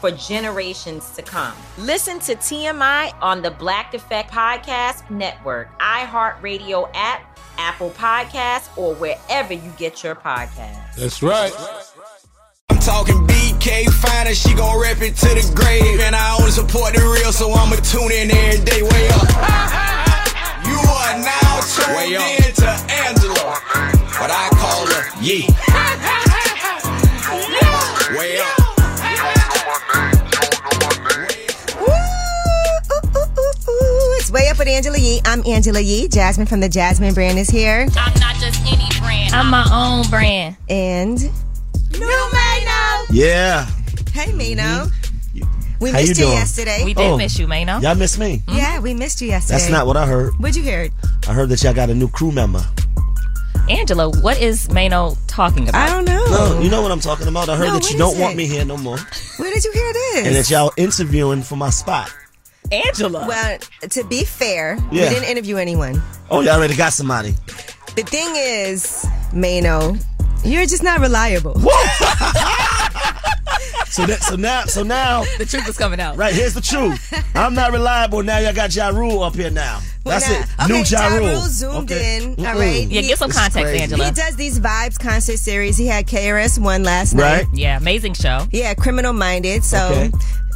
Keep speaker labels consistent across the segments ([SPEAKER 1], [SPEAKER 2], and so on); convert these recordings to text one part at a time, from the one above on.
[SPEAKER 1] for generations to come. Listen to TMI on the Black Effect Podcast Network, iHeartRadio app, Apple Podcasts, or wherever you get your podcasts.
[SPEAKER 2] That's right.
[SPEAKER 3] I'm talking BK fine and she gon' rap it to the grave. And I only support the real, so I'ma tune in every day. Way up. You are now tuned in to Angela. What I call her Yee. Way up.
[SPEAKER 4] Woo! Ooh, ooh, ooh, ooh. It's Way up with Angela Yee. I'm Angela Yee. Jasmine from the Jasmine brand is here.
[SPEAKER 5] I'm not just any brand. I'm my own brand.
[SPEAKER 4] And Numeno.
[SPEAKER 6] Yeah.
[SPEAKER 4] Hey Mino. We
[SPEAKER 6] Mm-hmm. How you
[SPEAKER 4] missed you,
[SPEAKER 6] doing?
[SPEAKER 4] yesterday.
[SPEAKER 5] We did
[SPEAKER 6] Oh.
[SPEAKER 5] miss you, Mm-hmm. Mano.
[SPEAKER 6] Y'all miss me.
[SPEAKER 4] yeah, we missed you yesterday.
[SPEAKER 6] That's not what I heard.
[SPEAKER 4] What'd you hear?
[SPEAKER 6] I heard that y'all got a new crew member.
[SPEAKER 5] Angela, what is Mano talking
[SPEAKER 4] I
[SPEAKER 5] about?
[SPEAKER 4] don't know.
[SPEAKER 6] No, you know what I'm talking about. I heard
[SPEAKER 4] No,
[SPEAKER 6] that
[SPEAKER 4] what
[SPEAKER 6] you don't
[SPEAKER 4] is it?
[SPEAKER 6] want me here no more.
[SPEAKER 4] Where did you hear this?
[SPEAKER 6] And that y'all interviewing for my spot.
[SPEAKER 5] Angela.
[SPEAKER 4] well, to be fair, we
[SPEAKER 6] Yeah.
[SPEAKER 4] didn't interview anyone.
[SPEAKER 6] Oh, y'all already got somebody.
[SPEAKER 4] The thing is, Mano, you're just not reliable.
[SPEAKER 6] So that so now so now
[SPEAKER 5] the truth is coming out.
[SPEAKER 6] right here's the truth. I'm not reliable now. Y'all got Ja Rule up here now.
[SPEAKER 4] We're
[SPEAKER 6] That's
[SPEAKER 4] not-
[SPEAKER 6] it.
[SPEAKER 4] Okay,
[SPEAKER 6] new Ja Rule.
[SPEAKER 4] zoomed
[SPEAKER 6] Okay.
[SPEAKER 4] in. All
[SPEAKER 6] Mm-mm.
[SPEAKER 4] right.
[SPEAKER 5] Yeah,
[SPEAKER 4] He-
[SPEAKER 5] get some
[SPEAKER 6] It's
[SPEAKER 5] context,
[SPEAKER 6] crazy.
[SPEAKER 5] Angela.
[SPEAKER 4] He does these vibes concert series. He had KRS One last night.
[SPEAKER 6] Right.
[SPEAKER 5] Yeah, amazing show.
[SPEAKER 4] Yeah, criminal minded. So
[SPEAKER 6] Okay.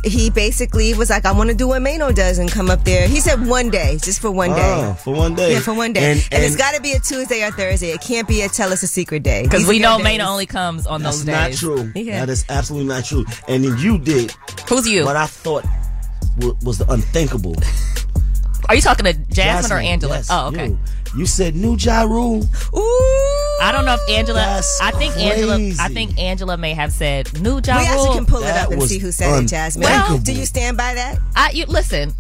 [SPEAKER 4] he basically was like, I want to do what Mano does and come up there. He said one day, just for one
[SPEAKER 6] Oh,
[SPEAKER 4] day.
[SPEAKER 6] for one day.
[SPEAKER 4] Yeah, for one day. And,
[SPEAKER 6] And, and
[SPEAKER 4] it's got to be a Tuesday or Thursday. It can't be a tell us a secret day.
[SPEAKER 5] Because
[SPEAKER 4] These
[SPEAKER 5] we
[SPEAKER 4] are
[SPEAKER 5] know
[SPEAKER 4] your
[SPEAKER 5] Mano
[SPEAKER 4] days.
[SPEAKER 5] only comes on
[SPEAKER 6] that's
[SPEAKER 5] those
[SPEAKER 6] not
[SPEAKER 5] days.
[SPEAKER 6] true.
[SPEAKER 4] Yeah.
[SPEAKER 6] That is absolutely not true. And then you did
[SPEAKER 5] Who's you?
[SPEAKER 6] what I thought wa- was the unthinkable.
[SPEAKER 5] Are you talking to Jasmine, or Angela?
[SPEAKER 6] yes,
[SPEAKER 5] oh, okay.
[SPEAKER 6] You, You said new Ja Rule.
[SPEAKER 4] Ooh.
[SPEAKER 5] I don't know if Angela.
[SPEAKER 6] That's
[SPEAKER 5] I think Angela. I
[SPEAKER 6] crazy.
[SPEAKER 5] think Angela may have said new job
[SPEAKER 4] We actually can pull it
[SPEAKER 6] That
[SPEAKER 4] up and
[SPEAKER 6] was
[SPEAKER 4] see who said it, Jasmine.
[SPEAKER 6] unthinkable.
[SPEAKER 4] do you stand by that?
[SPEAKER 5] I you listen.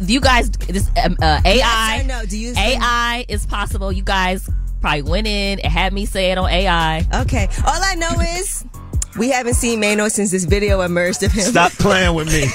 [SPEAKER 5] You guys, this um, uh, AI.
[SPEAKER 4] Yes or no? Do you think-
[SPEAKER 5] AI is possible. You guys probably went in and had me say it on AI.
[SPEAKER 4] Okay. All I know is we haven't seen Mano since this video emerged of him.
[SPEAKER 6] Stop playing with me.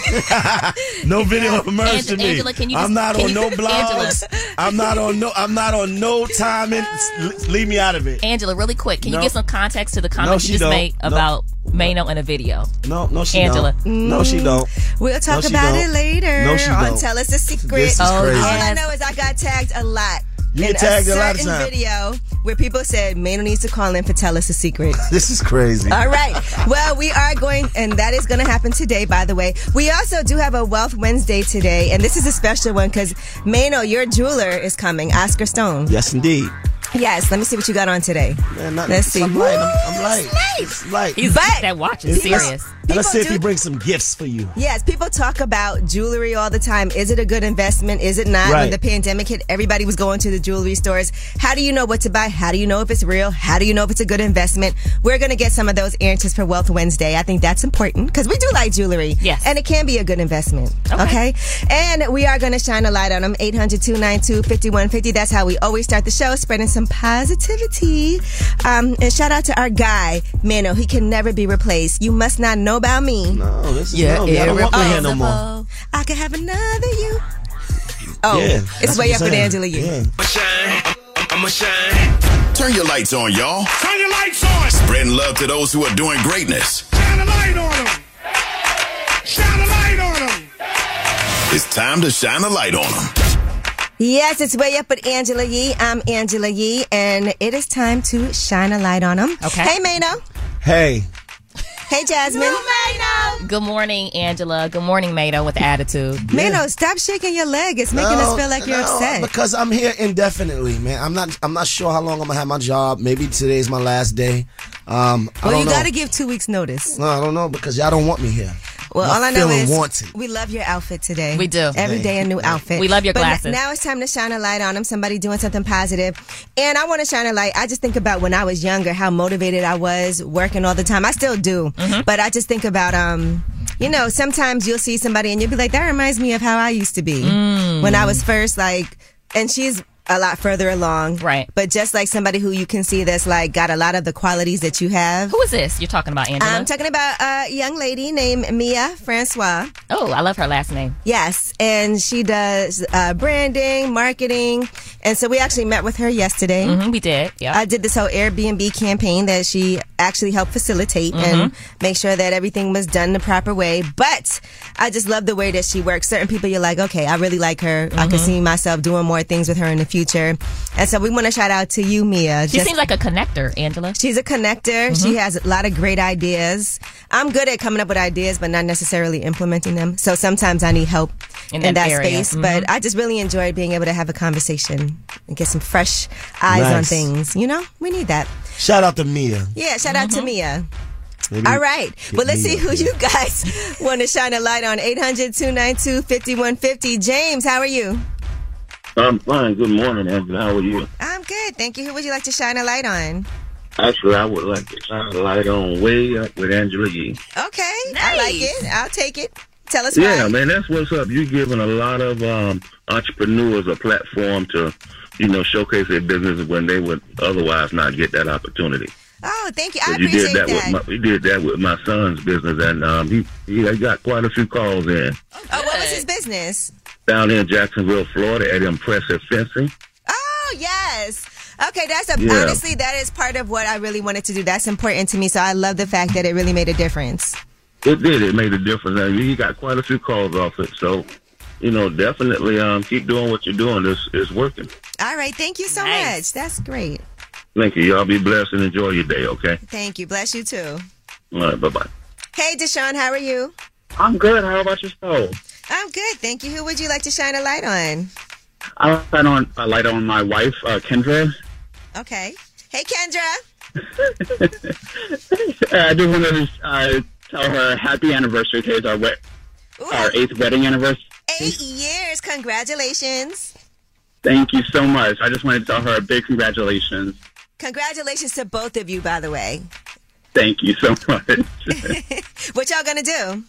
[SPEAKER 6] no video of immersion.
[SPEAKER 5] Angela- Angela, can you just-
[SPEAKER 6] I'm not
[SPEAKER 5] can
[SPEAKER 6] on
[SPEAKER 5] you-
[SPEAKER 6] no blogs. I'm not on no. I'm not on no timing. S- Leave me out of it.
[SPEAKER 5] Angela, really quick, can
[SPEAKER 6] No.
[SPEAKER 5] you give some context to the comments
[SPEAKER 6] she
[SPEAKER 5] you just
[SPEAKER 6] don't.
[SPEAKER 5] made
[SPEAKER 6] No.
[SPEAKER 5] about Mano in a video?
[SPEAKER 6] No, no, she
[SPEAKER 5] Angela.
[SPEAKER 6] Don't. No, she don't.
[SPEAKER 4] We'll talk
[SPEAKER 6] she
[SPEAKER 4] about
[SPEAKER 6] don't.
[SPEAKER 4] it later
[SPEAKER 6] No, she
[SPEAKER 4] on
[SPEAKER 6] don't.
[SPEAKER 4] Tell Us a Secret.
[SPEAKER 6] This is Oh, crazy.
[SPEAKER 4] All I
[SPEAKER 5] yes.
[SPEAKER 4] know is I got tagged a lot.
[SPEAKER 6] You
[SPEAKER 4] in
[SPEAKER 6] get tagged a lot of
[SPEAKER 4] certain
[SPEAKER 6] time.
[SPEAKER 4] video where people said Mano needs to call in for Tell Us a Secret.
[SPEAKER 6] This is crazy.
[SPEAKER 4] All right. Well, we are going, and that is going to happen today, by the way. We also do have a Wealth Wednesday today, and this is a special one because Mano, your jeweler is coming, Oscar Stone.
[SPEAKER 6] Yes, indeed.
[SPEAKER 4] Yes, let me see what you got on today.
[SPEAKER 6] Man, not,
[SPEAKER 4] Let's see.
[SPEAKER 6] I'm light. I'm,
[SPEAKER 4] Woo,
[SPEAKER 6] I'm light.
[SPEAKER 4] it's
[SPEAKER 6] It's light.
[SPEAKER 5] He's
[SPEAKER 4] But-
[SPEAKER 5] that watch
[SPEAKER 6] It's-
[SPEAKER 5] is serious.
[SPEAKER 6] And let's
[SPEAKER 4] People
[SPEAKER 6] see if
[SPEAKER 4] do-
[SPEAKER 6] he brings some gifts for you.
[SPEAKER 4] Yes, people talk about jewelry all the time. Is it a good investment? Is it not? When
[SPEAKER 6] Right.
[SPEAKER 4] the pandemic hit, everybody was going to the jewelry stores. How do you know what to buy? How do you know if it's real? How do you know if it's a good investment? We're going to get some of those answers for Wealth Wednesday. I think that's important because we do like jewelry.
[SPEAKER 5] Yes.
[SPEAKER 4] And it can be a good investment. Okay.
[SPEAKER 5] Okay.
[SPEAKER 4] And we are going to shine a light on them. 800 292 5150. That's how we always start the show, spreading some positivity. Um, and shout out to our guy, Mano. He can never be replaced. You must not know about me.
[SPEAKER 6] No, this is
[SPEAKER 5] Yeah,
[SPEAKER 6] no. I don't want me here no more.
[SPEAKER 4] I could have another you. Oh,
[SPEAKER 6] Yeah,
[SPEAKER 4] it's
[SPEAKER 6] that's
[SPEAKER 4] way up
[SPEAKER 6] what I'm
[SPEAKER 4] with
[SPEAKER 6] saying.
[SPEAKER 4] Angela Yee.
[SPEAKER 6] Yeah.
[SPEAKER 7] Turn your lights on, y'all. Turn your lights on. Spreading love to those who are doing greatness. Turn
[SPEAKER 8] Shine a light on them. Shine a light on them.
[SPEAKER 7] It's time to shine a light on them.
[SPEAKER 4] Yes, it's way up with Angela Yee. I'm Angela Yee, and it is time to shine a light on them.
[SPEAKER 5] Okay.
[SPEAKER 4] Hey, Mano.
[SPEAKER 6] Hey,
[SPEAKER 4] Hey, Jasmine.
[SPEAKER 5] Good morning, Angela. Good morning, Mato with attitude.
[SPEAKER 4] Mano, stop shaking your leg. It's making us feel like you're
[SPEAKER 6] no,
[SPEAKER 4] upset.
[SPEAKER 6] because I'm here indefinitely, man. I'm not. I'm not sure how long I'm gonna have my job. Maybe today's my last day. Um, I
[SPEAKER 4] well,
[SPEAKER 6] don't
[SPEAKER 4] you
[SPEAKER 6] know.
[SPEAKER 4] got to give two weeks' notice.
[SPEAKER 6] No, I don't know because y'all don't want me here.
[SPEAKER 4] Well,
[SPEAKER 6] I'm
[SPEAKER 4] all I know
[SPEAKER 6] feeling
[SPEAKER 4] is
[SPEAKER 6] wanted.
[SPEAKER 4] we love your outfit today.
[SPEAKER 5] We do.
[SPEAKER 4] Every day a new outfit.
[SPEAKER 5] We love your
[SPEAKER 4] But n-
[SPEAKER 5] glasses.
[SPEAKER 4] now it's time to shine a light on them. Somebody doing something positive. And I want to shine a light. I just think about when I was younger, how motivated I was working all the time. I still do.
[SPEAKER 5] Mm-hmm.
[SPEAKER 4] But I just think about, um, you know, sometimes you'll see somebody and you'll be like, that reminds me of how I used to be
[SPEAKER 5] Mm.
[SPEAKER 4] when I was first like, and she's a lot further along.
[SPEAKER 5] Right.
[SPEAKER 4] But just like somebody who you can see that's like got a lot of the qualities that you have.
[SPEAKER 5] Who is this you're talking about, Angela?
[SPEAKER 4] I'm talking about a young lady named Mia Francois.
[SPEAKER 5] oh, I love her last name.
[SPEAKER 4] Yes, and she does uh, branding, marketing, and so we actually met with her yesterday.
[SPEAKER 5] Mhm, We did. Yeah.
[SPEAKER 4] I did this whole Airbnb campaign that she actually helped facilitate and
[SPEAKER 5] Mm-hmm.
[SPEAKER 4] make sure that everything was done the proper way. But I just love the way that she works. Certain people, you're like, okay, I really like her. I
[SPEAKER 5] Mm-hmm.
[SPEAKER 4] can see myself doing more things with her in the future. And so we want to shout out to you, Mia.
[SPEAKER 5] she
[SPEAKER 4] Just-
[SPEAKER 5] seems like a connector, Angela.
[SPEAKER 4] She's a connector.
[SPEAKER 5] Mm-hmm.
[SPEAKER 4] She has a lot of great ideas. I'm good at coming up with ideas, but not necessarily implementing them. So sometimes I need help in that,
[SPEAKER 5] In that area. Mm-hmm.
[SPEAKER 4] space. But I just really enjoyed being able to have a conversation and get some fresh eyes on
[SPEAKER 6] Nice.
[SPEAKER 4] things. You know, we need that.
[SPEAKER 6] Shout out to Mia.
[SPEAKER 4] Yeah, shout out
[SPEAKER 5] Mm-hmm.
[SPEAKER 4] to Mia.
[SPEAKER 6] Maybe-
[SPEAKER 4] All right. Well, let's
[SPEAKER 6] me
[SPEAKER 4] see
[SPEAKER 6] up
[SPEAKER 4] who
[SPEAKER 6] here.
[SPEAKER 4] you guys want to shine a light on. 800 292 5150. James, how are you?
[SPEAKER 9] I'm fine. Good morning, Angela. How are you?
[SPEAKER 4] I'm good. Thank you. Who would you like to shine a light on?
[SPEAKER 9] Actually, I would like to shine a light on way up with Angela Yee.
[SPEAKER 4] Okay. I like it. I'll take it. Tell us
[SPEAKER 9] Yeah,
[SPEAKER 4] why.
[SPEAKER 9] man, that's what's up. You're giving a lot of um, entrepreneurs a platform to, you know, showcase their business when they would otherwise not get that opportunity.
[SPEAKER 4] Oh, thank you. I
[SPEAKER 9] you
[SPEAKER 4] appreciate
[SPEAKER 9] did that,
[SPEAKER 4] that.
[SPEAKER 9] with my, you did that with my son's business, and um, he he I got quite a few calls in
[SPEAKER 4] Oh, what was his business?
[SPEAKER 9] down in Jacksonville, Florida, at Impressive Fencing.
[SPEAKER 4] Oh, yes. Okay, that's a,
[SPEAKER 9] Yeah.
[SPEAKER 4] honestly that is part of what I really wanted to do. That's important to me, so I love the fact that it really made a difference.
[SPEAKER 9] It did. It made a difference. I mean, you got quite a few calls off it, so you know, definitely um, keep doing what you're doing. It's it's working.
[SPEAKER 4] All right, thank you so much. That's great.
[SPEAKER 9] Thank you. Y'all be blessed and enjoy your day, okay?
[SPEAKER 4] Thank you. Bless you too.
[SPEAKER 9] All right, bye bye.
[SPEAKER 4] Hey, Deshaun, how are you?
[SPEAKER 9] I'm good. How about yourself?
[SPEAKER 4] I'm good, thank you. Who would you like to shine a light on?
[SPEAKER 9] I light on I light on my wife, uh, Kendra.
[SPEAKER 4] Okay. Hey, Kendra.
[SPEAKER 9] I just wanted to uh, tell her happy anniversary. Today's our we-
[SPEAKER 4] Ooh,
[SPEAKER 9] our eighth wedding anniversary.
[SPEAKER 4] eight years. Congratulations.
[SPEAKER 9] Thank you so much. I just wanted to tell her a big congratulations.
[SPEAKER 4] Congratulations to both of you, by the way.
[SPEAKER 9] Thank you so much.
[SPEAKER 4] What y'all gonna do?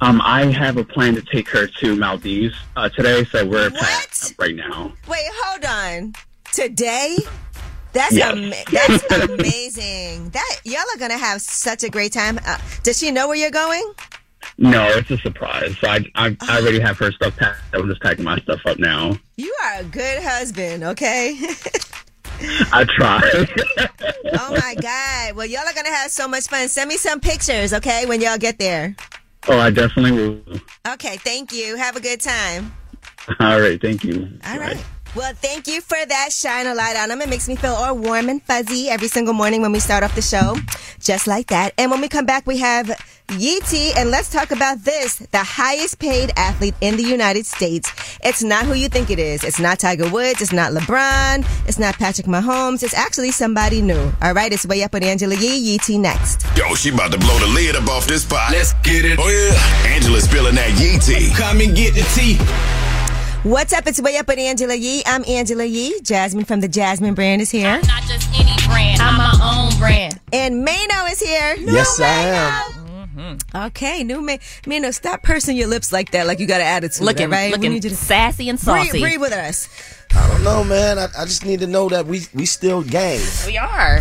[SPEAKER 9] um, I have a plan to take her to Maldives uh, today, so we're
[SPEAKER 4] What?
[SPEAKER 9] right now.
[SPEAKER 4] Wait, hold on. Today? That's
[SPEAKER 9] Yes.
[SPEAKER 4] ama- that's amazing. That y'all are gonna have such a great time. Uh, does she know where you're going?
[SPEAKER 9] No, it's a surprise. So I, I,
[SPEAKER 4] Oh.
[SPEAKER 9] I already have her stuff packed. I'm just packing my stuff up now.
[SPEAKER 4] You are a good husband, okay?
[SPEAKER 9] I try.
[SPEAKER 4] oh my god! Well, y'all are gonna have so much fun. Send me some pictures, okay? When y'all get there.
[SPEAKER 9] oh, I definitely will.
[SPEAKER 4] Okay, thank you. Have a good time.
[SPEAKER 9] All right, thank you.
[SPEAKER 4] All right. Well, thank you for that shine a light on them. It makes me feel all warm and fuzzy every single morning when we start off the show, just like that. And when we come back, we have Yeeti, and let's talk about this: the highest paid athlete in the United States. It's not who you think it is. It's not Tiger Woods. It's not LeBron. It's not Patrick Mahomes. It's actually somebody new. All right, it's way up with Angela Yee. Yeeti next.
[SPEAKER 7] Yo, she about to blow the lid up off this pot.
[SPEAKER 10] Let's get it.
[SPEAKER 7] Oh yeah, Angela's spilling that yee tea.
[SPEAKER 10] Come and get the tea.
[SPEAKER 4] What's up? It's way up with Angela Yee. I'm Angela Yee. Jasmine from the Jasmine brand is here,
[SPEAKER 5] Not just any brand. I'm my own brand.
[SPEAKER 4] and Mano is here. Mm-hmm.
[SPEAKER 6] Yes, I am.
[SPEAKER 4] Okay, new man, Mano, stop pursing your lips like that, like you got an attitude.
[SPEAKER 5] Looking,
[SPEAKER 4] all right? We
[SPEAKER 5] looking
[SPEAKER 4] need you to
[SPEAKER 5] sassy and
[SPEAKER 4] breathe,
[SPEAKER 5] saucy.
[SPEAKER 4] breathe with us.
[SPEAKER 6] I don't know, man. I, I just need to know that we we still gang.
[SPEAKER 5] We are.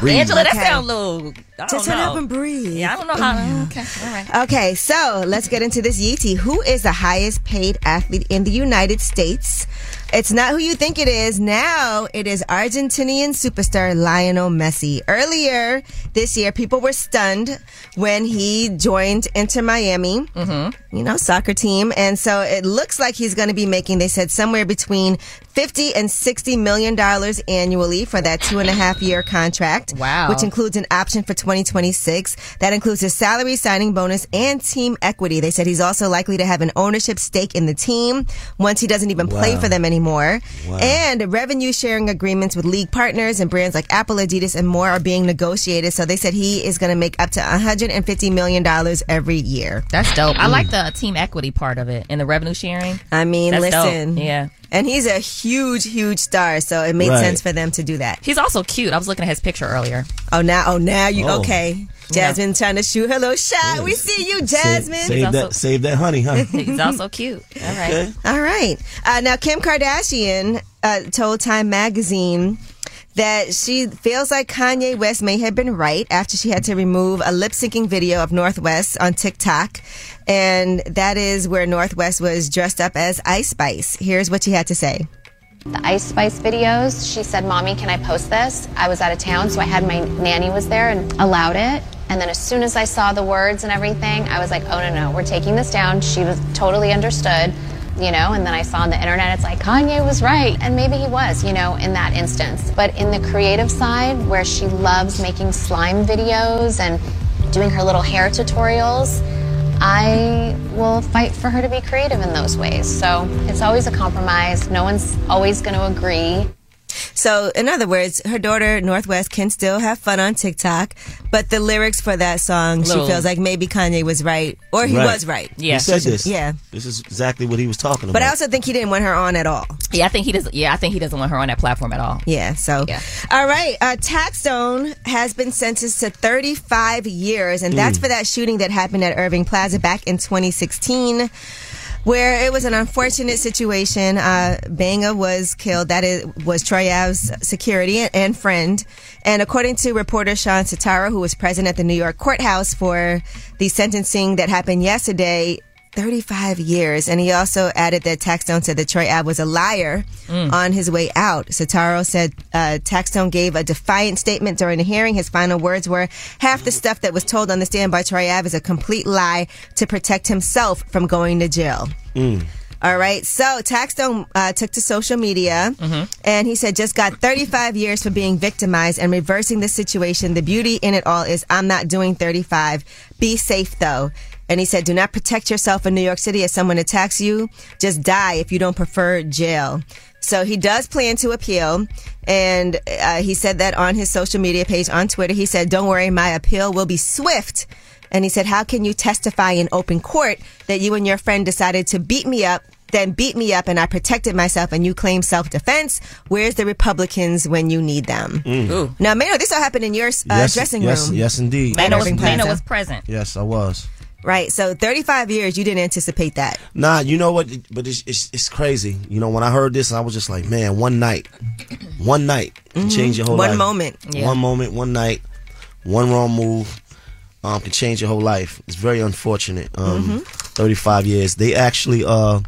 [SPEAKER 6] Breathe.
[SPEAKER 5] Angela, that
[SPEAKER 4] Okay.
[SPEAKER 5] sounds a little. I don't
[SPEAKER 4] Just
[SPEAKER 5] know.
[SPEAKER 4] turn up and breathe.
[SPEAKER 5] yeah, I don't know
[SPEAKER 4] Mm-hmm.
[SPEAKER 5] how. Okay, all right.
[SPEAKER 4] Okay, so let's get into this Yeetie. Who is the highest paid athlete in the United States? It's not who you think it is. Now it is Argentinian superstar Lionel Messi. Earlier this year, people were stunned when he joined Inter Miami,
[SPEAKER 5] Mm-hmm.
[SPEAKER 4] you know, soccer team. And so it looks like he's going to be making, they said, somewhere between 50 and 60 million dollars annually for that two and a half year contract.
[SPEAKER 11] Wow.
[SPEAKER 4] Which includes an option for 2026. That includes his salary, signing bonus, and team equity. They said he's also likely to have an ownership stake in the team once he doesn't even play
[SPEAKER 11] Wow.
[SPEAKER 4] for them anymore.
[SPEAKER 11] Wow.
[SPEAKER 4] And revenue sharing agreements with league partners and brands like Apple, Adidas, and more are being negotiated. So they said he is going to make up to 150 million dollars every year.
[SPEAKER 5] That's dope. Oh, I like the team equity part of it and the revenue sharing.
[SPEAKER 4] I mean,
[SPEAKER 5] That's dope.
[SPEAKER 4] listen.
[SPEAKER 5] Yeah.
[SPEAKER 4] And he's a huge, huge star, so it made
[SPEAKER 5] Right.
[SPEAKER 4] sense for them to do that.
[SPEAKER 5] He's also cute. I was looking at his picture earlier.
[SPEAKER 4] Oh, now, oh, now you
[SPEAKER 5] Oh.
[SPEAKER 4] okay? Jasmine trying to shoot her little shot. We see you, Jasmine.
[SPEAKER 6] Save, save that, save that honey, huh?
[SPEAKER 5] He's also cute. All right.
[SPEAKER 6] Okay.
[SPEAKER 4] All right. Uh, now, Kim Kardashian uh, told Time Magazine that she feels like Kanye West may have been right after she had to remove a lip syncing video of Northwest on TikTok. And that is where Northwest was dressed up as Ice Spice. Here's what she had to say.
[SPEAKER 12] the Ice Spice videos. She said, Mommy, can I post this? I was out of town, so I had my nanny was there and allowed it. And then as soon as I saw the words and everything, I was like, oh no, no, we're taking this down. She was totally understood, you know. And then I saw on the internet, it's like, Kanye was right. And maybe he was, you know, in that instance. But in the creative side, where she loves making slime videos and doing her little hair tutorials, I will fight for her to be creative in those ways. So it's always a compromise. No one's always going to agree.
[SPEAKER 4] So, in other words, her daughter Northwest can still have fun on TikTok, but the lyrics for that song,
[SPEAKER 6] Little-
[SPEAKER 4] she feels like maybe Kanye was right, or he was right.
[SPEAKER 6] He said this.
[SPEAKER 4] Yeah.
[SPEAKER 6] This is exactly what he was talking about.
[SPEAKER 4] But I also think he didn't want her on at all.
[SPEAKER 5] Yeah, I think he doesn't. Yeah, I think he doesn't want her on that platform at all.
[SPEAKER 4] Yeah. So.
[SPEAKER 5] Yeah.
[SPEAKER 4] All right. Uh, Tapstone has been sentenced to 35 years, and that's
[SPEAKER 5] Mm.
[SPEAKER 4] for that shooting that happened at Irving Plaza back in 2016. Where it was an unfortunate situation, uh, Banga was killed. That is, was Troy Ave's security and, and friend. And according to reporter Sean Satara, who was present at the New York courthouse for the sentencing that happened yesterday, 35 years. And he also added that Taxstone said that Troy Ave was a liar
[SPEAKER 11] Mm.
[SPEAKER 4] on his way out. Sataro said uh, Taxstone gave a defiant statement during the hearing. His final words were, half the stuff that was told on the stand by Troy Ave is a complete lie to protect himself from going to jail.
[SPEAKER 6] Mm.
[SPEAKER 4] All right. So Taxstone uh, took to social media and he said, just got 35 years for being victimized and reversing the situation. The beauty in it all is I'm not doing 35. Be safe though. And he said, do not protect yourself in New York City if someone attacks you. Just die if you don't prefer jail. So he does plan to appeal. And uh, he said that on his social media page on Twitter. He said, don't worry, my appeal will be swift. And he said, How can you testify in open court that you and your friend decided to beat me up, then beat me up, and I protected myself and you claim self defense? Where's the Republicans when you need them?
[SPEAKER 6] Mm. Ooh.
[SPEAKER 4] Now, Mano, this all happened in your uh,
[SPEAKER 6] yes,
[SPEAKER 4] dressing
[SPEAKER 6] yes,
[SPEAKER 4] room.
[SPEAKER 6] Yes, indeed.
[SPEAKER 4] Mano was- Irving Plaza. Mano was
[SPEAKER 5] present.
[SPEAKER 6] Yes, I was.
[SPEAKER 4] Right. So 35 years, you didn't anticipate that.
[SPEAKER 6] Nah, you know what? But it's, it's it's crazy. You know, when I heard this, I was just like, man, one night, one night, can
[SPEAKER 4] Mhm.
[SPEAKER 6] change your whole
[SPEAKER 4] One
[SPEAKER 6] life.
[SPEAKER 4] moment. Yeah.
[SPEAKER 6] one moment, one night, one wrong move, um, can change your whole life. It's very unfortunate. Um,
[SPEAKER 4] Mm-hmm.
[SPEAKER 13] Mhm.
[SPEAKER 6] thirty-five years. They actually uh,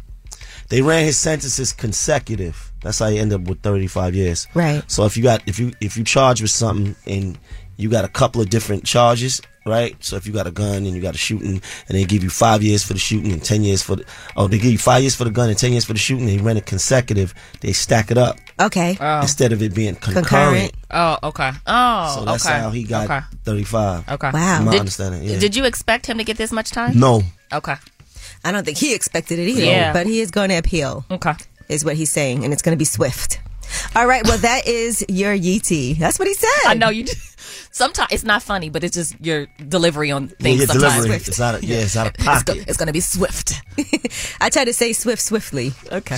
[SPEAKER 6] they ran his sentences consecutive. That's how you end up with thirty-five years.
[SPEAKER 4] Right.
[SPEAKER 6] So if you got if you if you charged with something and you got a couple of different charges, right? So if you got a gun and you got a shooting, and they give you five years for the shooting and ten years for the oh they give you five years for the gun and ten years for the shooting. They run it consecutive. They stack it up
[SPEAKER 4] Okay.
[SPEAKER 6] instead of it being concurrent.
[SPEAKER 5] Oh, okay. Oh,
[SPEAKER 6] So that's
[SPEAKER 5] okay.
[SPEAKER 6] how he got
[SPEAKER 5] Okay.
[SPEAKER 6] 35.
[SPEAKER 5] Okay.
[SPEAKER 6] From my
[SPEAKER 5] Did,
[SPEAKER 6] understanding. Yeah.
[SPEAKER 5] did you expect him to get this much time?
[SPEAKER 6] No.
[SPEAKER 5] Okay.
[SPEAKER 4] I don't think he expected it either.
[SPEAKER 5] Yeah.
[SPEAKER 4] But he is going to appeal.
[SPEAKER 5] Okay.
[SPEAKER 4] Is what he's saying. And it's going to be swift. All right. Well, that is your Yeetie. That's what he said.
[SPEAKER 5] I know you. Sometimes it's not funny, but it's just your delivery on
[SPEAKER 6] Yeah,
[SPEAKER 5] things.
[SPEAKER 6] your
[SPEAKER 5] sometimes
[SPEAKER 6] delivery. It's out of yeah, it's out of
[SPEAKER 5] It's,
[SPEAKER 6] pocket.
[SPEAKER 5] go, it's gonna be swift.
[SPEAKER 4] I try to say swift, swiftly.
[SPEAKER 5] Okay.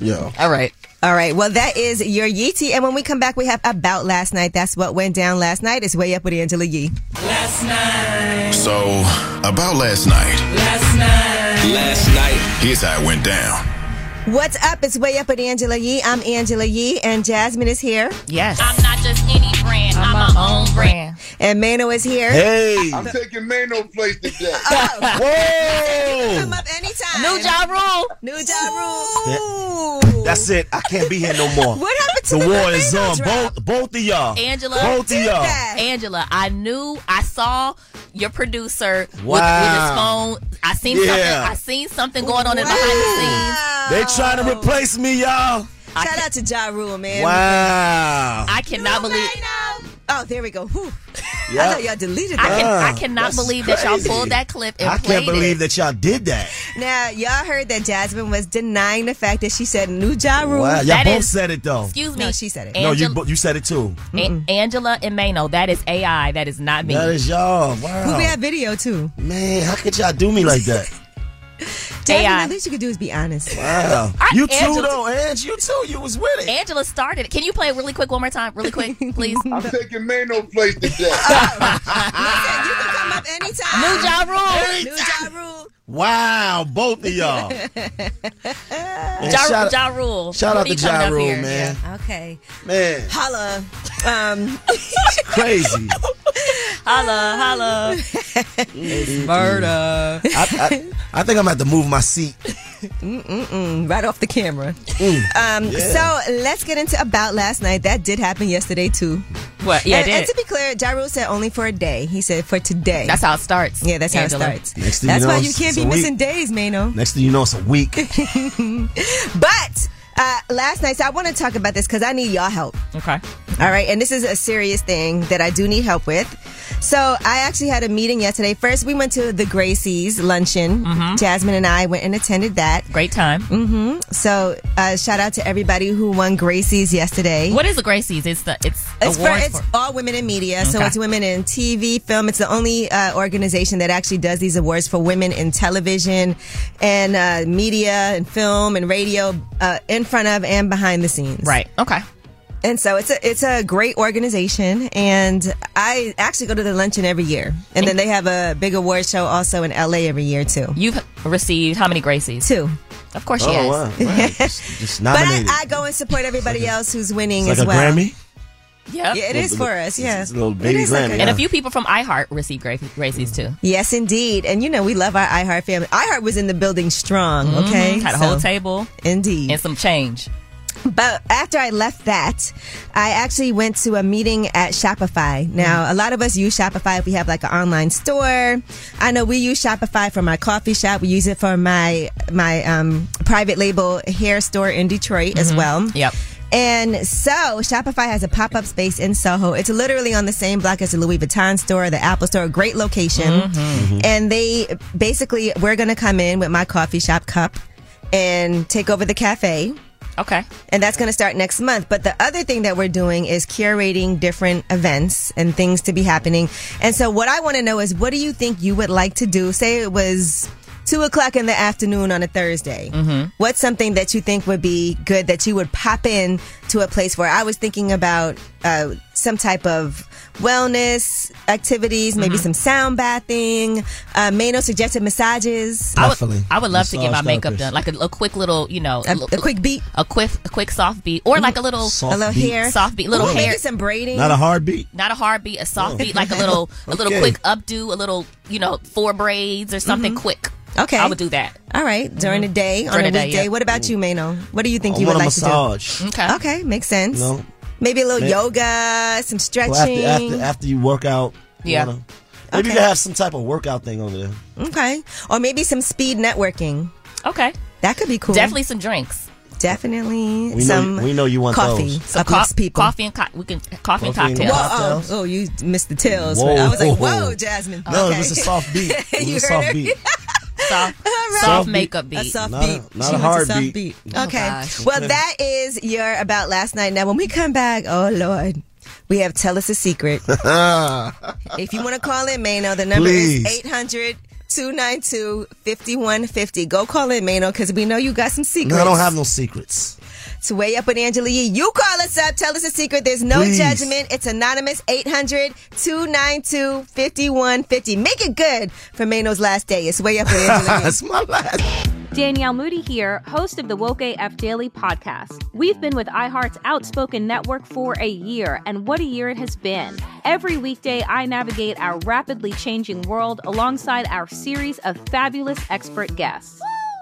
[SPEAKER 6] Yo.
[SPEAKER 5] All right.
[SPEAKER 4] All right. Well, that is your Yeetie. And when we come back, we have About Last Night. That's what went down last night. It's Way Up with Angela Yee.
[SPEAKER 7] Last night. So, about last night. Last night. Last night. Here's how it went down.
[SPEAKER 4] What's up? It's Way Up with Angela Yee. I'm Angela Yee, and Jasmine is here.
[SPEAKER 5] Yes.
[SPEAKER 11] I'm not just any
[SPEAKER 5] brand. I'm, my own brand.
[SPEAKER 4] And Mano is here.
[SPEAKER 8] I'm taking Mano place today.
[SPEAKER 4] Come up Oh. anytime.
[SPEAKER 5] New Ja Rule.
[SPEAKER 4] New Ja
[SPEAKER 6] That- that's it. I can't be here no more.
[SPEAKER 4] What happened to
[SPEAKER 6] the
[SPEAKER 4] the
[SPEAKER 6] war is on?
[SPEAKER 4] Barbados rap?
[SPEAKER 6] Both both of y'all.
[SPEAKER 5] Angela,
[SPEAKER 6] Both of y'all.
[SPEAKER 5] Angela, I knew, I saw your producer with-
[SPEAKER 6] Wow.
[SPEAKER 5] with, his phone. I seen
[SPEAKER 6] Yeah.
[SPEAKER 5] something. I seen something going on in behind the scenes.
[SPEAKER 6] They trying
[SPEAKER 5] Oh.
[SPEAKER 6] to replace me, y'all.
[SPEAKER 4] Rule. Shout out to Ja Rule, man.
[SPEAKER 6] Wow.
[SPEAKER 5] I cannot believe.
[SPEAKER 4] Oh, there we go. Whew.
[SPEAKER 6] Yeah.
[SPEAKER 4] I thought y'all deleted
[SPEAKER 5] I,
[SPEAKER 4] that.
[SPEAKER 5] can, I
[SPEAKER 6] Ah,
[SPEAKER 5] cannot
[SPEAKER 6] that's
[SPEAKER 5] believe that y'all
[SPEAKER 6] crazy.
[SPEAKER 5] pulled that clip and
[SPEAKER 6] I
[SPEAKER 5] played
[SPEAKER 6] can't believe
[SPEAKER 5] it.
[SPEAKER 6] that y'all did that.
[SPEAKER 4] Now, y'all heard that Jasmine was denying the fact that she said new Ja Rule.
[SPEAKER 6] Wow. Y'all
[SPEAKER 5] That
[SPEAKER 6] both
[SPEAKER 5] is-
[SPEAKER 6] said it though.
[SPEAKER 5] Excuse me.
[SPEAKER 4] No, she said it.
[SPEAKER 6] No, you
[SPEAKER 5] Angela-
[SPEAKER 6] bo- you said it too.
[SPEAKER 5] A- Angela and Mano, that is AI. That is not me.
[SPEAKER 6] That is y'all.
[SPEAKER 4] Well, we
[SPEAKER 6] Wow.
[SPEAKER 4] have video too.
[SPEAKER 6] Man, how could y'all do me like that?
[SPEAKER 4] Jasmine,
[SPEAKER 5] AI.
[SPEAKER 4] at least you could do is be honest.
[SPEAKER 6] Wow.
[SPEAKER 5] I-
[SPEAKER 6] Uh, You too
[SPEAKER 5] Angela-
[SPEAKER 6] though, Ange. You too. You was with it.
[SPEAKER 5] Angela started it. Can you play it really quick one more time? Really quick, please. New
[SPEAKER 8] I'm taking Mano place today.
[SPEAKER 4] Listen, you can come up anytime.
[SPEAKER 5] Ja Rule.
[SPEAKER 4] New Ja Rule.
[SPEAKER 6] Wow, both of y'all. Man,
[SPEAKER 5] Ja,
[SPEAKER 6] shout,
[SPEAKER 5] ja Rule.
[SPEAKER 6] shout
[SPEAKER 5] What
[SPEAKER 6] out
[SPEAKER 5] are
[SPEAKER 6] to
[SPEAKER 5] you coming
[SPEAKER 6] Ja
[SPEAKER 5] up
[SPEAKER 6] Rule,
[SPEAKER 5] here?
[SPEAKER 6] man.
[SPEAKER 4] Okay.
[SPEAKER 6] Man,
[SPEAKER 4] Holla. Um,
[SPEAKER 6] crazy.
[SPEAKER 5] Holla, holla. it's murder.
[SPEAKER 6] I, I, I think I'm gonna have to move my seat. Mm.
[SPEAKER 4] right off the camera. Um,
[SPEAKER 6] yeah.
[SPEAKER 4] So let's get into about last night. That did happen yesterday too.
[SPEAKER 5] What? Yeah,
[SPEAKER 4] and,
[SPEAKER 5] it
[SPEAKER 4] and
[SPEAKER 5] is.
[SPEAKER 4] to be clear, Ja Rule said only for a day. He said for today.
[SPEAKER 5] That's how it starts.
[SPEAKER 4] yeah, that's
[SPEAKER 5] Angela.
[SPEAKER 4] how it starts.
[SPEAKER 6] Next thing you
[SPEAKER 4] that's
[SPEAKER 6] know,
[SPEAKER 4] why you can't
[SPEAKER 6] it's
[SPEAKER 4] be
[SPEAKER 6] a week.
[SPEAKER 4] missing days, Mano.
[SPEAKER 6] Next thing you know, it's a week.
[SPEAKER 4] But uh, last night, so I want to talk about this because I need y'all help.
[SPEAKER 5] Okay.
[SPEAKER 4] All right, and this is a serious thing that I do need help with. So I actually had a meeting yesterday. First, we went to the Gracie's luncheon. Jasmine and I went and attended that.
[SPEAKER 5] Mm-hmm.
[SPEAKER 4] Mm-hmm.
[SPEAKER 5] Great time.
[SPEAKER 4] So uh, shout out to everybody who won Gracie's yesterday.
[SPEAKER 5] What is the Gracies? It's the it's
[SPEAKER 4] It's, for,
[SPEAKER 5] awards
[SPEAKER 4] it's
[SPEAKER 5] for-
[SPEAKER 4] all women in media, so
[SPEAKER 5] Okay.
[SPEAKER 4] it's women in TV, film. It's the only uh, organization that actually does these awards for women in television and uh, media and film and radio, uh, in front of and behind the scenes.
[SPEAKER 5] right. Okay.
[SPEAKER 4] And so it's a it's a great organization, and I actually go to the luncheon every year, and then they have a big award show also in LA every year too.
[SPEAKER 5] You've received how many Gracies?
[SPEAKER 4] Too,
[SPEAKER 5] Of course she
[SPEAKER 6] Oh,
[SPEAKER 5] has.
[SPEAKER 6] wow. Right. Just, just
[SPEAKER 4] but
[SPEAKER 6] nominated.
[SPEAKER 4] I, I go and support everybody else who's winning
[SPEAKER 6] it's
[SPEAKER 4] as
[SPEAKER 6] like a
[SPEAKER 4] well.
[SPEAKER 6] Grammy.
[SPEAKER 5] Yep.
[SPEAKER 4] Yeah, it
[SPEAKER 6] Little-
[SPEAKER 4] is for us.
[SPEAKER 6] it's-
[SPEAKER 4] Yeah,
[SPEAKER 6] it's a little
[SPEAKER 4] It
[SPEAKER 6] baby
[SPEAKER 4] is like
[SPEAKER 6] Grammy,
[SPEAKER 4] a-
[SPEAKER 6] yeah.
[SPEAKER 5] And a few people from iHeart received Gra- Gracies too.
[SPEAKER 4] Yes, indeed. And you know, we love our iHeart family. iHeart was in the building strong, okay?
[SPEAKER 5] Mm-hmm. Had a
[SPEAKER 4] So,
[SPEAKER 5] whole table
[SPEAKER 4] Indeed.
[SPEAKER 5] and some change.
[SPEAKER 4] But after I left that, I actually went to a meeting at Shopify.
[SPEAKER 5] Mm.
[SPEAKER 4] Now, a lot of us use Shopify if we have like an online store. I know we use Shopify for my coffee shop. We use it for my my um, private label hair store in Detroit
[SPEAKER 5] Mm-hmm.
[SPEAKER 4] as well.
[SPEAKER 5] Yep.
[SPEAKER 4] And so Shopify has a pop up space in Soho. It's literally on the same block as the Louis Vuitton store, the Apple store, great location.
[SPEAKER 5] Mm-hmm.
[SPEAKER 4] And they basically, we're going to come in with my coffee shop cup and take over the cafe.
[SPEAKER 5] Okay.
[SPEAKER 4] And that's going to start next month. But the other thing that we're doing is curating different events and things to be happening. And so, what I want to know is what do you think you would like to do? Say it was two o'clock in the afternoon on a Thursday.
[SPEAKER 5] Mm-hmm.
[SPEAKER 4] What's something that you think would be good that you would pop in to a place where I was thinking about uh, some type of wellness activities, maybe
[SPEAKER 6] Mm-hmm.
[SPEAKER 4] some sound bathing, uh, Mano suggested massages,
[SPEAKER 5] I would,
[SPEAKER 6] Definitely.
[SPEAKER 5] I would love to get my
[SPEAKER 6] Massage
[SPEAKER 5] makeup
[SPEAKER 6] therapist.
[SPEAKER 5] done, like a, a quick little, you know,
[SPEAKER 4] a,
[SPEAKER 5] l-
[SPEAKER 4] a quick beat,
[SPEAKER 5] a quick, a quick soft beat, or like a little,
[SPEAKER 4] a
[SPEAKER 6] Soft
[SPEAKER 4] little
[SPEAKER 6] beat.
[SPEAKER 4] hair,
[SPEAKER 5] Soft beat, little
[SPEAKER 4] Ooh, maybe
[SPEAKER 5] hair.
[SPEAKER 4] some braiding,
[SPEAKER 6] Not a hard beat.
[SPEAKER 5] not a hard beat, a soft beat, like a little, a little
[SPEAKER 6] Okay.
[SPEAKER 5] quick updo, a little, you know, four braids or something quick.
[SPEAKER 4] Mm-hmm. Okay.
[SPEAKER 5] I would do that.
[SPEAKER 4] All right, during
[SPEAKER 6] Mm-hmm.
[SPEAKER 4] the day on
[SPEAKER 5] During
[SPEAKER 4] a
[SPEAKER 5] the day,
[SPEAKER 4] weekday.
[SPEAKER 5] yeah.
[SPEAKER 4] What about you, Mano? What do you think
[SPEAKER 6] I
[SPEAKER 4] you would
[SPEAKER 6] want a
[SPEAKER 4] like
[SPEAKER 6] massage.
[SPEAKER 4] to
[SPEAKER 5] Okay.
[SPEAKER 4] do? Okay, makes sense.
[SPEAKER 6] You know,
[SPEAKER 4] Maybe a little
[SPEAKER 6] May-
[SPEAKER 4] yoga, some stretching.
[SPEAKER 6] well, after, after after you work out. you
[SPEAKER 5] Yeah.
[SPEAKER 6] wanna- maybe you
[SPEAKER 4] Okay.
[SPEAKER 6] can have some type of workout thing over there.
[SPEAKER 4] okay, or maybe some speed networking.
[SPEAKER 5] Okay.
[SPEAKER 4] That could be cool.
[SPEAKER 5] Definitely some drinks.
[SPEAKER 4] definitely
[SPEAKER 6] We know-
[SPEAKER 4] some.
[SPEAKER 6] we know you want
[SPEAKER 4] coffee.
[SPEAKER 6] those.
[SPEAKER 5] Some
[SPEAKER 4] Uplifts
[SPEAKER 5] cof-
[SPEAKER 4] people.
[SPEAKER 5] coffee and co- we can coffee and
[SPEAKER 6] Coffee and
[SPEAKER 5] cocktails.
[SPEAKER 4] Whoa, oh,
[SPEAKER 6] Cocktails.
[SPEAKER 4] oh, you missed the tails. but
[SPEAKER 6] Whoa.
[SPEAKER 4] I was like, whoa, Jasmine.
[SPEAKER 6] No,
[SPEAKER 4] okay.
[SPEAKER 6] it was a soft beat. It
[SPEAKER 4] You
[SPEAKER 6] was
[SPEAKER 4] heard
[SPEAKER 6] a
[SPEAKER 4] her?
[SPEAKER 6] soft beat.
[SPEAKER 5] soft, soft,
[SPEAKER 6] Soft beat.
[SPEAKER 5] makeup beat.
[SPEAKER 4] A soft
[SPEAKER 6] Not a-
[SPEAKER 4] beat.
[SPEAKER 6] not
[SPEAKER 4] She
[SPEAKER 6] a
[SPEAKER 4] wants
[SPEAKER 6] hard
[SPEAKER 4] soft
[SPEAKER 6] beat.
[SPEAKER 5] Oh,
[SPEAKER 4] Okay.
[SPEAKER 5] gosh.
[SPEAKER 4] well, that is your about last night. Now, when we come back, oh Lord, we have tell us a secret. if you want to call in, Mano, the number
[SPEAKER 6] Please.
[SPEAKER 4] is 800 292 5150. Go call in, Mano, because we know you got some secrets.
[SPEAKER 6] No, I don't have no secrets.
[SPEAKER 4] It's way up with Angela Yee. You call us up. Tell us a secret. There's no
[SPEAKER 6] Please.
[SPEAKER 4] judgment. It's anonymous. 800 292 5150. Make it good for Mano's last day. It's way up with Angela Yee.
[SPEAKER 6] That's my last.
[SPEAKER 10] Mm-hmm. Danielle Moody here, host of the Woke AF Daily podcast. We've been with iHeart's Outspoken Network for a year, and what a year it has been. Every weekday, I navigate our rapidly changing world alongside our series of fabulous expert guests.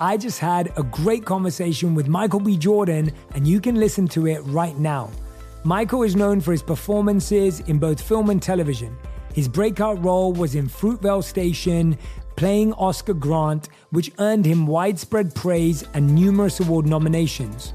[SPEAKER 14] I just had a great conversation with Michael B. Jordan, and you can listen to it right now. Michael is known for his performances in both film and television. His breakout role was in Fruitvale Station, playing Oscar Grant, which earned him widespread praise and numerous award nominations.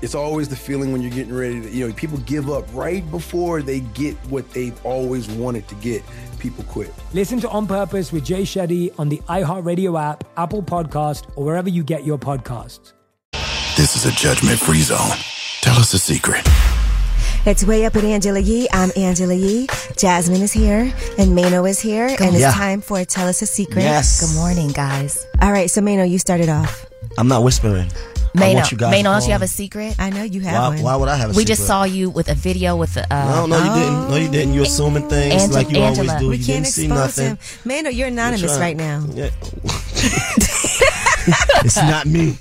[SPEAKER 15] It's always the feeling when you're getting ready to, you know, people give up right before they get what they've always wanted to get. People quit.
[SPEAKER 14] Listen to On Purpose with Jay Shetty on the iHeartRadio app, Apple Podcast, or wherever you get your podcasts.
[SPEAKER 7] This is a judgment free zone. Tell us a secret.
[SPEAKER 4] It's way up at Angela Yee. I'm Angela Yee. Jasmine is here, and Mano is here, and it's
[SPEAKER 6] Yeah.
[SPEAKER 4] time for Tell Us a Secret.
[SPEAKER 6] Yes.
[SPEAKER 4] Good morning, guys. All right, so Mano, you started off.
[SPEAKER 6] I'm not whispering. I
[SPEAKER 16] Maynard,
[SPEAKER 6] want you guys
[SPEAKER 16] Maynard,
[SPEAKER 6] to
[SPEAKER 16] don't you have
[SPEAKER 6] call.
[SPEAKER 16] a secret?
[SPEAKER 4] I know you
[SPEAKER 6] Why- why would I have a
[SPEAKER 16] we just
[SPEAKER 6] secret?
[SPEAKER 16] saw you with a video with the. Uh,
[SPEAKER 6] No, no, you didn't. No, you didn't. You assuming things
[SPEAKER 16] Ange-
[SPEAKER 6] like you
[SPEAKER 16] Angela.
[SPEAKER 6] always do.
[SPEAKER 16] We
[SPEAKER 6] you
[SPEAKER 16] can't
[SPEAKER 6] didn't see
[SPEAKER 4] expose
[SPEAKER 6] nothing.
[SPEAKER 4] him. Mano, you're anonymous
[SPEAKER 6] trying.
[SPEAKER 4] right now.
[SPEAKER 6] Yeah. it's not me.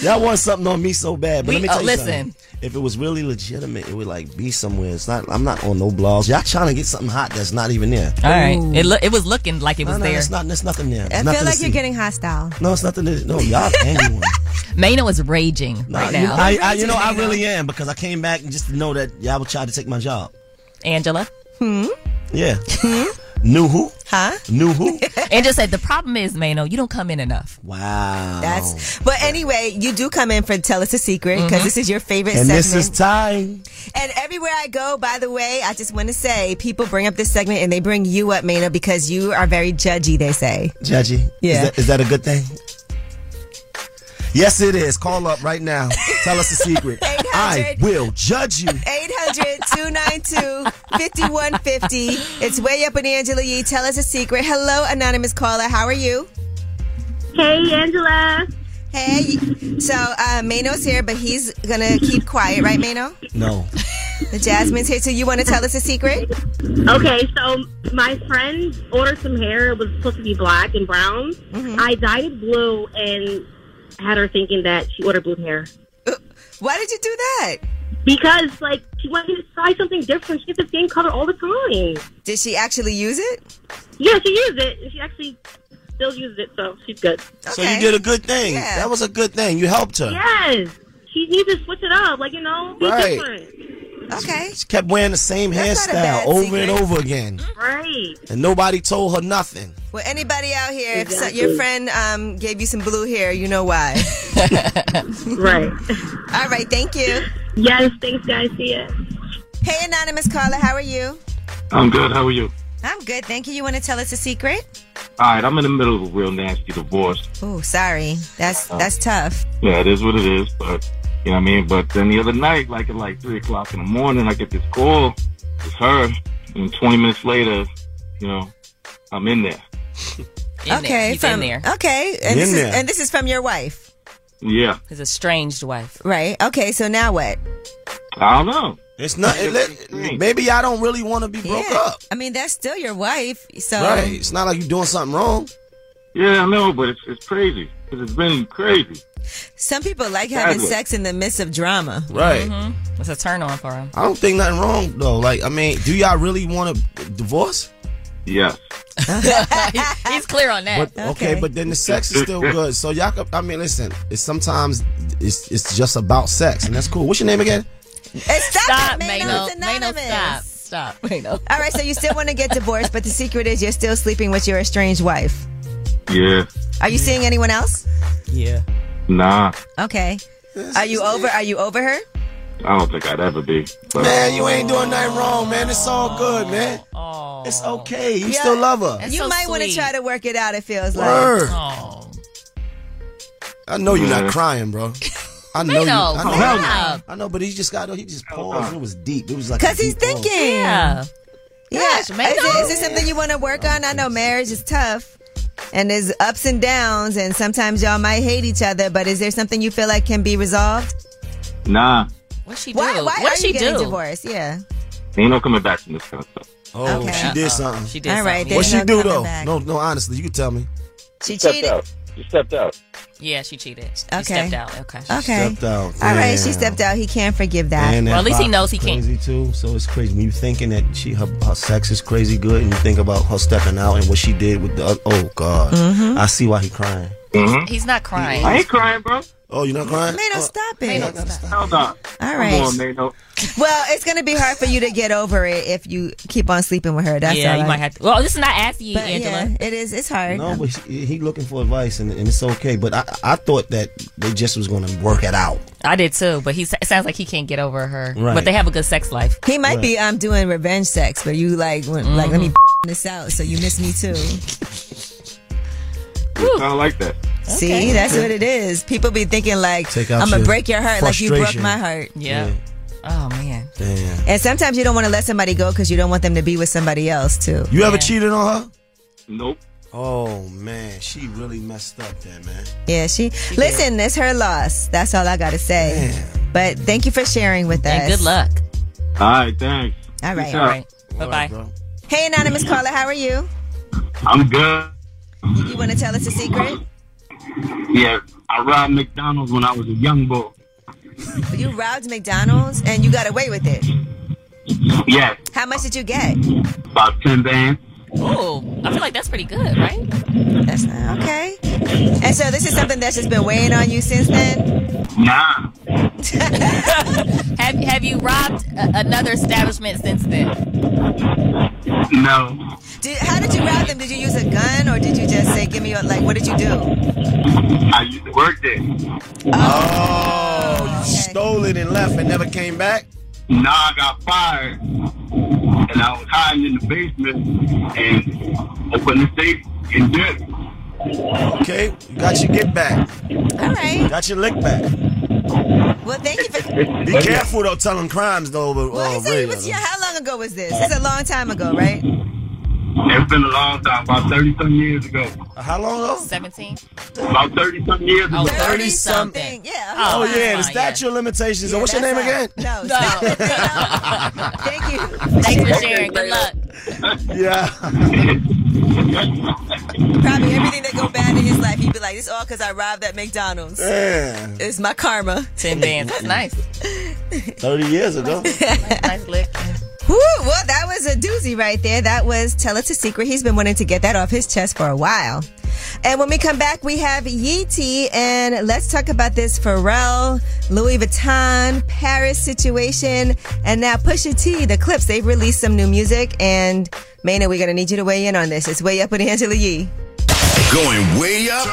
[SPEAKER 6] Y'all want something on me so bad, but
[SPEAKER 16] We-
[SPEAKER 6] let me
[SPEAKER 16] uh,
[SPEAKER 6] tell you
[SPEAKER 16] listen.
[SPEAKER 6] something. If it was really legitimate, it would like be somewhere. It's not. I'm not on no blogs. Y'all trying to get something hot that's not even there.
[SPEAKER 16] All right. It, lo- it was looking like it was
[SPEAKER 6] no,
[SPEAKER 16] there.
[SPEAKER 6] It's not. There's nothing there.
[SPEAKER 4] I
[SPEAKER 6] There's nothing
[SPEAKER 4] feel
[SPEAKER 6] to
[SPEAKER 4] like
[SPEAKER 6] see.
[SPEAKER 4] you're getting hostile.
[SPEAKER 6] No, it's nothing. To, no, y'all angry.
[SPEAKER 16] Maynard was raging
[SPEAKER 6] Nah,
[SPEAKER 16] right
[SPEAKER 6] you,
[SPEAKER 16] now.
[SPEAKER 6] I, I, you know, I really am because I came back and just to know that y'all would try to take my job.
[SPEAKER 16] Angela. Hmm.
[SPEAKER 6] Yeah.
[SPEAKER 4] Hmm?
[SPEAKER 6] Knew who?
[SPEAKER 4] Huh?
[SPEAKER 6] Knew who?
[SPEAKER 16] Angela said the problem is, Maynard, you don't come in enough.
[SPEAKER 6] Wow.
[SPEAKER 4] That's. But anyway, you do come in for Tell Us a Secret because
[SPEAKER 16] Mhm.
[SPEAKER 5] Mm-hmm.
[SPEAKER 4] this is your favorite
[SPEAKER 6] Mm-hmm. And
[SPEAKER 4] segment.
[SPEAKER 6] this is time.
[SPEAKER 4] And everywhere I go, by the way, I just want to say people bring up this segment and they bring you up, Mano, because you are very judgy, they say.
[SPEAKER 6] Judgy.
[SPEAKER 4] Yeah.
[SPEAKER 6] Is that, is that a good thing? Yes, it is. Call up right now. Tell us a secret. I will judge you.
[SPEAKER 4] 800-292-5150. It's way up in Angela Yee. Tell us a secret. Hello, anonymous caller. How are you?
[SPEAKER 5] Hey, Angela.
[SPEAKER 4] Hey. So, uh, Mano's here, but he's going to keep quiet, right, Mano?
[SPEAKER 6] No.
[SPEAKER 4] The Jasmine's here, so you want to tell us a secret?
[SPEAKER 5] Okay, so my friend ordered some hair. It was supposed to be black and brown.
[SPEAKER 4] Mm-hmm.
[SPEAKER 5] I dyed it blue and had her thinking that she ordered blue hair.
[SPEAKER 4] Why did you do that?
[SPEAKER 5] Because, like, she wanted to try something different. She gets the same color all the time.
[SPEAKER 4] Did she actually use it?
[SPEAKER 5] Yeah, she used it. and She actually still uses it, so she's good.
[SPEAKER 6] So you did a good thing. That was a good thing. You helped her.
[SPEAKER 5] Yes. She
[SPEAKER 17] you need to switch it up. Like, you know, be
[SPEAKER 6] Right.
[SPEAKER 17] different.
[SPEAKER 4] Okay.
[SPEAKER 6] She kept wearing the same
[SPEAKER 4] That's not a
[SPEAKER 6] hairstyle
[SPEAKER 4] bad
[SPEAKER 6] over
[SPEAKER 4] secret.
[SPEAKER 6] and over again,
[SPEAKER 17] Right.
[SPEAKER 6] and nobody told her nothing.
[SPEAKER 4] Well, anybody out here, if so,
[SPEAKER 6] Exactly.
[SPEAKER 4] your friend um, gave you some blue hair, you know why.
[SPEAKER 17] right.
[SPEAKER 4] All right. Thank you.
[SPEAKER 17] Yes. Thanks, guys. See ya.
[SPEAKER 4] Hey, anonymous caller, how are you?
[SPEAKER 18] I'm good. How are you?
[SPEAKER 4] I'm good. Thank you. You want to tell us a secret?
[SPEAKER 18] All right, I'm in the middle of a real nasty divorce.
[SPEAKER 4] Oh, sorry. That's that's tough.
[SPEAKER 18] Yeah, it is what it is, but you know what I mean. But then the other night, like at like three o'clock in the morning, I get this call. It's her, and 20 minutes later, you know, I'm in there.
[SPEAKER 4] okay.
[SPEAKER 5] He's
[SPEAKER 4] from
[SPEAKER 5] in there.
[SPEAKER 4] okay, and
[SPEAKER 18] In
[SPEAKER 4] this, is,
[SPEAKER 18] there.
[SPEAKER 4] and this is from your wife,
[SPEAKER 18] Yeah,
[SPEAKER 5] His estranged wife.
[SPEAKER 4] right? Okay. So now what?
[SPEAKER 18] I don't know.
[SPEAKER 6] It's not. It, let- maybe I don't really want to be broke
[SPEAKER 4] Yeah.
[SPEAKER 6] up.
[SPEAKER 4] I mean, that's still your wife. So
[SPEAKER 6] Right? It's not like you doing something wrong.
[SPEAKER 18] Yeah, I know, but it's it's crazy. 'Cause It's been crazy.
[SPEAKER 4] some people like having
[SPEAKER 6] Exactly.
[SPEAKER 4] sex in the midst of drama.
[SPEAKER 6] Right.
[SPEAKER 5] It's a turn on for him.
[SPEAKER 6] I don't think nothing wrong though. Like, I mean, do y'all really want to divorce?
[SPEAKER 18] Yes.
[SPEAKER 5] He's clear on that.
[SPEAKER 6] But, okay. but then the sex is still good. So y'all, could, I mean, listen. It's sometimes it's it's just about sex, and that's cool. What's your name again?
[SPEAKER 4] Stop, it,
[SPEAKER 5] Mano.
[SPEAKER 4] Mano's
[SPEAKER 5] Mano,
[SPEAKER 4] anonymous.
[SPEAKER 5] stop. Stop. Mano.
[SPEAKER 4] All right, so you still want to get divorced, but the secret is you're still sleeping with your estranged wife.
[SPEAKER 18] Yeah.
[SPEAKER 4] Are you seeing anyone else?
[SPEAKER 18] Yeah. Nah,
[SPEAKER 4] Okay. Are you over? Are you over her?
[SPEAKER 18] I don't think I'd ever be. But
[SPEAKER 6] Man, you ain't doing nothing wrong, man. It's all good, man. It's okay. You still love her.
[SPEAKER 4] You might want to try to work it out. It feels
[SPEAKER 6] Word.
[SPEAKER 4] like.
[SPEAKER 6] I know you're
[SPEAKER 18] Yeah.
[SPEAKER 6] not crying, bro. I know you.
[SPEAKER 4] know.
[SPEAKER 6] I
[SPEAKER 4] Come
[SPEAKER 6] know,
[SPEAKER 4] on.
[SPEAKER 6] I know, but he just got. He just paused. It was deep. It was like a
[SPEAKER 4] Cause he's
[SPEAKER 6] deep Oh, pause.
[SPEAKER 4] thinking. Yeah.
[SPEAKER 5] Gosh,
[SPEAKER 4] is,
[SPEAKER 5] Mano.
[SPEAKER 4] it, is it something you want to work on? I know marriage is tough, and there's ups and downs, and sometimes y'all might hate each other. But is there something you feel like can be resolved?
[SPEAKER 18] nah,
[SPEAKER 5] What she
[SPEAKER 4] Why? Why
[SPEAKER 5] What'd
[SPEAKER 4] are
[SPEAKER 5] she
[SPEAKER 4] you getting
[SPEAKER 5] do?
[SPEAKER 4] divorced? Yeah.
[SPEAKER 18] ain't no coming back from this kind of stuff.
[SPEAKER 6] Oh,
[SPEAKER 4] Okay.
[SPEAKER 6] she
[SPEAKER 18] Uh-uh.
[SPEAKER 6] did something.
[SPEAKER 18] She did All
[SPEAKER 4] right, something.
[SPEAKER 6] What
[SPEAKER 4] there's
[SPEAKER 6] she
[SPEAKER 4] no
[SPEAKER 6] do
[SPEAKER 4] coming
[SPEAKER 6] though?
[SPEAKER 4] back.
[SPEAKER 6] No, no. Honestly, you can tell me.
[SPEAKER 4] She
[SPEAKER 18] stepped
[SPEAKER 4] cheated.
[SPEAKER 18] out. She stepped out.
[SPEAKER 5] Yeah, she cheated.
[SPEAKER 4] Okay.
[SPEAKER 5] She stepped out. Okay.
[SPEAKER 4] Okay.
[SPEAKER 6] Stepped out.
[SPEAKER 4] All right, she
[SPEAKER 6] Damn.
[SPEAKER 4] stepped out. He can't forgive that.
[SPEAKER 6] And that vibe
[SPEAKER 5] knows he
[SPEAKER 6] is crazy too. So it's crazy when you thinking that she her, her sex is crazy good, and you think about her stepping out and what she did with the. oth- Oh God,
[SPEAKER 4] Mm-hmm.
[SPEAKER 5] Mhm.
[SPEAKER 6] I see why he crying.
[SPEAKER 18] Mm-hmm.
[SPEAKER 5] He's not crying.
[SPEAKER 18] I ain't crying, bro.
[SPEAKER 6] Oh, you're not crying. Oh.
[SPEAKER 4] Mano, stop it.
[SPEAKER 18] Hold on.
[SPEAKER 4] All right.
[SPEAKER 18] Come on, Mano.
[SPEAKER 4] Well, it's gonna be hard for you to get over it if you keep on sleeping with her. That's
[SPEAKER 5] yeah,
[SPEAKER 4] all
[SPEAKER 5] you
[SPEAKER 4] I-
[SPEAKER 5] might have to. Well, this is not after you,
[SPEAKER 4] But
[SPEAKER 5] Angela.
[SPEAKER 4] yeah, it is. It's hard.
[SPEAKER 6] No, but he, he looking for advice, and, and it's okay. But I, I thought that they just was gonna work it out.
[SPEAKER 5] I did too, but he s- it sounds like he can't get over her.
[SPEAKER 6] Right.
[SPEAKER 5] But they have a good sex life.
[SPEAKER 4] He might be um doing revenge sex, but you like went,
[SPEAKER 5] Mm-hmm.
[SPEAKER 4] like let me this out so you miss me too.
[SPEAKER 18] I don't like that.
[SPEAKER 4] See, that's what it is. People be thinking like
[SPEAKER 6] Take out
[SPEAKER 4] I'm gonna
[SPEAKER 6] your
[SPEAKER 4] break your heart like you broke
[SPEAKER 6] frustration.
[SPEAKER 4] my heart.
[SPEAKER 6] Yeah.
[SPEAKER 5] Oh man.
[SPEAKER 6] Damn.
[SPEAKER 4] And sometimes you don't want to let somebody go because you don't want them to be with somebody else too.
[SPEAKER 6] You ever cheated on her?
[SPEAKER 18] Nope.
[SPEAKER 6] Oh man, she really messed up there, man.
[SPEAKER 4] Yeah, she. listen, it's her loss. That's all I gotta say. But thank you for sharing with us.
[SPEAKER 5] And good luck.
[SPEAKER 18] All right, thanks.
[SPEAKER 4] All right.
[SPEAKER 18] Peace
[SPEAKER 4] All
[SPEAKER 18] out.
[SPEAKER 4] right.
[SPEAKER 5] Bye bye.
[SPEAKER 4] Hey, anonymous caller, how are you?
[SPEAKER 18] I'm good.
[SPEAKER 4] You want to tell us a secret?
[SPEAKER 18] Yeah, I robbed McDonald's when I was a young boy.
[SPEAKER 4] You robbed McDonald's and you got away with it.
[SPEAKER 18] Yeah,
[SPEAKER 4] How much did you get?
[SPEAKER 18] about ten bands.
[SPEAKER 5] Oh, I feel like that's pretty good, right?
[SPEAKER 4] That's okay. And so this is something that's just been weighing on you since then.
[SPEAKER 18] Nah,
[SPEAKER 5] have Have you robbed a, another establishment since then?
[SPEAKER 18] no.
[SPEAKER 4] Did, how did you rob them? Did you use a gun or did you just say, "Give me your like"? What did you do?
[SPEAKER 18] I used to work there.
[SPEAKER 6] Oh, you stole it and left and never came back.
[SPEAKER 18] Nah, I got fired, and I was hiding in the basement and opened the safe and did. it.
[SPEAKER 6] Okay, you got your get back.
[SPEAKER 4] All right.
[SPEAKER 6] Got your lick back.
[SPEAKER 4] Well, thank you for.
[SPEAKER 6] Be careful though, telling crimes though. But,
[SPEAKER 4] Well, he
[SPEAKER 6] uh,
[SPEAKER 4] said he
[SPEAKER 6] radio.
[SPEAKER 4] was, yeah, how long ago was this? It's a long time ago, right?
[SPEAKER 18] It's been a long time, about thirty some years ago.
[SPEAKER 6] How long ago?
[SPEAKER 5] Seventeen.
[SPEAKER 18] About thirty some years ago.
[SPEAKER 6] 30 something. Oh, yeah, the statute of limitations. And what's your name again?
[SPEAKER 4] No. Thank you.
[SPEAKER 5] Thanks for sharing. Good luck.
[SPEAKER 6] Yeah.
[SPEAKER 4] Probably everything that go bad in his life, he'd be like, "It's all because I robbed at McDonald's.
[SPEAKER 6] Yeah.
[SPEAKER 4] It's my karma."
[SPEAKER 5] Ten bands. That's nice.
[SPEAKER 6] 30 years ago.
[SPEAKER 5] nice lick.
[SPEAKER 4] Woo, well, that was a doozy right there. That was Tell Us a Secret. He's been wanting to get that off his chest for a while. And when we come back, we have Yee T, and let's talk about this Pharrell, Louis Vuitton, Paris situation, and now Pusha T. The clips they've released some new music, and Maynard, we're gonna need you to weigh in on this. It's way up with Angela Yee.
[SPEAKER 7] Going way up,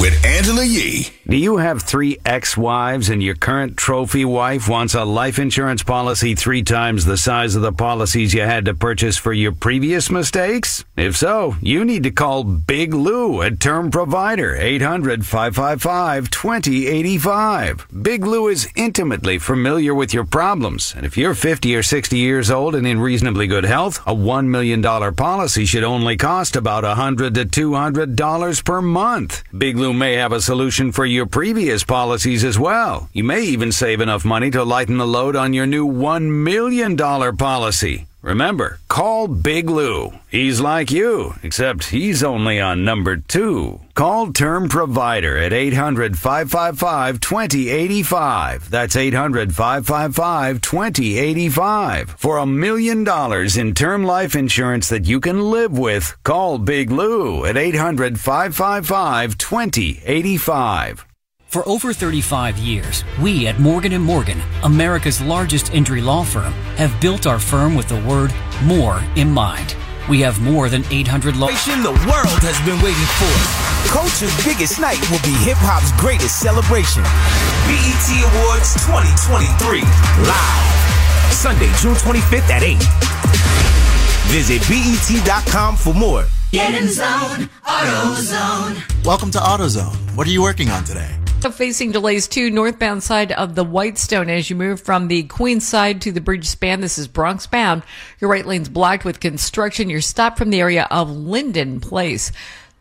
[SPEAKER 7] with Angela Yee.
[SPEAKER 19] Do you have three ex wives and your current trophy wife wants a life insurance policy three times the size of the policies you had to purchase for your previous mistakes? If so, you need to call Big Lou at Term Provider, 800 555 2085. Big Lou is intimately familiar with your problems, and if you're 50 or 60 years old and in reasonably good health, a $1 million policy should only cost about $100 to $200 per month. Big Lou may have a solution for your previous policies as well. You may even save enough money to lighten the load on your new $1 million policy. Remember, call Big Lou. He's like you, except he's only on number two. Call Term Provider at 800 555 2085. That's 800 555 2085. For a million dollars in term life insurance that you can live with, call Big Lou at 800 555 2085.
[SPEAKER 20] For over 35 years, we at Morgan & Morgan, America's largest injury law firm, have built our firm with the word more in mind. We have more than 800 law
[SPEAKER 21] The world has been waiting for. Culture's biggest night will be hip hop's greatest celebration. BET Awards 2023 live. Sunday, June 25th at 8. Visit E BET.com for more.
[SPEAKER 3] Get in zone, AutoZone.
[SPEAKER 22] Welcome to AutoZone. What are you working on today?
[SPEAKER 23] Facing delays too, northbound side of the Whitestone as you move from the Queens side to the bridge span. This is Bronx bound. Your right lane's blocked with construction. You're stopped from the area of Linden Place.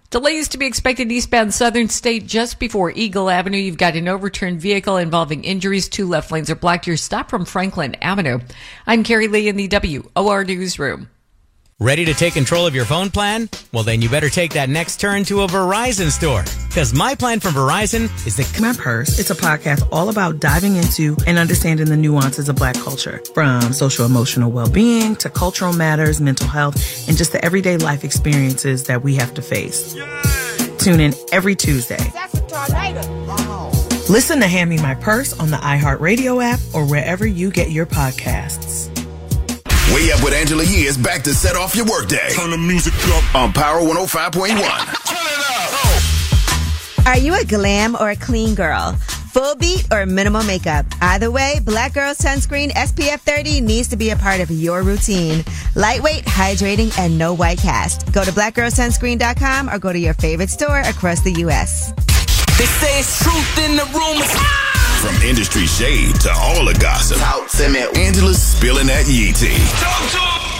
[SPEAKER 23] Delays to be expected eastbound Southern State just before Eagle Avenue. You've got an overturned vehicle involving injuries. Two left lanes are blocked. You're stopped from Franklin Avenue. I'm Carrie Lee in the WOR Newsroom.
[SPEAKER 24] Ready to take control of your phone plan? Well, then you better take that next turn to a Verizon store. Because my plan from Verizon is the.
[SPEAKER 25] My Purse. It's a podcast all about diving into and understanding the nuances of Black culture, from social emotional well being to cultural matters, mental health, and just the everyday life experiences that we have to face. Tune in every Tuesday.
[SPEAKER 3] Uh-huh.
[SPEAKER 25] Listen to Hand Me My Purse on the iHeartRadio app or wherever you get your podcasts.
[SPEAKER 7] Way up with Angela Yee is back to set off your workday. Turn the music up on Power 105.1.
[SPEAKER 4] Are you a glam or a clean girl? Full beat or minimal makeup? Either way, Black Girl Sunscreen SPF 30 needs to be a part of your routine. Lightweight, hydrating, and no white cast. Go to blackgirlsunscreen.com or go to your favorite store across the U.S.
[SPEAKER 3] They say it's truth in the room.
[SPEAKER 7] From industry shade to all the gossip. Angela's spilling that Yee tea.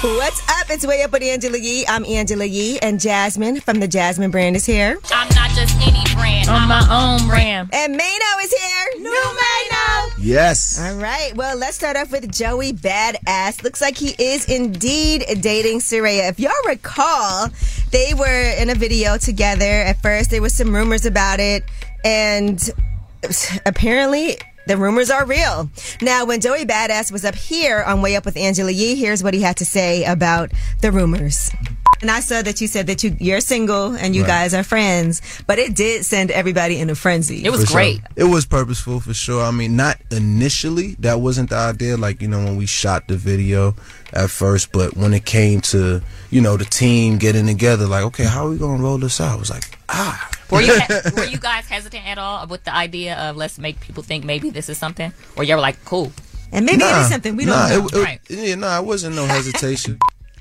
[SPEAKER 4] What's up? It's Way Up with Angela Yee. I'm Angela Yee, and Jasmine from the Jasmine brand is here.
[SPEAKER 26] I'm not just any brand.
[SPEAKER 4] On
[SPEAKER 26] I'm
[SPEAKER 4] my
[SPEAKER 26] a-
[SPEAKER 4] own brand. And Mano is here. New Mano.
[SPEAKER 6] Yes.
[SPEAKER 4] All right. Well, let's start off with Joey Badass. Looks like he is indeed dating Soraya. If y'all recall, they were in a video together. At first, there was some rumors about it, and apparently. The rumors are real. Now, when Joey Badass was up here on Way Up with Angela Yee, here's what he had to say about the rumors. And I saw that you said that you you're single and you
[SPEAKER 27] Right.
[SPEAKER 4] guys are friends, but it did send everybody in a frenzy.
[SPEAKER 27] For sure. It was purposeful for sure. I mean, not initially. That wasn't the idea. Like you know, when we shot the video at first, but when it came to you know the team getting together, like okay, how are we gonna roll this out? I was like, ah.
[SPEAKER 5] Were you, were you guys hesitant at all with the idea of let's make people think maybe this is something? Or y'all were like, cool.
[SPEAKER 4] And
[SPEAKER 27] Nah, nah, it- it-
[SPEAKER 5] right.
[SPEAKER 27] Yeah, no, nah, it wasn't no hesitation.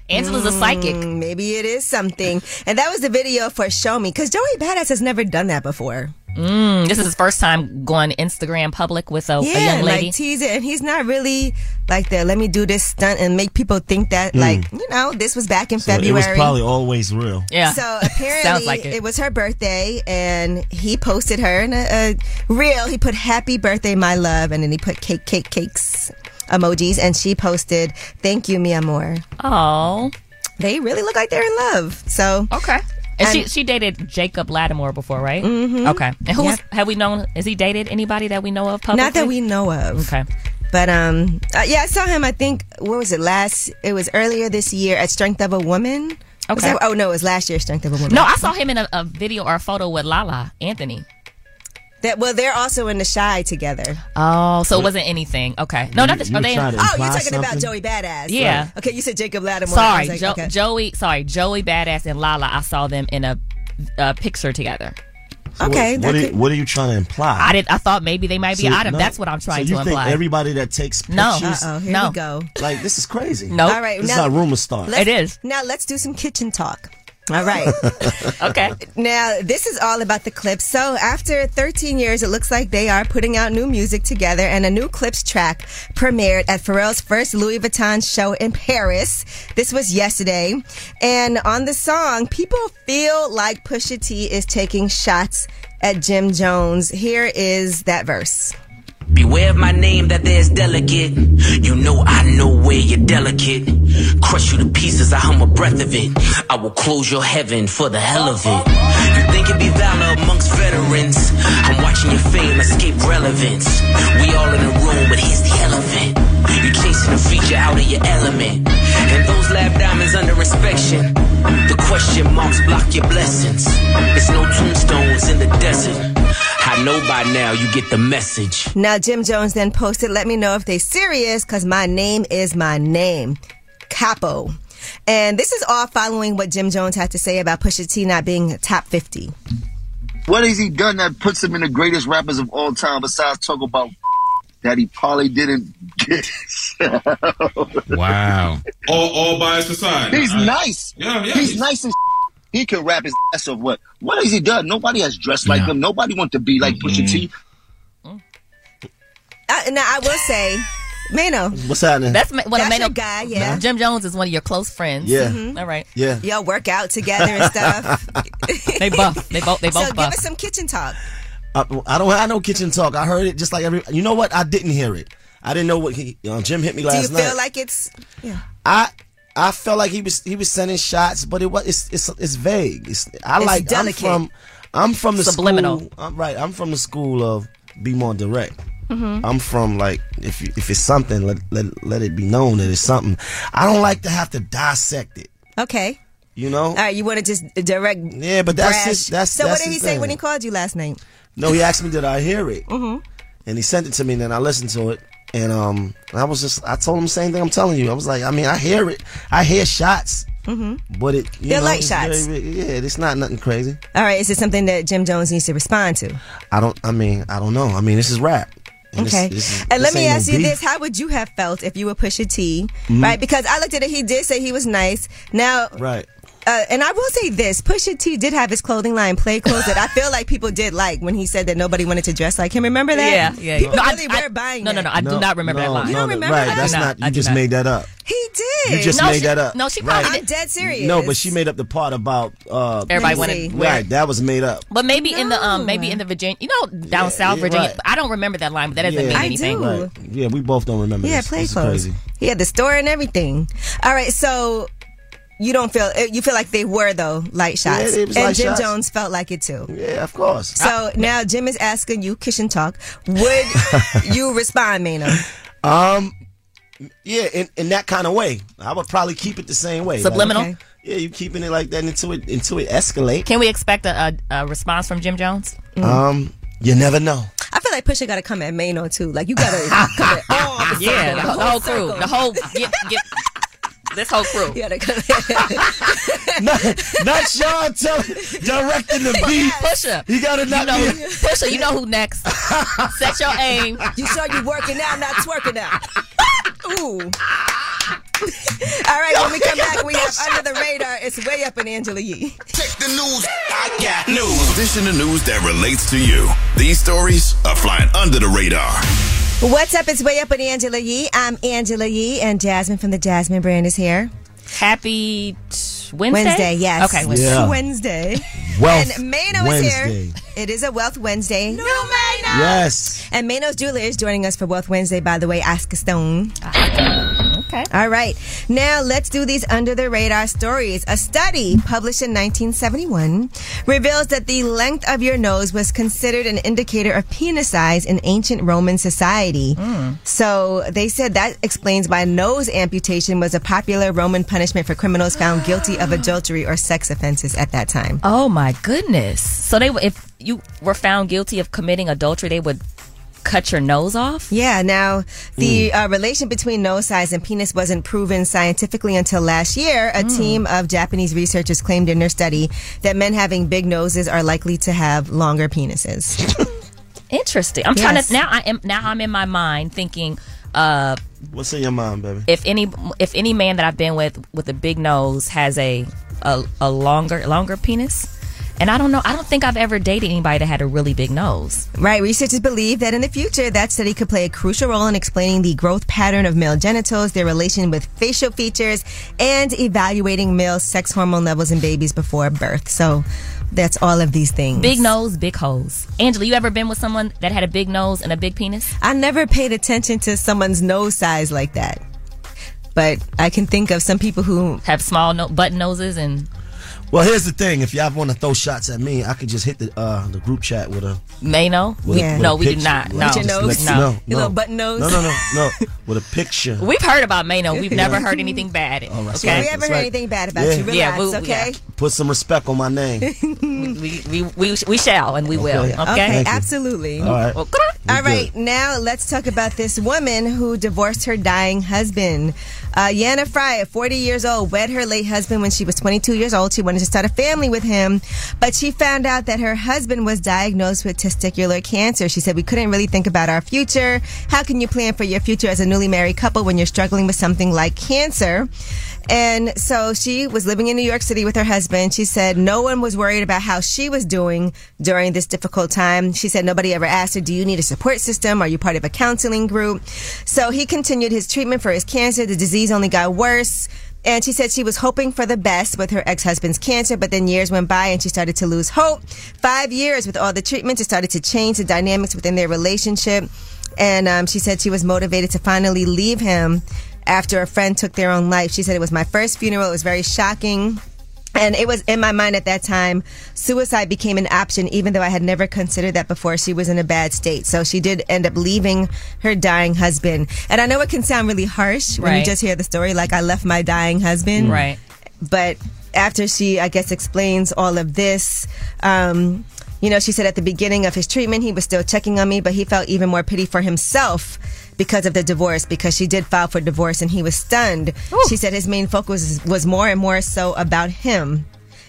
[SPEAKER 5] Angela's a psychic.
[SPEAKER 4] Mm, maybe it is something. And that was the video for Show Me, because Joey Badass has never done that before.
[SPEAKER 5] Mm, this is his first time going Instagram public with Oh, a, a
[SPEAKER 4] yeah,
[SPEAKER 5] young lady.
[SPEAKER 4] like tease it. And he's not really like the let me do this stunt and make people think that,
[SPEAKER 6] Mm.
[SPEAKER 4] like, you know, this was back in
[SPEAKER 6] So
[SPEAKER 4] February.
[SPEAKER 6] it was probably always real.
[SPEAKER 4] So apparently,
[SPEAKER 6] like
[SPEAKER 4] it.
[SPEAKER 6] it.
[SPEAKER 4] was her birthday, and he posted her in a, a reel. He put "Happy Birthday, My Love," and then he put cake, cake, cakes emojis, and she posted "Thank you, mi amor."
[SPEAKER 5] Oh,
[SPEAKER 4] they really look like they're in love. So
[SPEAKER 5] okay. And, she she dated Jacob Lattimore before, right? Mm-hmm. Okay. And who's have we known? Has he dated anybody that we know of publicly?
[SPEAKER 4] Not that we know of.
[SPEAKER 5] Okay.
[SPEAKER 4] But um, uh, yeah, I saw him. I think what was it last? It was earlier this year at Strength of a Woman. Was that- oh no, it was last year's Strength of a Woman.
[SPEAKER 5] No, I saw him in a, a video or a photo with Lala Anthony.
[SPEAKER 4] That well, they're also in the shy together.
[SPEAKER 5] Oh, so it wasn't anything. Okay, no, not this.
[SPEAKER 4] You
[SPEAKER 5] are they?
[SPEAKER 4] tried to Oh, you're imply talking about something? Joey Badass.
[SPEAKER 5] Yeah.
[SPEAKER 4] Right. Okay, you said Jacob Lattimore. I
[SPEAKER 5] Sorry,
[SPEAKER 4] was like,
[SPEAKER 5] jo-
[SPEAKER 4] okay.
[SPEAKER 5] Joey. Sorry, Joey Badass and Lala. I saw them in a, a picture together.
[SPEAKER 6] What, what, are, what are you trying to imply?
[SPEAKER 5] I did. I thought maybe they might be
[SPEAKER 6] So,
[SPEAKER 5] out of.
[SPEAKER 6] no.
[SPEAKER 5] That's what I'm trying
[SPEAKER 6] so
[SPEAKER 5] to
[SPEAKER 6] you think
[SPEAKER 5] imply.
[SPEAKER 6] Everybody that takes pictures.
[SPEAKER 5] No. Uh-oh, here No. we
[SPEAKER 4] go.
[SPEAKER 6] Like this is crazy.
[SPEAKER 5] No.
[SPEAKER 4] All right,
[SPEAKER 6] This
[SPEAKER 4] now-
[SPEAKER 6] is not rumor start.
[SPEAKER 4] Let's- Now let's do some kitchen talk. All right.
[SPEAKER 5] okay.
[SPEAKER 4] Now, this is all about the clips. So, after 13 years, it looks like they are putting out new music together, and a new clips track premiered at Pharrell's first Louis Vuitton show in Paris. This was yesterday. And on the song, people feel like Pusha T is taking shots at Jim Jones. Here is that verse.
[SPEAKER 28] Beware of my name that there's delicate. You know I know where you're delicate. Crush you to pieces, I hum a breath of it. I will close your heaven for the hell of it. You think it'd be valor amongst veterans. I'm watching your fame escape relevance. We all in a room, but here's the elephant. You chasing a feature out of your element. And those lab diamonds under inspection. The question marks block your blessings. It's no tombstones in the desert. I know by now you get the message.
[SPEAKER 4] Now, Jim Jones then posted, let me know if they serious, cause my name is my name. Capo. And this is all following what Jim Jones had to say about Pusha T not being top 50.
[SPEAKER 1] What has he done that puts him in the greatest rappers of all time besides talk about that he probably didn't get?
[SPEAKER 2] Wow. all, all bias aside.
[SPEAKER 1] He's
[SPEAKER 2] I-
[SPEAKER 1] nice.
[SPEAKER 2] Yeah, yeah.
[SPEAKER 1] He's nice as he can rap his ass off. What? What has he done? Nobody has dressed like him. Nobody want to be like Pusha T.
[SPEAKER 4] I, Uh, now, I will say, Mano.
[SPEAKER 6] What's happening?
[SPEAKER 5] That's ma- well,
[SPEAKER 4] That's
[SPEAKER 5] Mano
[SPEAKER 4] your guy, yeah.
[SPEAKER 5] Jim Jones is one of your close friends.
[SPEAKER 6] Yeah.
[SPEAKER 4] Mhm.
[SPEAKER 5] All right.
[SPEAKER 6] Yeah.
[SPEAKER 4] Y'all work out together and stuff.
[SPEAKER 5] they buff. They both. They
[SPEAKER 4] so
[SPEAKER 5] both
[SPEAKER 4] give
[SPEAKER 5] buff.
[SPEAKER 4] us some kitchen talk.
[SPEAKER 6] I, I don't have no kitchen talk. I heard it just like every. You know what? I didn't hear it. I didn't know what he. Uh, Jim hit me
[SPEAKER 4] Do you
[SPEAKER 6] last
[SPEAKER 4] feel
[SPEAKER 6] night.
[SPEAKER 4] like it's, yeah.
[SPEAKER 6] I I felt like he was he was sending shots, but it was it's it's, it's vague. It's I
[SPEAKER 4] It's
[SPEAKER 6] like
[SPEAKER 4] delicate.
[SPEAKER 6] I'm from I'm from the
[SPEAKER 4] Subliminal.
[SPEAKER 6] School, I'm right. I'm from the school of be more direct.
[SPEAKER 4] Mm-hmm.
[SPEAKER 6] I'm from like if you, if it's something let, let let it be known that it's something. I don't like to have to dissect it.
[SPEAKER 4] Okay.
[SPEAKER 6] You know.
[SPEAKER 4] All right, you want to just direct.
[SPEAKER 6] Yeah, but that's
[SPEAKER 4] brash.
[SPEAKER 6] his- that's-
[SPEAKER 4] So,
[SPEAKER 6] that's
[SPEAKER 4] what did he
[SPEAKER 6] his
[SPEAKER 4] say
[SPEAKER 6] thing.
[SPEAKER 4] when he called you last night?
[SPEAKER 6] No, he asked me did I hear it,
[SPEAKER 4] Mm-hmm.
[SPEAKER 6] and he sent it to me, and then I listened to it, and um I was just I told him the same thing I'm telling you. I was like I mean I hear it. I hear shots,
[SPEAKER 4] Mm-hmm.
[SPEAKER 6] but it you
[SPEAKER 4] They're
[SPEAKER 6] know,
[SPEAKER 4] light
[SPEAKER 6] it's
[SPEAKER 4] shots.
[SPEAKER 6] very- yeah, it's not nothing crazy.
[SPEAKER 4] All right, is it something that Jim Jones needs to respond to?
[SPEAKER 6] I don't. I mean, I don't know. I mean, this is rap. And this-
[SPEAKER 4] Okay.
[SPEAKER 6] this is-
[SPEAKER 4] and let
[SPEAKER 6] this
[SPEAKER 4] me
[SPEAKER 6] ain't no
[SPEAKER 4] ask you
[SPEAKER 6] beef.
[SPEAKER 4] this: How would you have felt if you were Pusha T,
[SPEAKER 6] Mhm.
[SPEAKER 4] right? Because I looked at it; he did say he was nice. Now,
[SPEAKER 6] Right.
[SPEAKER 4] uh, and I will say this: Pusha T did have his clothing line, play clothes, that I feel like people did like when he said that nobody wanted to dress like him. Remember
[SPEAKER 5] Yeah,
[SPEAKER 4] that?
[SPEAKER 5] yeah.
[SPEAKER 4] People
[SPEAKER 5] No, I-
[SPEAKER 4] really were buying.
[SPEAKER 5] No, no, no. I do not remember that
[SPEAKER 6] no,
[SPEAKER 5] line.
[SPEAKER 6] no, no, Right. That's not. You just made that up.
[SPEAKER 4] He did.
[SPEAKER 6] You just
[SPEAKER 5] No,
[SPEAKER 6] made
[SPEAKER 5] she-
[SPEAKER 6] that up.
[SPEAKER 5] no, she
[SPEAKER 6] Right.
[SPEAKER 5] probably
[SPEAKER 4] I'm dead serious.
[SPEAKER 6] No, but she made up the part about uh,
[SPEAKER 5] Everybody
[SPEAKER 6] people-
[SPEAKER 5] wanted to wear
[SPEAKER 6] Right. That was made up.
[SPEAKER 5] But maybe in the um maybe in the Virginia, you know, down south
[SPEAKER 6] yeah,
[SPEAKER 5] Virginia.
[SPEAKER 6] right.
[SPEAKER 5] I don't remember that line, but that doesn't mean anything.
[SPEAKER 6] Right. Yeah, we both don't remember.
[SPEAKER 4] Yeah,
[SPEAKER 6] this.
[SPEAKER 4] play
[SPEAKER 6] This is
[SPEAKER 4] clothes.
[SPEAKER 6] crazy.
[SPEAKER 4] He had the store and everything. All right, so you don't feel uh, you feel like they were though light
[SPEAKER 6] Yeah,
[SPEAKER 4] shots,
[SPEAKER 6] it was
[SPEAKER 4] and
[SPEAKER 6] light
[SPEAKER 4] Jim
[SPEAKER 6] shots.
[SPEAKER 4] Jones felt like it too.
[SPEAKER 6] Yeah, of course.
[SPEAKER 4] So
[SPEAKER 5] Ah.
[SPEAKER 4] now Jim is asking you kitchen talk. Would you respond, Mano?
[SPEAKER 6] Um, yeah, in, in that kind of way, I would probably keep it the same way. Like,
[SPEAKER 5] Subliminal? Okay.
[SPEAKER 6] yeah, you keeping it like that until it until it escalate.
[SPEAKER 5] Can we expect a, a, a response from Jim Jones?
[SPEAKER 6] Um, you never know.
[SPEAKER 4] I feel like Pusha got to come at Mano too. Like you got
[SPEAKER 5] Ah,
[SPEAKER 4] to come at all. The
[SPEAKER 5] Yeah,
[SPEAKER 4] circle,
[SPEAKER 5] the, whole crew,
[SPEAKER 4] circle.
[SPEAKER 5] the whole get, get, this whole crew.
[SPEAKER 4] Yeah, they
[SPEAKER 6] not, not Sean tell, directing the beat.
[SPEAKER 5] Pusha,
[SPEAKER 6] you gotta
[SPEAKER 5] you
[SPEAKER 6] not
[SPEAKER 5] know,
[SPEAKER 6] be.
[SPEAKER 5] Pusha, you know who next? Set your aim.
[SPEAKER 4] You sure you working out, not twerking out? Ooh. All right, when we come back, we have Under the Radar. It's way up in Angela Yee. Check the news. I got
[SPEAKER 7] News. Dish in the news that relates to you. These stories are flying under the radar.
[SPEAKER 4] What's up? It's way up with Angela Yee. I'm Angela Yee, and Jasmine from the Jasmine brand is here.
[SPEAKER 5] Happy t- Wednesday.
[SPEAKER 4] Wednesday, yes.
[SPEAKER 5] Okay.
[SPEAKER 4] It's
[SPEAKER 5] Wednesday.
[SPEAKER 4] Wednesday.
[SPEAKER 5] Wealth
[SPEAKER 4] and Mano is here.
[SPEAKER 5] Wednesday.
[SPEAKER 4] It is a Wealth Wednesday. No,
[SPEAKER 6] Yes.
[SPEAKER 4] And Mano's jeweler is joining us for Wealth Wednesday, by the way, Aska Stone. Okay. All right. Now let's do these under the radar stories. A study published in 1971 reveals that the length of your nose was considered an indicator of penis size in ancient Roman society.
[SPEAKER 6] Mm.
[SPEAKER 4] So they said that explains why nose amputation was a popular Roman punishment for criminals found guilty of adultery or sex offenses at that time.
[SPEAKER 5] Oh my goodness. So they, if you were found guilty of committing adultery, they would cut your nose off.
[SPEAKER 4] Yeah. Uh, Now, the
[SPEAKER 5] Hmm.
[SPEAKER 4] uh, relation between nose size and penis wasn't proven scientifically until last year. A
[SPEAKER 5] Hmm.
[SPEAKER 4] team of Japanese researchers claimed in their study that men having big noses are likely to have longer penises.
[SPEAKER 5] Interesting. I'm trying
[SPEAKER 4] Yes.
[SPEAKER 5] to now. I am now. I'm in my mind thinking. Uh,
[SPEAKER 6] What's in your mind, baby?
[SPEAKER 5] if any if any man that I've been with with a big nose has a a, a longer longer penis. And I don't know. I don't think I've ever dated anybody that had a really big nose.
[SPEAKER 4] Right. Researchers believe that in the future, that study could play a crucial role in explaining the growth pattern of male genitals, their relation with facial features, and evaluating male sex hormone levels in babies before birth. So that's all of these things.
[SPEAKER 5] Big nose, big holes. Angela, you ever been with someone that had a big nose and a big penis?
[SPEAKER 4] I never paid attention to someone's nose size like that. But I can think of some people who
[SPEAKER 5] have small no- button noses and
[SPEAKER 6] Well, here's the thing. If y'all want to throw shots at me, I could just hit the uh, the group chat with a
[SPEAKER 5] Mano.
[SPEAKER 6] with,
[SPEAKER 5] We-
[SPEAKER 6] with
[SPEAKER 5] no,
[SPEAKER 6] a
[SPEAKER 5] we do
[SPEAKER 6] picture.
[SPEAKER 5] not.
[SPEAKER 6] Like,
[SPEAKER 5] No,
[SPEAKER 6] just
[SPEAKER 5] no,
[SPEAKER 6] let you
[SPEAKER 5] no.
[SPEAKER 6] know.
[SPEAKER 5] Your little button
[SPEAKER 4] nose.
[SPEAKER 6] No, no, no, no. With a picture.
[SPEAKER 5] We've heard about Mano. We've
[SPEAKER 6] Yeah.
[SPEAKER 5] never heard anything bad.
[SPEAKER 6] All right,
[SPEAKER 5] okay.
[SPEAKER 6] so We haven't it's heard like-
[SPEAKER 4] anything bad
[SPEAKER 6] about Yeah. you.
[SPEAKER 5] yeah,
[SPEAKER 4] Relax,
[SPEAKER 5] we,
[SPEAKER 4] okay?
[SPEAKER 6] Put some respect on my name.
[SPEAKER 5] Yeah. we, we, we, we shall and we will. Um, Okay.
[SPEAKER 6] Thank you.
[SPEAKER 4] absolutely.
[SPEAKER 6] All right.
[SPEAKER 4] All right, now let's talk about this woman who divorced her dying husband. Uh, Yana Fry, 40 years old, wed her late husband when she was 22 years old. She wanted to start a family with him, but she found out that her husband was diagnosed with testicular cancer. She said, We couldn't really think about our future. How can you plan for your future as a newly married couple when you're struggling with something like cancer? And so she was living in New York City with her husband. She said no one was worried about how she was doing during this difficult time. She said nobody ever asked her, Do you need a support system? Are you part of a counseling group? So he continued his treatment for his cancer. The disease only got worse. And she said she was hoping for the best with her ex husband's cancer, but then years went by and she started to lose hope. Five years with all the treatments, it started to change the dynamics within their relationship. And um, she said she was motivated to finally leave him after a friend took their own life. She said it was my first funeral. It was very shocking. And it was in my mind at that time, suicide became an option, even though I had never considered that before. She was in a bad state. So she did end up leaving her dying husband. And I know it can sound really harsh when you
[SPEAKER 5] Right.
[SPEAKER 4] just hear the story, like, I left my dying husband.
[SPEAKER 5] Right.
[SPEAKER 4] But after she, I guess, explains all of this, um, you know, she said at the beginning of his treatment, he was still checking on me, but he felt even more pity for himself because of the divorce, because she did file for divorce and he was stunned. She said his main focus was more and more so about him.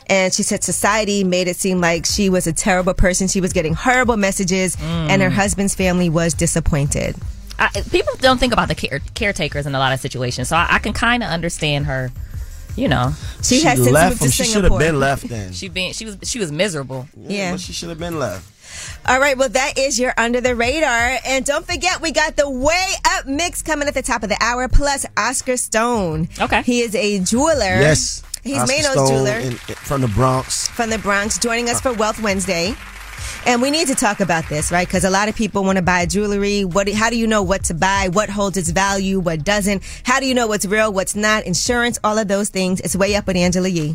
[SPEAKER 4] And she said society made it seem like she was a terrible person. She was getting horrible messages, and her husband's family was disappointed.
[SPEAKER 5] I, people don't think about the care, caretakers in a lot of situations, so I, I can kind of understand her. You know,
[SPEAKER 4] She She has since left moved to him. She should have Singapore. been left then.
[SPEAKER 5] she been she was she was miserable.
[SPEAKER 4] Yeah, well,
[SPEAKER 6] she should have been left.
[SPEAKER 4] All right, well, that is your under the radar. And don't forget, we got the Way Up mix coming at the top of the hour, plus Oscar Stone. Okay. He is a jeweler.
[SPEAKER 6] Yes.
[SPEAKER 4] He's
[SPEAKER 6] Oscar
[SPEAKER 4] Mano's
[SPEAKER 6] Stone
[SPEAKER 4] jeweler
[SPEAKER 6] in- from the Bronx.
[SPEAKER 4] from the Bronx joining us for Wealth Wednesday. And we need to talk about this, right? Because a lot of people want to buy jewelry. What? How do you know what to buy? What holds its value? What doesn't? How do you know what's real? What's not? Insurance, all of those things. It's way up with Angela Yee.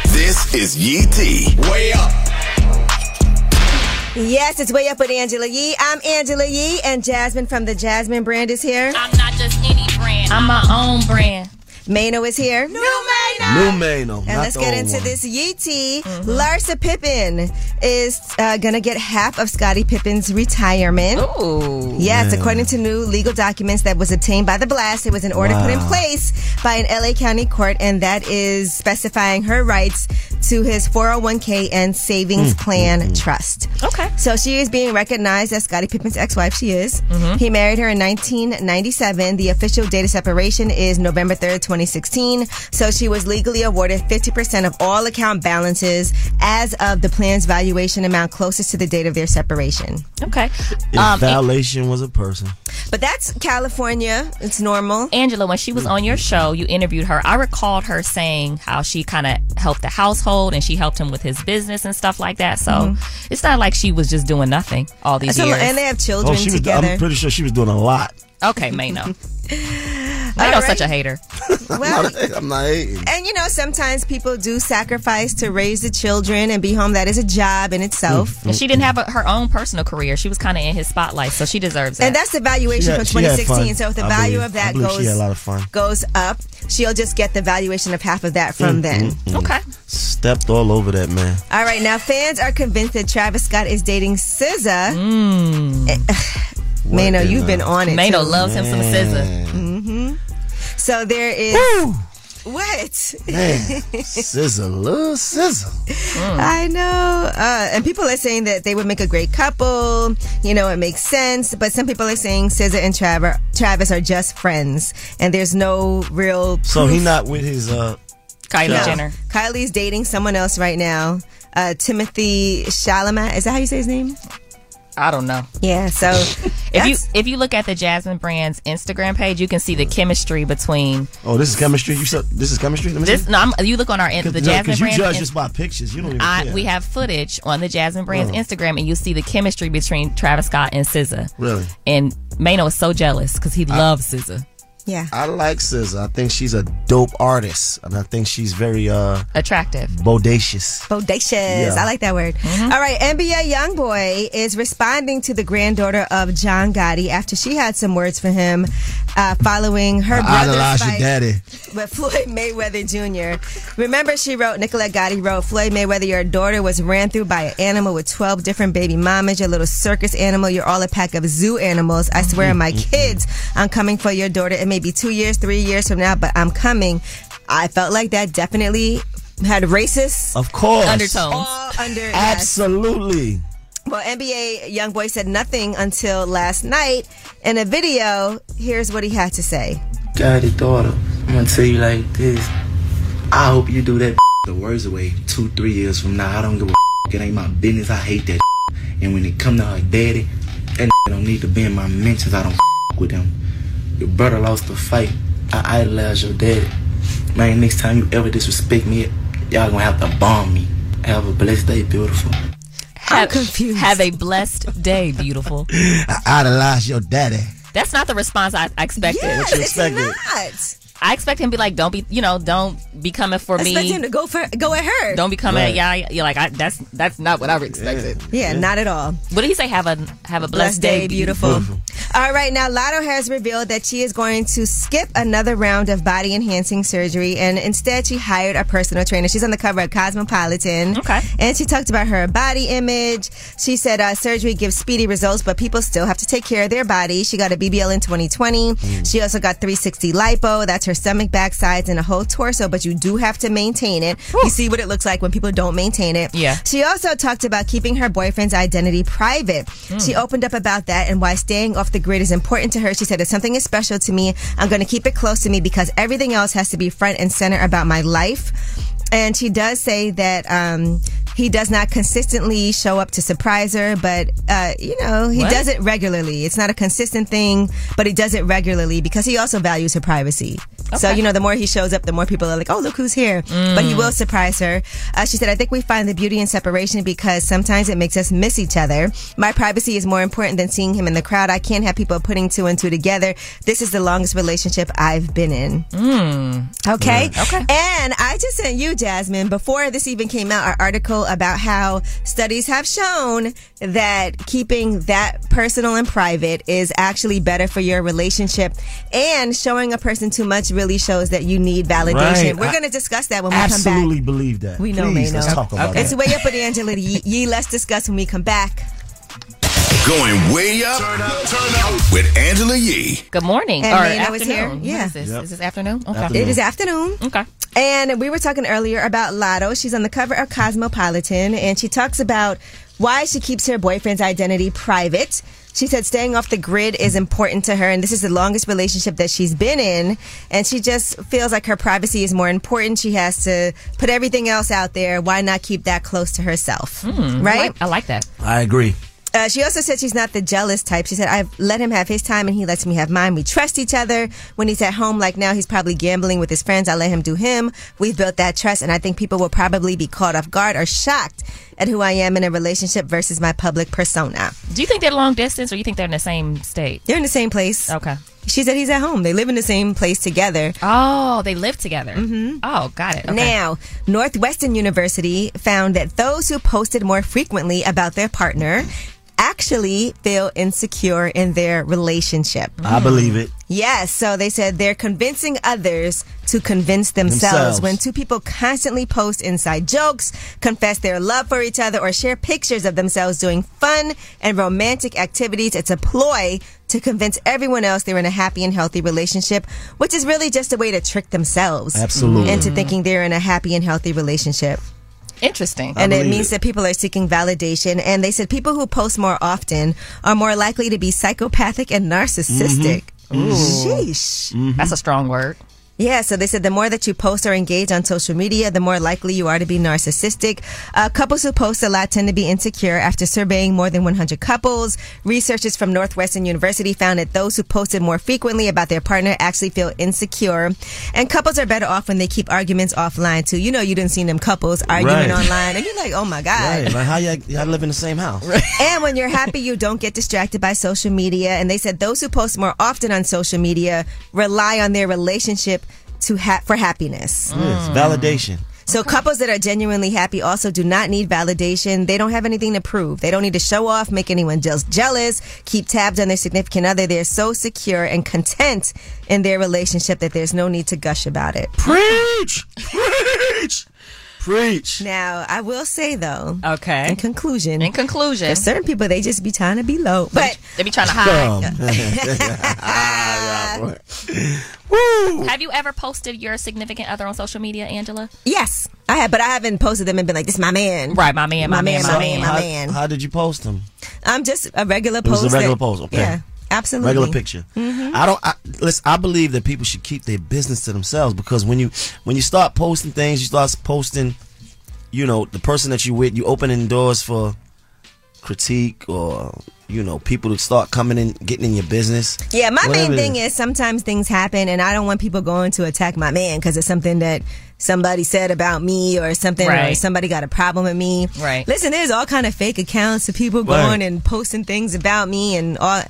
[SPEAKER 7] This is Yee T. Way up.
[SPEAKER 4] Yes, it's way up with Angela Yee. I'm Angela Yee, and Jasmine from the Jasmine brand is here.
[SPEAKER 26] I'm not just any brand.
[SPEAKER 4] I'm my own brand. Mano is here. New Mano.
[SPEAKER 6] New Mano.
[SPEAKER 4] And let's get into this Yee T.
[SPEAKER 5] Mm-hmm.
[SPEAKER 4] Larsa Pippen is uh, going to get half of Scottie Pippen's retirement.
[SPEAKER 5] Ooh.
[SPEAKER 4] Yes,
[SPEAKER 5] Man.
[SPEAKER 4] according to new legal documents that was obtained by The Blast, it was an order put in
[SPEAKER 5] Wow.
[SPEAKER 4] place by an LA County court, and that is specifying her rights to his 401k and savings
[SPEAKER 5] Mm,
[SPEAKER 4] plan trust. Okay. So she is being recognized as Scottie Pippen's ex wife. She is.
[SPEAKER 5] Mhm.
[SPEAKER 4] He married her in 1997. The official date of separation is November 3rd, 2016. So she was legally awarded 50% of all account balances as of the plan's valuation amount closest to the date of their separation.
[SPEAKER 5] Okay.
[SPEAKER 6] If
[SPEAKER 5] Um,
[SPEAKER 6] violation was a person.
[SPEAKER 4] But that's California. It's normal.
[SPEAKER 5] Angela, when she was on your show, you interviewed her. I recalled her saying how she kind of helped the household and she helped him with his business and stuff like that. So
[SPEAKER 4] Mhm.
[SPEAKER 5] it's not like she was just doing nothing all these
[SPEAKER 4] That's a lo-
[SPEAKER 5] years.
[SPEAKER 4] and they have children
[SPEAKER 6] oh, she was,
[SPEAKER 4] together.
[SPEAKER 6] I'm pretty sure she was doing a lot.
[SPEAKER 5] okay, Mano.
[SPEAKER 4] All
[SPEAKER 5] Mano's
[SPEAKER 4] right.
[SPEAKER 5] such a hater.
[SPEAKER 4] Well,
[SPEAKER 6] I'm not hating.
[SPEAKER 4] And you know, sometimes people do sacrifice to raise the children and be home. That is a job in itself.
[SPEAKER 5] Mm-hmm. And she didn't have a, her own personal career. She was kind of in his spotlight, so she deserves it.
[SPEAKER 4] And that's the valuation
[SPEAKER 5] She
[SPEAKER 4] from
[SPEAKER 5] had- she had
[SPEAKER 4] 2016.
[SPEAKER 5] fun.
[SPEAKER 4] So if the
[SPEAKER 5] I
[SPEAKER 4] value
[SPEAKER 5] believe-
[SPEAKER 4] of that
[SPEAKER 5] I believe
[SPEAKER 4] goes
[SPEAKER 5] she had a lot of fun.
[SPEAKER 4] goes up, she'll just get the valuation of half of that from
[SPEAKER 6] Mm,
[SPEAKER 4] then.
[SPEAKER 6] mm, mm.
[SPEAKER 4] Okay.
[SPEAKER 6] Stepped all over that man.
[SPEAKER 4] All right. Now fans are convinced that Travis Scott is dating SZA. Eh, Mano,
[SPEAKER 5] Hmm. in
[SPEAKER 4] you've
[SPEAKER 5] the-
[SPEAKER 4] been on it.
[SPEAKER 5] Mano
[SPEAKER 4] too.
[SPEAKER 5] loves him some SZA.
[SPEAKER 4] hmm So there is. What?
[SPEAKER 6] Man, Scissor, little scissor.
[SPEAKER 4] I know. Uh, and people are saying that they would make a great couple. You know, it makes sense. But some people are saying SZA and Travis, Travis are just friends, and there's no real.
[SPEAKER 6] So
[SPEAKER 4] proof.
[SPEAKER 6] he not with his uh child.
[SPEAKER 4] Kylie's dating someone else right now. Uh, Timothy Chalamet. Is that how you say his name?
[SPEAKER 5] I don't know.
[SPEAKER 4] Yeah. So
[SPEAKER 5] If you if you look at the Jasmine Brand's Instagram page, you can see the chemistry between
[SPEAKER 6] Oh, this is chemistry. You said this is chemistry. Let me
[SPEAKER 5] this.
[SPEAKER 6] see.
[SPEAKER 5] No, I'm, you look on our in- the
[SPEAKER 6] No,
[SPEAKER 5] Jasmine
[SPEAKER 6] you
[SPEAKER 5] Brand.
[SPEAKER 6] judge
[SPEAKER 5] in-
[SPEAKER 6] just by pictures. You don't even
[SPEAKER 5] I,
[SPEAKER 6] care.
[SPEAKER 5] we have footage on the Jasmine Brand's
[SPEAKER 6] Oh.
[SPEAKER 5] Instagram, and you see the chemistry between Travis Scott and SZA.
[SPEAKER 6] Really?
[SPEAKER 5] And Mano is so jealous because he
[SPEAKER 6] I-
[SPEAKER 5] loves SZA.
[SPEAKER 4] Yeah.
[SPEAKER 6] I like SZA. I think she's a dope artist, and I think she's very uh
[SPEAKER 5] Attractive.
[SPEAKER 6] bodacious.
[SPEAKER 4] Bodacious.
[SPEAKER 6] Yeah.
[SPEAKER 4] I like that word. All right. NBA Youngboy is responding to the granddaughter of John Gotti after she had some words for him uh, following her
[SPEAKER 6] I
[SPEAKER 4] brother's
[SPEAKER 6] idolize your
[SPEAKER 4] fight
[SPEAKER 6] daddy.
[SPEAKER 4] with Floyd Mayweather Jr. Remember, she wrote, Nicolette Gotti wrote, Floyd Mayweather, your daughter was ran through by an animal with 12 different baby mamas, your little circus animal, you're all a pack of zoo animals. I swear on my
[SPEAKER 6] Mm-hmm.
[SPEAKER 4] kids, I'm coming for your daughter. It may be two years, three years from now, but I'm coming. I felt like that definitely had racist
[SPEAKER 6] Of course.
[SPEAKER 4] undertones. All under yes.
[SPEAKER 6] Absolutely.
[SPEAKER 4] Well, NBA YoungBoy said nothing until last night in a video. Here's what he had to say.
[SPEAKER 13] God, your daughter, I'm gonna tell you like this. I hope you do that the words away two, three years from now. I don't give a it ain't my business. I hate that. And when it come to her daddy, that don't need to be in my mentions. I don't with him. Your brother lost the fight. I idolize your daddy. Man, next time you ever disrespect me, y'all gonna have to bomb me. Have a blessed day, beautiful.
[SPEAKER 5] Have, have a blessed day, beautiful.
[SPEAKER 6] I idolize your daddy.
[SPEAKER 5] That's not the response I, I expected.
[SPEAKER 6] Yes, What you it's expected.
[SPEAKER 5] I expect him to be like, don't be, you know, don't be coming for me.
[SPEAKER 4] Expect him to go for go at her.
[SPEAKER 5] Don't be coming
[SPEAKER 4] Right.
[SPEAKER 5] at y'all. You're like, I, that's that's not what I expected.
[SPEAKER 4] Yeah, not at all.
[SPEAKER 5] What did he say? Have a have a blessed, day, beautiful.
[SPEAKER 4] All right, now Lotto has revealed that she is going to skip another round of body enhancing surgery and instead she hired a personal trainer. She's on the cover of Cosmopolitan. Okay. And she talked about her body image. She said uh, surgery gives speedy results, but people still have to take care of their body. She got a BBL in 2020. She also got 360 lipo. That's her stomach, back, sides, and a whole torso, but you do have to maintain it. You see what it looks like when people don't maintain it.
[SPEAKER 5] Yeah.
[SPEAKER 4] She also talked about keeping her boyfriend's identity private.
[SPEAKER 5] Mm.
[SPEAKER 4] She opened up about that and why staying off the grid is important to her. She said, if something is special to me, I'm going to keep it close to me because everything else has to be front and center about my life. And she does say that, um, he does not consistently show up to surprise her, but, uh, you know, he
[SPEAKER 5] What?
[SPEAKER 4] does it regularly. It's not a consistent thing, but he does it regularly because he also values her privacy. So,
[SPEAKER 5] Okay.
[SPEAKER 4] you know, the more he shows up, the more people are like, oh, look who's here. But he
[SPEAKER 5] Mm.
[SPEAKER 4] will surprise her. Uh, she said, I think we find the beauty in separation because sometimes it makes us miss each other. My privacy is more important than seeing him in the crowd. I can't have people putting two and two together. This is the longest relationship I've been in.
[SPEAKER 5] Hmm.
[SPEAKER 4] Okay. Okay. And I just sent you, Jasmine, before this even came out, our article about how studies have shown that keeping that personal and private is actually better for your relationship. And showing a person too much really shows that you need validation.
[SPEAKER 6] Right.
[SPEAKER 4] We're
[SPEAKER 6] I
[SPEAKER 4] going to discuss that when we come back.
[SPEAKER 6] Absolutely believe that.
[SPEAKER 4] We know,
[SPEAKER 6] Please,
[SPEAKER 4] Mano.
[SPEAKER 6] Let's talk about
[SPEAKER 4] It's
[SPEAKER 6] that.
[SPEAKER 4] way up with Angela Yee. Yee. Let's discuss when we come back.
[SPEAKER 7] Going way up, turn up, turn up with Angela Yee.
[SPEAKER 5] Good morning
[SPEAKER 4] And
[SPEAKER 5] or
[SPEAKER 4] Nino is
[SPEAKER 5] afternoon.
[SPEAKER 4] here.
[SPEAKER 5] What
[SPEAKER 4] Yeah.
[SPEAKER 5] is this? Is this afternoon? Okay.
[SPEAKER 4] It is afternoon.
[SPEAKER 5] Okay.
[SPEAKER 4] And we were talking earlier about Lotto. She's on the cover of Cosmopolitan, and she talks about why she keeps her boyfriend's identity private. She said staying off the grid is important to her, and this is the longest relationship that she's been in. And she just feels like her privacy is more important. She has to put everything else out there. Why not keep that close to herself?
[SPEAKER 5] Hmm. I
[SPEAKER 4] Right?
[SPEAKER 5] like, I like that.
[SPEAKER 6] I agree.
[SPEAKER 4] Uh, she also said she's not the jealous type. She said, I've let him have his time and he lets me have mine. We trust each other. When he's at home, like now, he's probably gambling with his friends. I let him do him. We've built that trust, and I think people will probably be caught off guard or shocked at who I am in a relationship versus my public persona.
[SPEAKER 5] Do you think they're long distance, or you think they're in the same state?
[SPEAKER 4] They're in the same place.
[SPEAKER 5] Okay.
[SPEAKER 4] She said he's at home. They live in the same place together.
[SPEAKER 5] Oh, they live together. Mm-hmm. Oh, got it. Okay.
[SPEAKER 4] Now, Northwestern University found that those who posted more frequently about their partner actually feel insecure in their relationship.
[SPEAKER 6] I believe it.
[SPEAKER 4] Yes, so they said they're convincing others to convince themselves.
[SPEAKER 6] Themselves.
[SPEAKER 4] When two people constantly post inside jokes, confess their love for each other, or share pictures of themselves doing fun and romantic activities, it's a ploy to convince everyone else they're in a happy and healthy relationship, which is really just a way to trick themselves
[SPEAKER 6] Absolutely. Mm-hmm.
[SPEAKER 4] into thinking they're in a happy and healthy relationship.
[SPEAKER 5] Interesting.
[SPEAKER 4] And it means that people are seeking validation. And they said people who post more often are more likely to be psychopathic and narcissistic.
[SPEAKER 6] Mm-hmm.
[SPEAKER 5] Mhm. Ooh.
[SPEAKER 4] Sheesh.
[SPEAKER 5] That's a strong word.
[SPEAKER 4] Yeah, so they said the more that you post or engage on social media, the more likely you are to be narcissistic. Uh, couples who post a lot tend to be insecure after surveying more than 100 couples. Researchers from Northwestern University found that those who posted more frequently about their partner actually feel insecure. And couples are better off when they keep arguments offline too. You know, you didn't see them couples arguing
[SPEAKER 6] Right.
[SPEAKER 4] online, and you're like, oh my God.
[SPEAKER 6] Right. Like how y'all, y'all live in the same house?
[SPEAKER 4] And when you're happy, you don't get distracted by social media. And they said those who post more often on social media rely on their relationship to ha- for happiness.
[SPEAKER 6] Yes, validation.
[SPEAKER 4] So couples that are genuinely happy also do not need validation. They don't have anything to prove. They don't need to show off, make anyone jealous, jealous keep tabs on their significant other. They're so secure and content in their relationship that there's no need to gush about it.
[SPEAKER 6] Preach! Preach! Preach.
[SPEAKER 4] Now, I will say though.
[SPEAKER 5] Okay.
[SPEAKER 4] In conclusion. In
[SPEAKER 5] conclusion.
[SPEAKER 4] There's certain people they just be trying to be low. But
[SPEAKER 5] They be trying to hide.
[SPEAKER 6] Dumb.
[SPEAKER 5] Have you ever posted your significant other on social media, Angela?
[SPEAKER 4] Yes, I have, but I haven't posted them and been like, "This is my man."
[SPEAKER 5] Right, my man, my man, my
[SPEAKER 4] my
[SPEAKER 6] So,
[SPEAKER 4] man,
[SPEAKER 6] how,
[SPEAKER 4] my man.
[SPEAKER 6] How did you post them?
[SPEAKER 4] I'm just a regular
[SPEAKER 6] It was
[SPEAKER 4] post.
[SPEAKER 6] a regular
[SPEAKER 4] that-
[SPEAKER 6] post. Okay.
[SPEAKER 4] Yeah, absolutely.
[SPEAKER 6] Regular picture.
[SPEAKER 4] Mhm.
[SPEAKER 6] I don't. I, listen, I believe that people should keep their business to themselves because when you when you start posting things, you start posting, you know, the person that you with, you opening doors for critique or you know people to start coming in, getting in your business.
[SPEAKER 4] Yeah, my
[SPEAKER 6] Whatever
[SPEAKER 4] main
[SPEAKER 6] it
[SPEAKER 4] thing is sometimes things happen, and I don't want people going to attack my man because it's something that somebody said about me or something, or
[SPEAKER 5] Right.
[SPEAKER 4] somebody got a problem with me.
[SPEAKER 5] Right.
[SPEAKER 4] Listen, there's all kind of fake accounts of people
[SPEAKER 5] Right.
[SPEAKER 4] going and posting things about me and all.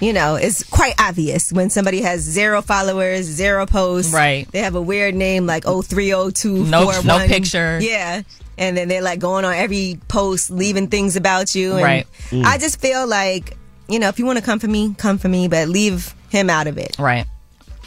[SPEAKER 4] You know, it's quite obvious when somebody has zero followers, zero posts.
[SPEAKER 5] Right.
[SPEAKER 4] They have a weird name like 0302
[SPEAKER 5] No- no picture.
[SPEAKER 4] Yeah. And then they're like going on every post, leaving things about you. And
[SPEAKER 5] Right. Mm.
[SPEAKER 4] I just feel like, you know, if you want to come for me, come for me, but leave him out of it.
[SPEAKER 5] Right.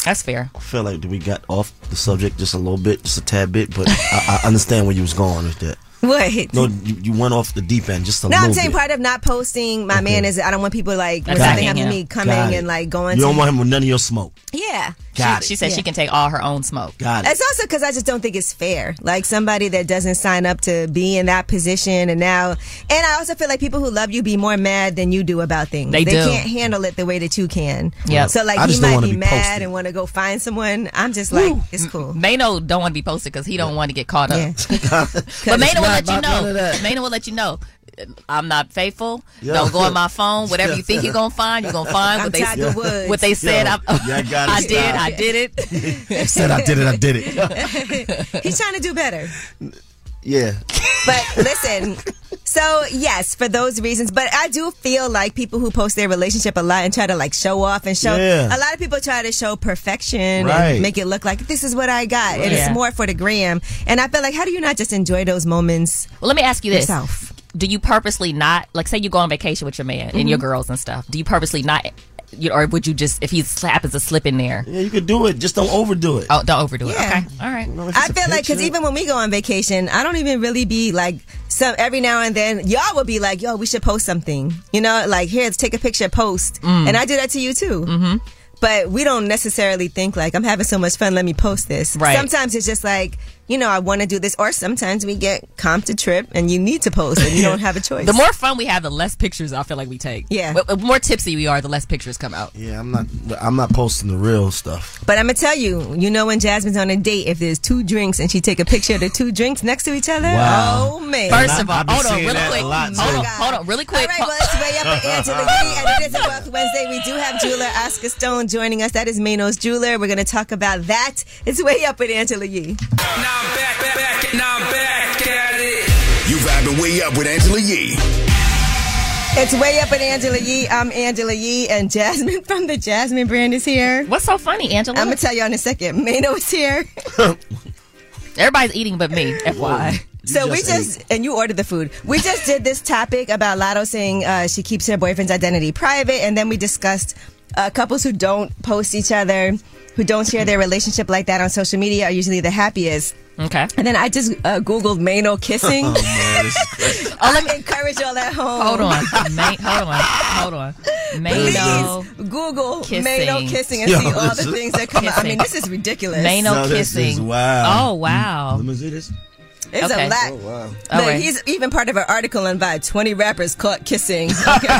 [SPEAKER 5] That's fair.
[SPEAKER 6] I feel like we got off the subject just a little bit, just a tad bit, but I, I understand where you was going with that.
[SPEAKER 4] What?
[SPEAKER 6] No, you, you went off the deep end just a
[SPEAKER 4] No,
[SPEAKER 6] little
[SPEAKER 4] I'm saying
[SPEAKER 6] bit.
[SPEAKER 4] part of not posting my man is I don't want people like when
[SPEAKER 6] Got
[SPEAKER 4] something
[SPEAKER 6] it.
[SPEAKER 4] happens to me coming
[SPEAKER 6] Got it.
[SPEAKER 4] and like going
[SPEAKER 6] You
[SPEAKER 4] to
[SPEAKER 6] don't want him with none of your smoke.
[SPEAKER 4] Yeah.
[SPEAKER 6] Got
[SPEAKER 5] she,
[SPEAKER 6] it.
[SPEAKER 5] she said
[SPEAKER 4] Yeah.
[SPEAKER 5] she can take all her own smoke.
[SPEAKER 6] Got it.
[SPEAKER 4] It's also because I just don't think it's fair. Like somebody that doesn't sign up to be in that position, and now, and I also feel like people who love you be more mad than you do about things.
[SPEAKER 5] They do.
[SPEAKER 4] can't handle it the way that you can.
[SPEAKER 5] Yep.
[SPEAKER 4] So like
[SPEAKER 5] I
[SPEAKER 4] he
[SPEAKER 5] just don't
[SPEAKER 4] might
[SPEAKER 5] wanna
[SPEAKER 4] be,
[SPEAKER 5] be
[SPEAKER 4] mad
[SPEAKER 5] posted.
[SPEAKER 4] and want to go find someone. I'm just like, it's cool.
[SPEAKER 5] Mano don't want to be posted because he don't want to get caught up. but
[SPEAKER 4] it's
[SPEAKER 5] Mano will
[SPEAKER 4] not
[SPEAKER 5] let you
[SPEAKER 4] about none
[SPEAKER 5] know.
[SPEAKER 4] of that.
[SPEAKER 5] Mano will let you know. uh, I'm not faithful.
[SPEAKER 6] Yeah.
[SPEAKER 5] Don't go on my phone. Whatever you think you're gonna find, you're gonna find
[SPEAKER 4] I'm
[SPEAKER 5] what they
[SPEAKER 4] Tiger Woods.
[SPEAKER 5] what they said.
[SPEAKER 6] Yo,
[SPEAKER 5] I,
[SPEAKER 6] y'all gotta
[SPEAKER 5] I did.
[SPEAKER 6] stop.
[SPEAKER 5] I did it.
[SPEAKER 6] He said I did it. I did it.
[SPEAKER 4] He's trying to do better.
[SPEAKER 6] Yeah.
[SPEAKER 4] But listen, so yes, for those reasons. But I do feel like people who post their relationship a lot and try to like show off and show.
[SPEAKER 5] Yeah.
[SPEAKER 4] A lot of people try to show perfection
[SPEAKER 5] Right.
[SPEAKER 4] and make it look like this is what I got, and it's
[SPEAKER 5] Yeah.
[SPEAKER 4] more for the gram. And I feel like, how do you not just enjoy those moments?
[SPEAKER 5] Well, let me ask you this.
[SPEAKER 4] Yourself.
[SPEAKER 5] Do you purposely not, like, say you go on vacation with your man and your
[SPEAKER 4] Mhm.
[SPEAKER 5] girls and stuff? Do you purposely not, you, or would you just, if he happens to slip in there?
[SPEAKER 6] Yeah, you could do it. Just don't overdo it.
[SPEAKER 5] Oh, don't overdo it. Okay.
[SPEAKER 4] All
[SPEAKER 5] right.
[SPEAKER 4] I feel like because even when we go on vacation, I don't even really be like some every now and then y'all will be like, "Yo, we should post something," you know, like here, let's take a picture, post,
[SPEAKER 5] Mm.
[SPEAKER 4] and I do that to you too. Mm-hmm. But we don't necessarily think like I'm having so much fun. Let me post this.
[SPEAKER 5] Right.
[SPEAKER 4] Sometimes it's just like you know I want to do this, or sometimes we get comped to trip and you need to post and you don't have a choice.
[SPEAKER 5] The more fun we have, the less pictures I feel like we take.
[SPEAKER 4] Yeah.
[SPEAKER 5] The more tipsy we are, the less pictures come out.
[SPEAKER 6] Yeah, I'm not. I'm not posting the real stuff.
[SPEAKER 4] But I'm gonna tell you, you know when Jasmine's on a date, if there's two drinks and she take a picture of the two drinks next to each other,
[SPEAKER 6] Wow.
[SPEAKER 4] oh man!
[SPEAKER 5] First of all, hold on, real
[SPEAKER 6] that a
[SPEAKER 5] quick. hold
[SPEAKER 6] lot, too.
[SPEAKER 5] on, hold on, really quick.
[SPEAKER 4] All right, well, it's way up for Angela Yee, and it is a Wealth Wednesday. We do have jeweler Oscar Stone joining us. That is Manos Jeweler. We're going to talk about that. It's way up with Angela Yee.
[SPEAKER 7] You vibing way up with Angela Yee.
[SPEAKER 4] It's way up with Angela Yee. I'm Angela Yee, and Jasmine from the Jasmine brand is here.
[SPEAKER 5] What's so funny, Angela?
[SPEAKER 4] I'm going to tell you in a second. Mano is here.
[SPEAKER 5] Everybody's eating but me, FYI.
[SPEAKER 4] So we just and you ordered the food. We just did this topic about Lotto saying uh, she keeps her boyfriend's identity private, and then we discussed uh, couples who don't post each other, who don't share their relationship like that on social media, are usually the happiest.
[SPEAKER 5] Okay.
[SPEAKER 4] And then I just uh, googled Mano kissing.
[SPEAKER 5] Oh,
[SPEAKER 6] man, this
[SPEAKER 4] I encourage y'all at home.
[SPEAKER 5] Hold on, May, hold on, hold on. Mano,
[SPEAKER 4] Please Oh, Google
[SPEAKER 5] Kissing.
[SPEAKER 4] Mano kissing and
[SPEAKER 5] Yo,
[SPEAKER 4] see all the
[SPEAKER 5] this is-
[SPEAKER 4] things that come out. I mean,
[SPEAKER 5] Kissing.
[SPEAKER 4] this is ridiculous.
[SPEAKER 5] Mano
[SPEAKER 6] No, this
[SPEAKER 5] kissing.
[SPEAKER 6] is wow.
[SPEAKER 5] Oh wow.
[SPEAKER 6] Let me see this.
[SPEAKER 4] It's
[SPEAKER 5] Okay.
[SPEAKER 4] a lot.
[SPEAKER 5] Oh,
[SPEAKER 6] wow.
[SPEAKER 4] Look,
[SPEAKER 5] All right.
[SPEAKER 4] he's even part of an article on by 20 rappers caught kissing. Okay.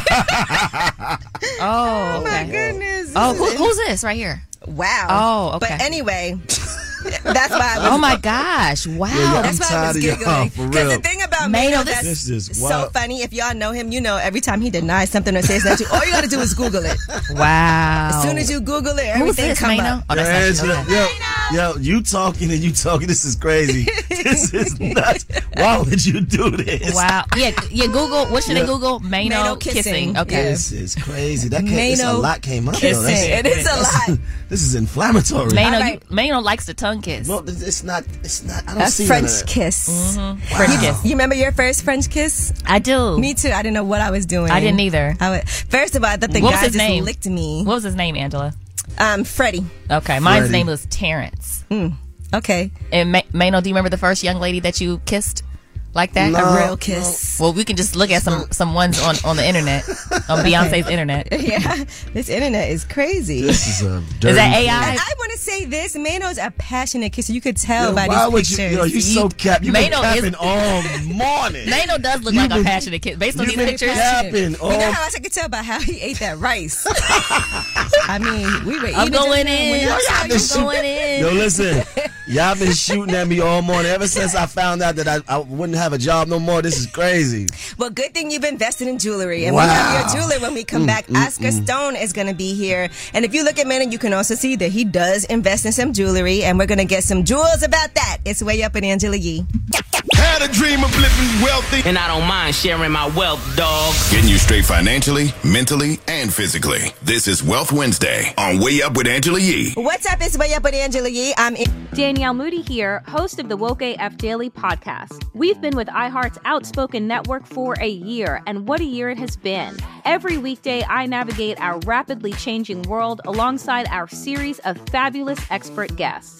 [SPEAKER 5] Oh,
[SPEAKER 4] my
[SPEAKER 5] okay.
[SPEAKER 4] goodness.
[SPEAKER 5] Oh, who, who's this right here?
[SPEAKER 4] Wow.
[SPEAKER 5] Oh, okay.
[SPEAKER 4] But anyway, that's why I was.
[SPEAKER 5] Oh my gosh! Wow,
[SPEAKER 4] Yeah, That's why I was giggling.
[SPEAKER 5] real.
[SPEAKER 4] Because the thing about
[SPEAKER 5] Mano,
[SPEAKER 4] Mano,
[SPEAKER 5] this-
[SPEAKER 4] that's
[SPEAKER 5] This is
[SPEAKER 4] so
[SPEAKER 5] wild.
[SPEAKER 4] funny. If y'all know him, you know every time he denies something or says something, all you got to do is Google it.
[SPEAKER 5] Wow. Oh,
[SPEAKER 4] As soon as you Google it, everything comes up.
[SPEAKER 6] yo, Angela, yo, yo, you talking and you talking. This is crazy. this is nuts. Why would you do this?
[SPEAKER 5] Wow. Yeah. Yeah. Google. What should I
[SPEAKER 6] Yeah.
[SPEAKER 5] Google? Mano,
[SPEAKER 4] Mano
[SPEAKER 5] kissing.
[SPEAKER 4] kissing.
[SPEAKER 5] Okay.
[SPEAKER 6] This is crazy. That came, this, a
[SPEAKER 5] Mano
[SPEAKER 6] lot came up.
[SPEAKER 5] kissing.
[SPEAKER 6] Though. That's-
[SPEAKER 5] It is a
[SPEAKER 6] that's- This is inflammatory.
[SPEAKER 5] Mano, you, Mano likes the tongue kiss. No,
[SPEAKER 6] it's not. It's not. I
[SPEAKER 4] A French kiss.
[SPEAKER 5] French
[SPEAKER 4] you,
[SPEAKER 5] kiss.
[SPEAKER 4] You remember your first French kiss?
[SPEAKER 5] I do.
[SPEAKER 4] Me too. I didn't know what I was doing.
[SPEAKER 5] I didn't either.
[SPEAKER 4] I would, first of all, I thought the
[SPEAKER 5] what
[SPEAKER 4] guy
[SPEAKER 5] was his
[SPEAKER 4] just
[SPEAKER 5] name?
[SPEAKER 4] licked me.
[SPEAKER 5] What was his name, Angela?
[SPEAKER 4] Um, Freddie.
[SPEAKER 5] Okay, mine's
[SPEAKER 4] Freddie.
[SPEAKER 5] name was Terrence.
[SPEAKER 4] okay.
[SPEAKER 11] Mm,
[SPEAKER 5] And Ma- Mano, do you remember the first young lady that you kissed? like that?
[SPEAKER 11] A real kiss.
[SPEAKER 5] Well, we can just look at some some ones on on the internet on Beyonce's internet.
[SPEAKER 11] Yeah, this internet is crazy.
[SPEAKER 5] This is a Is dirty that AI?
[SPEAKER 11] And I want to say this: Mano's a passionate kisser. You could tell
[SPEAKER 6] Yo,
[SPEAKER 11] by
[SPEAKER 6] why
[SPEAKER 11] these
[SPEAKER 6] would you-
[SPEAKER 11] pictures.
[SPEAKER 6] yo, you so cap- you been capping all morning.
[SPEAKER 5] Nano does look
[SPEAKER 6] You
[SPEAKER 5] like a
[SPEAKER 6] been-
[SPEAKER 5] passionate kid based on
[SPEAKER 6] you
[SPEAKER 5] these
[SPEAKER 6] been
[SPEAKER 5] pictures.
[SPEAKER 6] capping
[SPEAKER 11] You know
[SPEAKER 6] all-
[SPEAKER 11] how else I could tell by how he ate that rice. I mean, we were eating.
[SPEAKER 5] I'm going
[SPEAKER 11] just now when
[SPEAKER 5] in. Yo,
[SPEAKER 11] y'all saw
[SPEAKER 5] y'all
[SPEAKER 11] you
[SPEAKER 5] been shooting-
[SPEAKER 11] going in.
[SPEAKER 6] Yo, listen, y'all been shooting at me all morning. Ever since I found out that I, I wouldn't have a job no more, this is crazy.
[SPEAKER 11] Well, good thing you've invested in jewelry,
[SPEAKER 4] and we have
[SPEAKER 6] Wow.
[SPEAKER 4] your
[SPEAKER 11] jeweler when we come
[SPEAKER 6] Mm,
[SPEAKER 11] back.
[SPEAKER 6] mm,
[SPEAKER 11] Oscar
[SPEAKER 6] mm.
[SPEAKER 11] Stone is going to be here, and if you look at Manon, you can also see that he does invest in some jewelry, and we're going to get some jewels about that. It's way up in Angela Yee.
[SPEAKER 28] Had a dream of living wealthy. And I don't mind sharing my wealth, dog.
[SPEAKER 7] Getting you straight financially, mentally, and physically. This is Wealth Wednesday on Way Up with Angela Yee.
[SPEAKER 11] What's up? It's way up with Angela Yee. I'm
[SPEAKER 10] Danielle Moody here, host of the Woke AF Daily podcast. We've been with iHeart's Outspoken Network for a year, and what a year it has been. Every weekday, I navigate our rapidly changing world alongside our series of fabulous expert guests.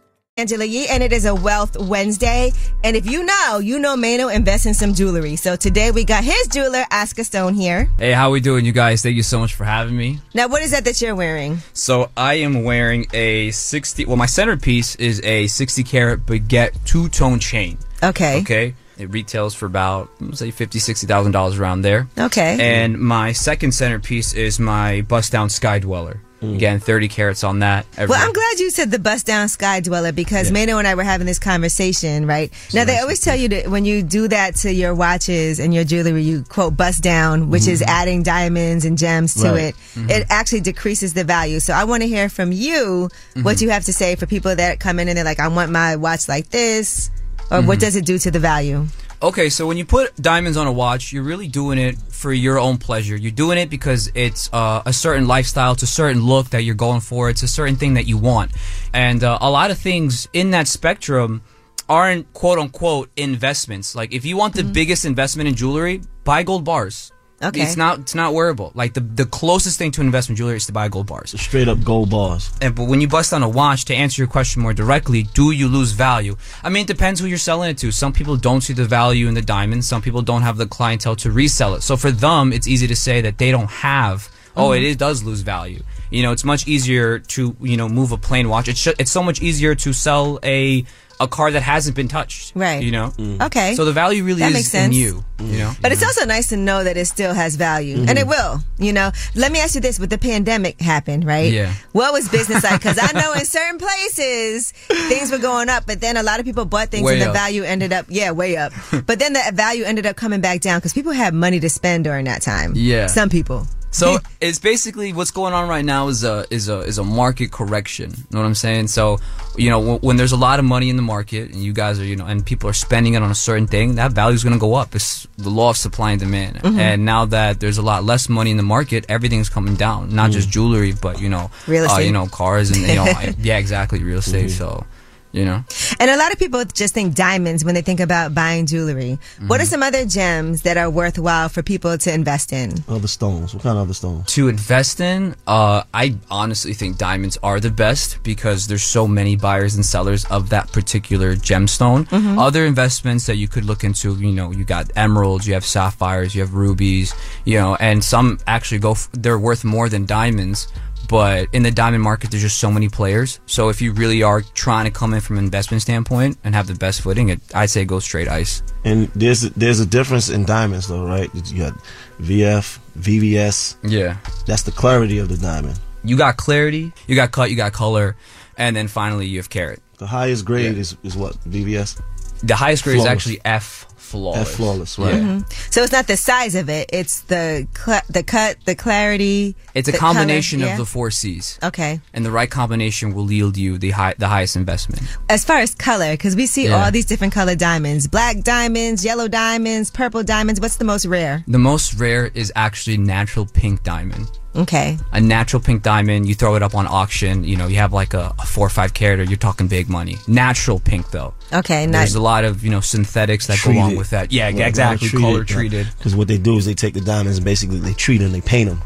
[SPEAKER 4] Angela Yee, and it is a Wealth Wednesday. And if you know, you know Mano invests in some jewelry. So today we got his jeweler, Oscar Stone, here.
[SPEAKER 17] Hey, how we doing, you guys? Thank you so much for having me.
[SPEAKER 4] Now, what is that that you're wearing?
[SPEAKER 17] So I am wearing a 60. Well, my centerpiece is a 60 karat baguette two tone chain.
[SPEAKER 4] Okay.
[SPEAKER 17] Okay. It retails for about mm, say 50 thousand dollars around there.
[SPEAKER 4] Okay.
[SPEAKER 17] And my second centerpiece is my bust down sky dweller. Again, 30 carats on that. Every-
[SPEAKER 4] Well, I'm glad you said the bust down sky dweller because Mano and I were having this conversation, right? now, they always tell you that when you do that to your watches and your jewelry, you quote bust down, which is
[SPEAKER 11] Mhm.
[SPEAKER 4] adding diamonds and gems to
[SPEAKER 11] Right.
[SPEAKER 4] it.
[SPEAKER 11] Mhm.
[SPEAKER 4] It actually decreases the value. So I want to hear from you what
[SPEAKER 17] Mhm.
[SPEAKER 4] you have to say for people that come in and they're like, I want my watch like this, or what
[SPEAKER 17] Mhm.
[SPEAKER 4] does it do to the value?
[SPEAKER 17] Okay, so when you put diamonds on a watch, you're really doing it for your own pleasure. You're doing it because it's uh, a certain lifestyle, it's a certain look that you're going for, it's a certain thing that you want. And uh, a lot of things in that spectrum aren't quote unquote investments. Like if you want the biggest investment in jewelry, buy gold bars.
[SPEAKER 4] Okay.
[SPEAKER 17] It's not it's not wearable. Like the the closest thing to investment jewelry is to buy gold bars.
[SPEAKER 6] Straight up gold bars.
[SPEAKER 17] And but when you bust on a watch, to answer your question more directly, do you lose value? I mean, it depends who you're selling it to. Some people don't see the value in the diamond. Some people don't have the clientele to resell it. So for them, it's easy to say that they don't have.
[SPEAKER 6] Mm-hmm.
[SPEAKER 17] Oh, it
[SPEAKER 18] Mhm.
[SPEAKER 17] is, does lose value. You know, it's much easier to you know move a plain watch. It's sh- it's so much easier to sell a a car that hasn't been touched.
[SPEAKER 4] Right.
[SPEAKER 17] You know.
[SPEAKER 6] Mm.
[SPEAKER 4] Okay.
[SPEAKER 17] So the value really
[SPEAKER 4] That
[SPEAKER 17] is
[SPEAKER 4] makes
[SPEAKER 17] in
[SPEAKER 4] sense.
[SPEAKER 17] you. You know.
[SPEAKER 4] But it's also nice to know that it still has value, and
[SPEAKER 17] Mm-hmm.
[SPEAKER 4] it will. You know, let me ask you this: With the pandemic happened, right?
[SPEAKER 17] Yeah.
[SPEAKER 4] What was business like? Because I know in certain places things were going up, but then a lot of people bought things
[SPEAKER 19] Way
[SPEAKER 4] and the
[SPEAKER 19] up.
[SPEAKER 4] value ended up yeah way up. but then the value ended up coming back down because people had money to spend during that time.
[SPEAKER 17] Yeah.
[SPEAKER 4] Some people.
[SPEAKER 17] So it's basically what's going on right now is a is a is a market correction. You know what I'm saying? So you know when, when there's a lot of money in the market and you guys are you know and people are spending it on a certain thing, that value is going to go up. It's the law of supply and demand.
[SPEAKER 4] Mm-hmm.
[SPEAKER 20] Mhm.
[SPEAKER 17] And now that there's a lot less money in the market, everything's coming down. Not just jewelry, but you know,
[SPEAKER 4] Mm. Real
[SPEAKER 17] uh,
[SPEAKER 4] estate.
[SPEAKER 17] you know, cars and you know, I- yeah, exactly, real estate.
[SPEAKER 4] Mhm.
[SPEAKER 17] So you know.
[SPEAKER 4] And a lot of people just think diamonds when they think about buying jewelry. What
[SPEAKER 17] Mm-hmm.
[SPEAKER 4] are some other gems that are worthwhile for people to invest in?
[SPEAKER 6] Other stones. What kind of other stones?
[SPEAKER 17] to invest in uh, i honestly think diamonds are the best because there's so many buyers and sellers of that particular gemstone
[SPEAKER 21] Mhm.
[SPEAKER 17] other investments that you could look into you know you got emeralds you have sapphires you have rubies you know and some actually go f- they're worth more than diamonds but in the diamond market there's just so many players so if you really are trying to come in from an investment standpoint and have the best footing it, i'd say go straight ice
[SPEAKER 6] And there's there's a difference in diamonds though, right? You got VF, VVS.
[SPEAKER 17] Yeah.
[SPEAKER 6] That's the clarity of the diamond.
[SPEAKER 17] you got clarity you got cut you got color and then finally you have carrot
[SPEAKER 6] The highest grade is, is what? VVS?
[SPEAKER 17] The highest grade
[SPEAKER 6] Flawless.
[SPEAKER 17] is actually F flawless.
[SPEAKER 6] F flawless, right.
[SPEAKER 4] Mhm. So it's not the size of it; it's the cl- the cut, the clarity.
[SPEAKER 17] It's a
[SPEAKER 4] the color,
[SPEAKER 17] combination
[SPEAKER 4] yeah?
[SPEAKER 17] of the four C's.
[SPEAKER 4] Okay.
[SPEAKER 17] And the right combination will yield you the high, the highest investment.
[SPEAKER 4] As far as color, because we see
[SPEAKER 17] Yeah.
[SPEAKER 4] all these different color diamonds: black diamonds, yellow diamonds, purple diamonds. What's the most rare?
[SPEAKER 17] The most rare is actually natural pink diamond.
[SPEAKER 4] Okay.
[SPEAKER 17] A natural pink diamond, you throw it up on auction, you know, you have like a, a four or five carat, or you're talking big money. Natural pink though.
[SPEAKER 4] Okay. Nice.
[SPEAKER 17] There's a lot of you know synthetics that go along with that. Yeah, exactly. Color treated.
[SPEAKER 6] Because what they do is they take the diamonds and basically they treat them, they paint them.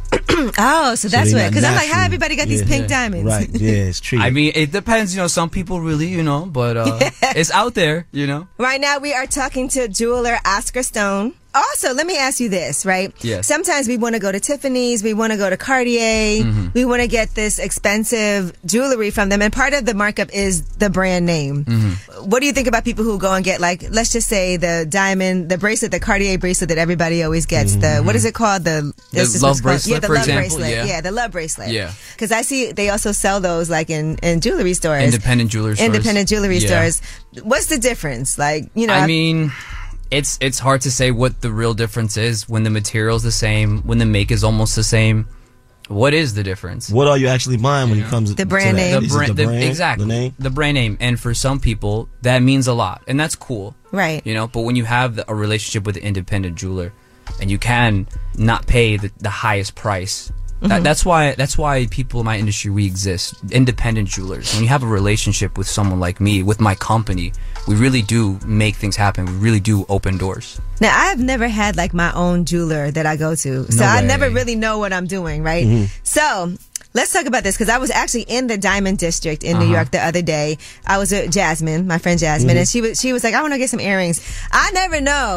[SPEAKER 4] oh, so that's
[SPEAKER 6] they
[SPEAKER 4] what.
[SPEAKER 6] not
[SPEAKER 4] Because I'm like, how
[SPEAKER 6] naturally-
[SPEAKER 4] everybody got these
[SPEAKER 6] Yeah.
[SPEAKER 4] pink
[SPEAKER 6] Yeah.
[SPEAKER 4] diamonds?
[SPEAKER 6] Right, yeah, it's treated.
[SPEAKER 17] I mean, it depends. You know, some people really, you know, but uh, it's out there. You know.
[SPEAKER 4] Right now, we are talking to jeweler Oscar Stone. Also, let me ask you this, right?
[SPEAKER 17] Yes.
[SPEAKER 4] Sometimes we want to go to Tiffany's, we want to go to Cartier,
[SPEAKER 17] Mhm.
[SPEAKER 4] we want to get this expensive jewelry from them, and part of the markup is the brand name. What do you think about people who go and get like, let's just say the diamond, the bracelet, the Cartier bracelet that everybody always gets? The what is it called? The,
[SPEAKER 17] Mm-hmm. The
[SPEAKER 4] it's just
[SPEAKER 17] love
[SPEAKER 4] what's called-
[SPEAKER 17] bracelet,
[SPEAKER 4] Yeah, the
[SPEAKER 17] for
[SPEAKER 4] love
[SPEAKER 17] example?
[SPEAKER 4] bracelet.
[SPEAKER 17] Yeah.
[SPEAKER 4] Yeah. the love bracelet.
[SPEAKER 17] Yeah.
[SPEAKER 4] Because I see they also sell those like in in jewelry stores,
[SPEAKER 17] Independent jewelry stores.
[SPEAKER 4] independent jewelry
[SPEAKER 17] Yeah.
[SPEAKER 4] stores. What's the difference? Like, you know,
[SPEAKER 17] I
[SPEAKER 4] I've-
[SPEAKER 17] mean, it's it's hard to say what the real difference is when the material's the same, when the make is almost the same. What is the difference?
[SPEAKER 6] What are you actually buying when it comes to to that?
[SPEAKER 17] The
[SPEAKER 6] Is it
[SPEAKER 17] brand,
[SPEAKER 6] the brand,
[SPEAKER 17] exactly.
[SPEAKER 6] The name?
[SPEAKER 17] The brand name, and for some people, that means a lot, and that's cool.
[SPEAKER 4] Right.
[SPEAKER 17] You know, but when you have the- a relationship with an independent jeweler, and you can not pay the, the highest price. That,
[SPEAKER 4] Mm-hmm.
[SPEAKER 18] Mhm.
[SPEAKER 17] that's why that's why people in my industry we exist independent jewelers when you have a relationship with someone like me with my company we really do make things happen we really do open doors
[SPEAKER 4] Now I've never had like my own jeweler that I go to, so
[SPEAKER 17] No
[SPEAKER 4] I
[SPEAKER 17] way.
[SPEAKER 4] never really know what I'm doing, right?
[SPEAKER 17] Mhm.
[SPEAKER 4] So let's talk about this because I was actually in the Diamond District in New
[SPEAKER 22] Uh-huh.
[SPEAKER 4] York the other day. I was with Jasmine, my friend Jasmine,
[SPEAKER 17] Mm-hmm.
[SPEAKER 22] Mhm.
[SPEAKER 4] and she was she was like, "I want to get some earrings." I never know.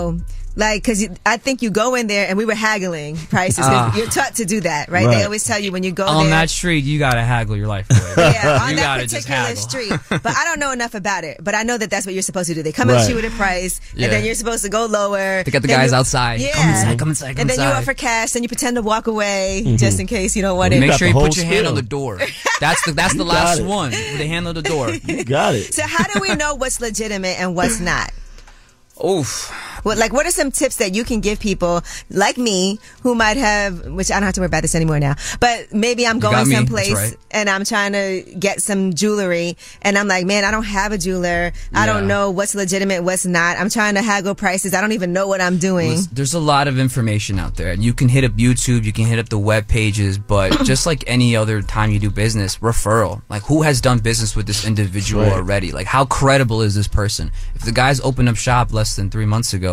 [SPEAKER 4] Like, cause you, I think you go in there and we were haggling prices. 'cause
[SPEAKER 17] Ah.
[SPEAKER 4] you're taught to do that, right? They
[SPEAKER 17] Right.
[SPEAKER 4] always tell you when you go
[SPEAKER 17] on
[SPEAKER 4] there.
[SPEAKER 17] that street you gotta haggle your life away.
[SPEAKER 4] Yeah, on
[SPEAKER 17] you
[SPEAKER 4] that
[SPEAKER 17] gotta just
[SPEAKER 4] particular
[SPEAKER 17] haggle
[SPEAKER 4] street. But I don't know enough about it. But I know that that's what you're supposed to do. They come at
[SPEAKER 17] Right.
[SPEAKER 4] you with a price,
[SPEAKER 17] Yeah.
[SPEAKER 4] and then you're supposed to go lower.
[SPEAKER 17] They got the
[SPEAKER 4] Then
[SPEAKER 17] guys
[SPEAKER 4] you-
[SPEAKER 17] outside.
[SPEAKER 4] Yeah.
[SPEAKER 17] Come inside, come inside, come
[SPEAKER 4] and then you
[SPEAKER 17] inside.
[SPEAKER 4] offer cash, and you pretend to walk away
[SPEAKER 17] Mhm.
[SPEAKER 4] just in case you don't want it.
[SPEAKER 17] make sure you put your hand on the door that's the that's
[SPEAKER 4] You
[SPEAKER 17] the
[SPEAKER 4] got
[SPEAKER 17] last
[SPEAKER 4] it.
[SPEAKER 17] one they handle the door you
[SPEAKER 6] got it
[SPEAKER 4] So how do we know what's legitimate and what's not?
[SPEAKER 17] Oof.
[SPEAKER 4] What like what are some tips that you can give people like me who might have which I don't have to worry about this anymore now. But maybe I'm
[SPEAKER 22] You
[SPEAKER 4] going
[SPEAKER 22] got me. That's
[SPEAKER 4] someplace
[SPEAKER 22] right.
[SPEAKER 4] and I'm trying to get some jewelry and I'm like, man, I don't have a jeweler. I don't
[SPEAKER 17] Yeah.
[SPEAKER 4] know what's legitimate, what's not. I'm trying to haggle prices. I don't even know what I'm doing.
[SPEAKER 17] Listen, there's a lot of information out there, and you can hit up YouTube, you can hit up the web pages, but just like any other time you do business, referral. Like, who has done business with this individual
[SPEAKER 18] Right.
[SPEAKER 17] already? Like, how credible is this person? If the guy's opened up shop less than three months ago,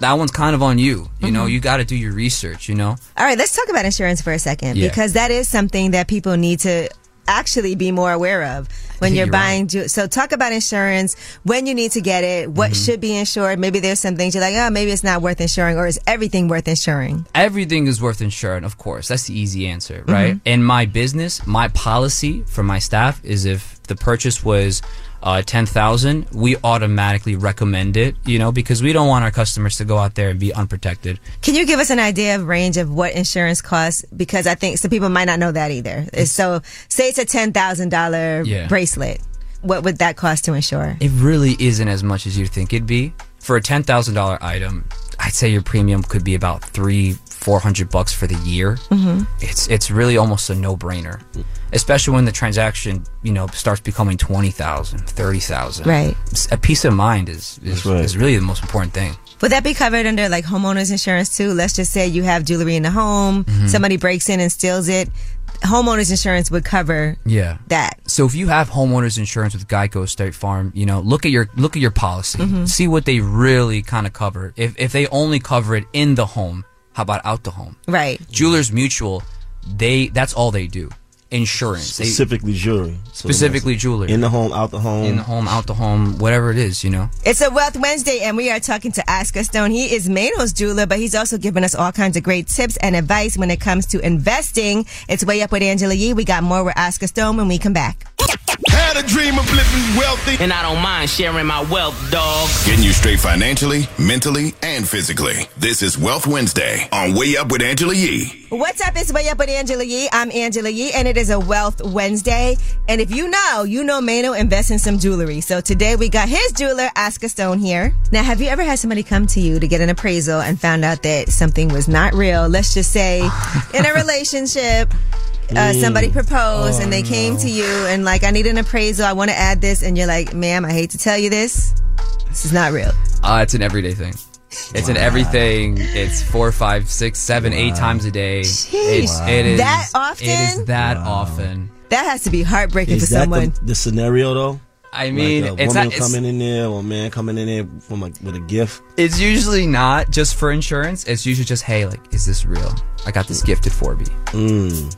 [SPEAKER 17] that one's kind of on you. You know, you got to do your research. You know,
[SPEAKER 4] All right, let's talk about insurance for a second
[SPEAKER 17] Yeah.
[SPEAKER 4] because that is something that people need to actually be more aware of when
[SPEAKER 17] think
[SPEAKER 4] you're
[SPEAKER 17] you're
[SPEAKER 4] buying ju- so talk about insurance when you need to get it what
[SPEAKER 17] Mm-hmm.
[SPEAKER 4] should be insured maybe there's some things you're like oh maybe it's not worth insuring or is everything worth insuring
[SPEAKER 17] everything is worth insuring. Of course, that's the easy answer, right? In my business, my policy for my staff is if the purchase was. Uh, ten thousand. We automatically recommend it, you know, because we don't want our customers to go out there and be unprotected.
[SPEAKER 4] Can you give us an idea of range of what insurance costs? Because I think some people might not know that either. So, say it's a ten thousand
[SPEAKER 17] Yeah.
[SPEAKER 4] dollar bracelet. What would that cost to insure?
[SPEAKER 17] It really isn't as much as you think it'd be. For a ten thousand dollar item, I'd say your premium could be about three, four hundred bucks for the year.
[SPEAKER 4] Mm-hmm.
[SPEAKER 18] Mhm.
[SPEAKER 17] It's it's really almost a no brainer, especially when the transaction you know starts becoming twenty thousand, thirty thousand.
[SPEAKER 4] Right.
[SPEAKER 17] S- A peace of mind is is, is really the most important thing.
[SPEAKER 4] Would that be covered under like homeowners insurance too? Let's just say you have jewelry in the home,
[SPEAKER 17] Mhm.
[SPEAKER 4] somebody breaks in and steals it. Homeowners insurance would cover
[SPEAKER 17] Yeah.
[SPEAKER 4] that.
[SPEAKER 17] So if you have homeowners insurance with Geico, State Farm, you know, look at your look at your policy.
[SPEAKER 4] Mhm.
[SPEAKER 17] See what they really kind of cover. If if they only cover it in the home, how about out the home?
[SPEAKER 4] Right.
[SPEAKER 17] Jewelers Mutual, they that's all they do. Insurance. They-
[SPEAKER 6] Specifically jewelry.
[SPEAKER 17] specifically jewelry.
[SPEAKER 6] In the home, out the home.
[SPEAKER 17] In the home, out the home, whatever it is, you know.
[SPEAKER 4] It's a Wealth Wednesday, and we are talking to Oscar Stone. He is Mano's jeweler, but he's also giving us all kinds of great tips and advice when it comes to investing. It's way up with Angela Yee. We got more with Oscar Stone when we come back.
[SPEAKER 28] Had a dream of living wealthy. And I don't mind sharing my wealth, dog.
[SPEAKER 7] Getting you straight financially, mentally, and physically. This is Wealth Wednesday on Way Up with Angela Yee.
[SPEAKER 4] What's up? It's Way Up with Angela Yee. I'm Angela Yee, and it is a Wealth Wednesday. And if you know, you know Mano invests in some jewelry. So today we got his jeweler, Oscar Stone, here. Now, have you ever had somebody come to you to get an appraisal and found out that something was not real? Let's just say in a relationship. Uh,
[SPEAKER 11] Mm.
[SPEAKER 4] somebody proposed and they
[SPEAKER 6] Oh.
[SPEAKER 4] came to you and like I need an appraisal. I want to add this, and you're like, "Ma'am, I hate to tell you this, this is not real."
[SPEAKER 17] Uh, it's an everyday thing. It's an
[SPEAKER 4] Wow.
[SPEAKER 17] everything. It's four, five, six, seven, eight times a day. It's,
[SPEAKER 6] Wow.
[SPEAKER 17] It is
[SPEAKER 4] That
[SPEAKER 17] It is
[SPEAKER 4] often?
[SPEAKER 17] that often.
[SPEAKER 4] That has to be heartbreaking
[SPEAKER 6] Is
[SPEAKER 4] for
[SPEAKER 6] that
[SPEAKER 4] someone.
[SPEAKER 6] the, the scenario though?
[SPEAKER 17] I mean,
[SPEAKER 6] like a
[SPEAKER 17] it's
[SPEAKER 6] woman
[SPEAKER 17] not- it's-
[SPEAKER 6] coming in there or a man coming in there from a, with a gift.
[SPEAKER 17] It's usually not just for insurance. It's usually just, hey, like, is this real? I got
[SPEAKER 6] Mm.
[SPEAKER 17] this gifted for me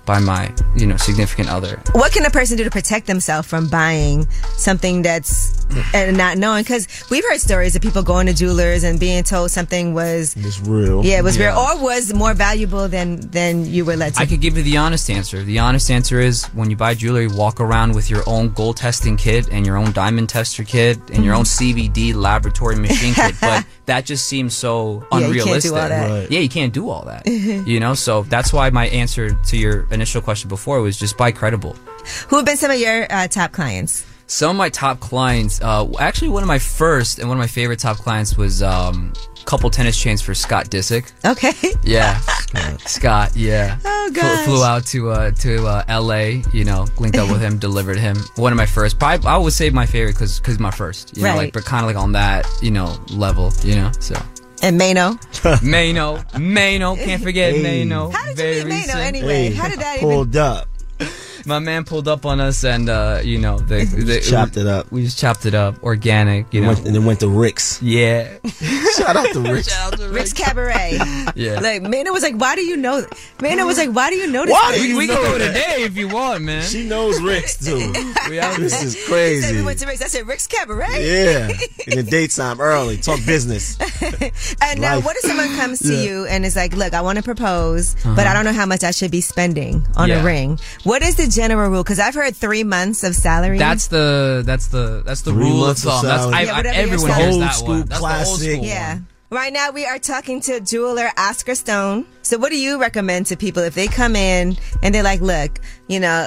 [SPEAKER 17] by my, you know, significant other.
[SPEAKER 4] what can a person do to protect themselves from buying something that's and not knowing? Because we've heard stories of people going to jewelers and being told something was
[SPEAKER 6] It's real.
[SPEAKER 4] yeah, it was
[SPEAKER 17] Yeah.
[SPEAKER 4] real or was more valuable than than you were led to.
[SPEAKER 17] I could give you the honest answer. The honest answer is when you buy jewelry, walk around with your own gold testing kit and your own diamond tester kit and
[SPEAKER 4] Mm.
[SPEAKER 17] your own CVD laboratory machine kit. But that just seems so
[SPEAKER 4] Yeah, you can't do all
[SPEAKER 17] unrealistic.
[SPEAKER 4] that. Right.
[SPEAKER 17] Yeah, you can't do all that. you know, so that's why my answer to your initial question before was just buy credible.
[SPEAKER 4] Who have been some of your uh, top clients?
[SPEAKER 17] Some of my top clients, uh, actually, one of my first and one of my favorite top clients was um, couple tennis chains for Scott Disick.
[SPEAKER 4] Okay.
[SPEAKER 17] Yeah, Scott. Yeah.
[SPEAKER 4] Oh,
[SPEAKER 17] Flew-
[SPEAKER 4] gosh.
[SPEAKER 17] Flew out to uh, to uh, L.A. You know, linked up with him, delivered him. One of my first. Probably, I would say my favorite because my first. You know,
[SPEAKER 4] Right.
[SPEAKER 17] like but kind of like on that you know level. You know, so
[SPEAKER 4] And Mano.
[SPEAKER 17] Mano, Mano, Oh, can't forget
[SPEAKER 4] Hey.
[SPEAKER 17] Mano.
[SPEAKER 4] How did
[SPEAKER 17] Very
[SPEAKER 4] you meet Mano
[SPEAKER 17] soon.
[SPEAKER 4] anyway? How did that even?
[SPEAKER 6] pulled up?
[SPEAKER 17] My man pulled up on us, and uh, you know, the, the
[SPEAKER 6] chopped it up.
[SPEAKER 17] We just chopped it up, organic. You know,
[SPEAKER 6] Went- and then went to Rick's.
[SPEAKER 17] Yeah.
[SPEAKER 6] Shout out to Rick's.
[SPEAKER 4] Rick's Cabaret.
[SPEAKER 17] Yeah.
[SPEAKER 4] Like Mano was like, why do you know? Mano was like, why do you notice?
[SPEAKER 6] Why
[SPEAKER 4] this?
[SPEAKER 6] do you
[SPEAKER 17] we
[SPEAKER 6] know
[SPEAKER 17] can go
[SPEAKER 6] that?
[SPEAKER 17] today if you want, man.
[SPEAKER 6] She knows Rick's too.
[SPEAKER 17] We out
[SPEAKER 6] this is
[SPEAKER 4] He said we
[SPEAKER 6] crazy.
[SPEAKER 4] went to Rick's. I said Rick's Cabaret.
[SPEAKER 6] Yeah, in the daytime, early, talk business.
[SPEAKER 4] And now,
[SPEAKER 6] Life.
[SPEAKER 4] what if someone comes to
[SPEAKER 6] Yeah.
[SPEAKER 4] you and is like, "Look, I want to propose, but
[SPEAKER 6] Uh-huh.
[SPEAKER 4] I don't know how much I should be spending on
[SPEAKER 17] Yeah.
[SPEAKER 4] a ring." What is the general rule? Because I've heard three months of salary.
[SPEAKER 17] That's the that's the that's the
[SPEAKER 6] Three
[SPEAKER 17] rule of
[SPEAKER 6] months of
[SPEAKER 17] thumb. That's, I,
[SPEAKER 6] salary.
[SPEAKER 4] Yeah,
[SPEAKER 17] I-
[SPEAKER 4] whatever your
[SPEAKER 17] everyone
[SPEAKER 4] salary
[SPEAKER 17] hears
[SPEAKER 4] is.
[SPEAKER 17] that one. That's The old school
[SPEAKER 4] yeah.
[SPEAKER 17] one.
[SPEAKER 4] Right now, we are talking to jeweler Oscar Stone. So, what do you recommend to people if they come in and they're like, "Look, you know."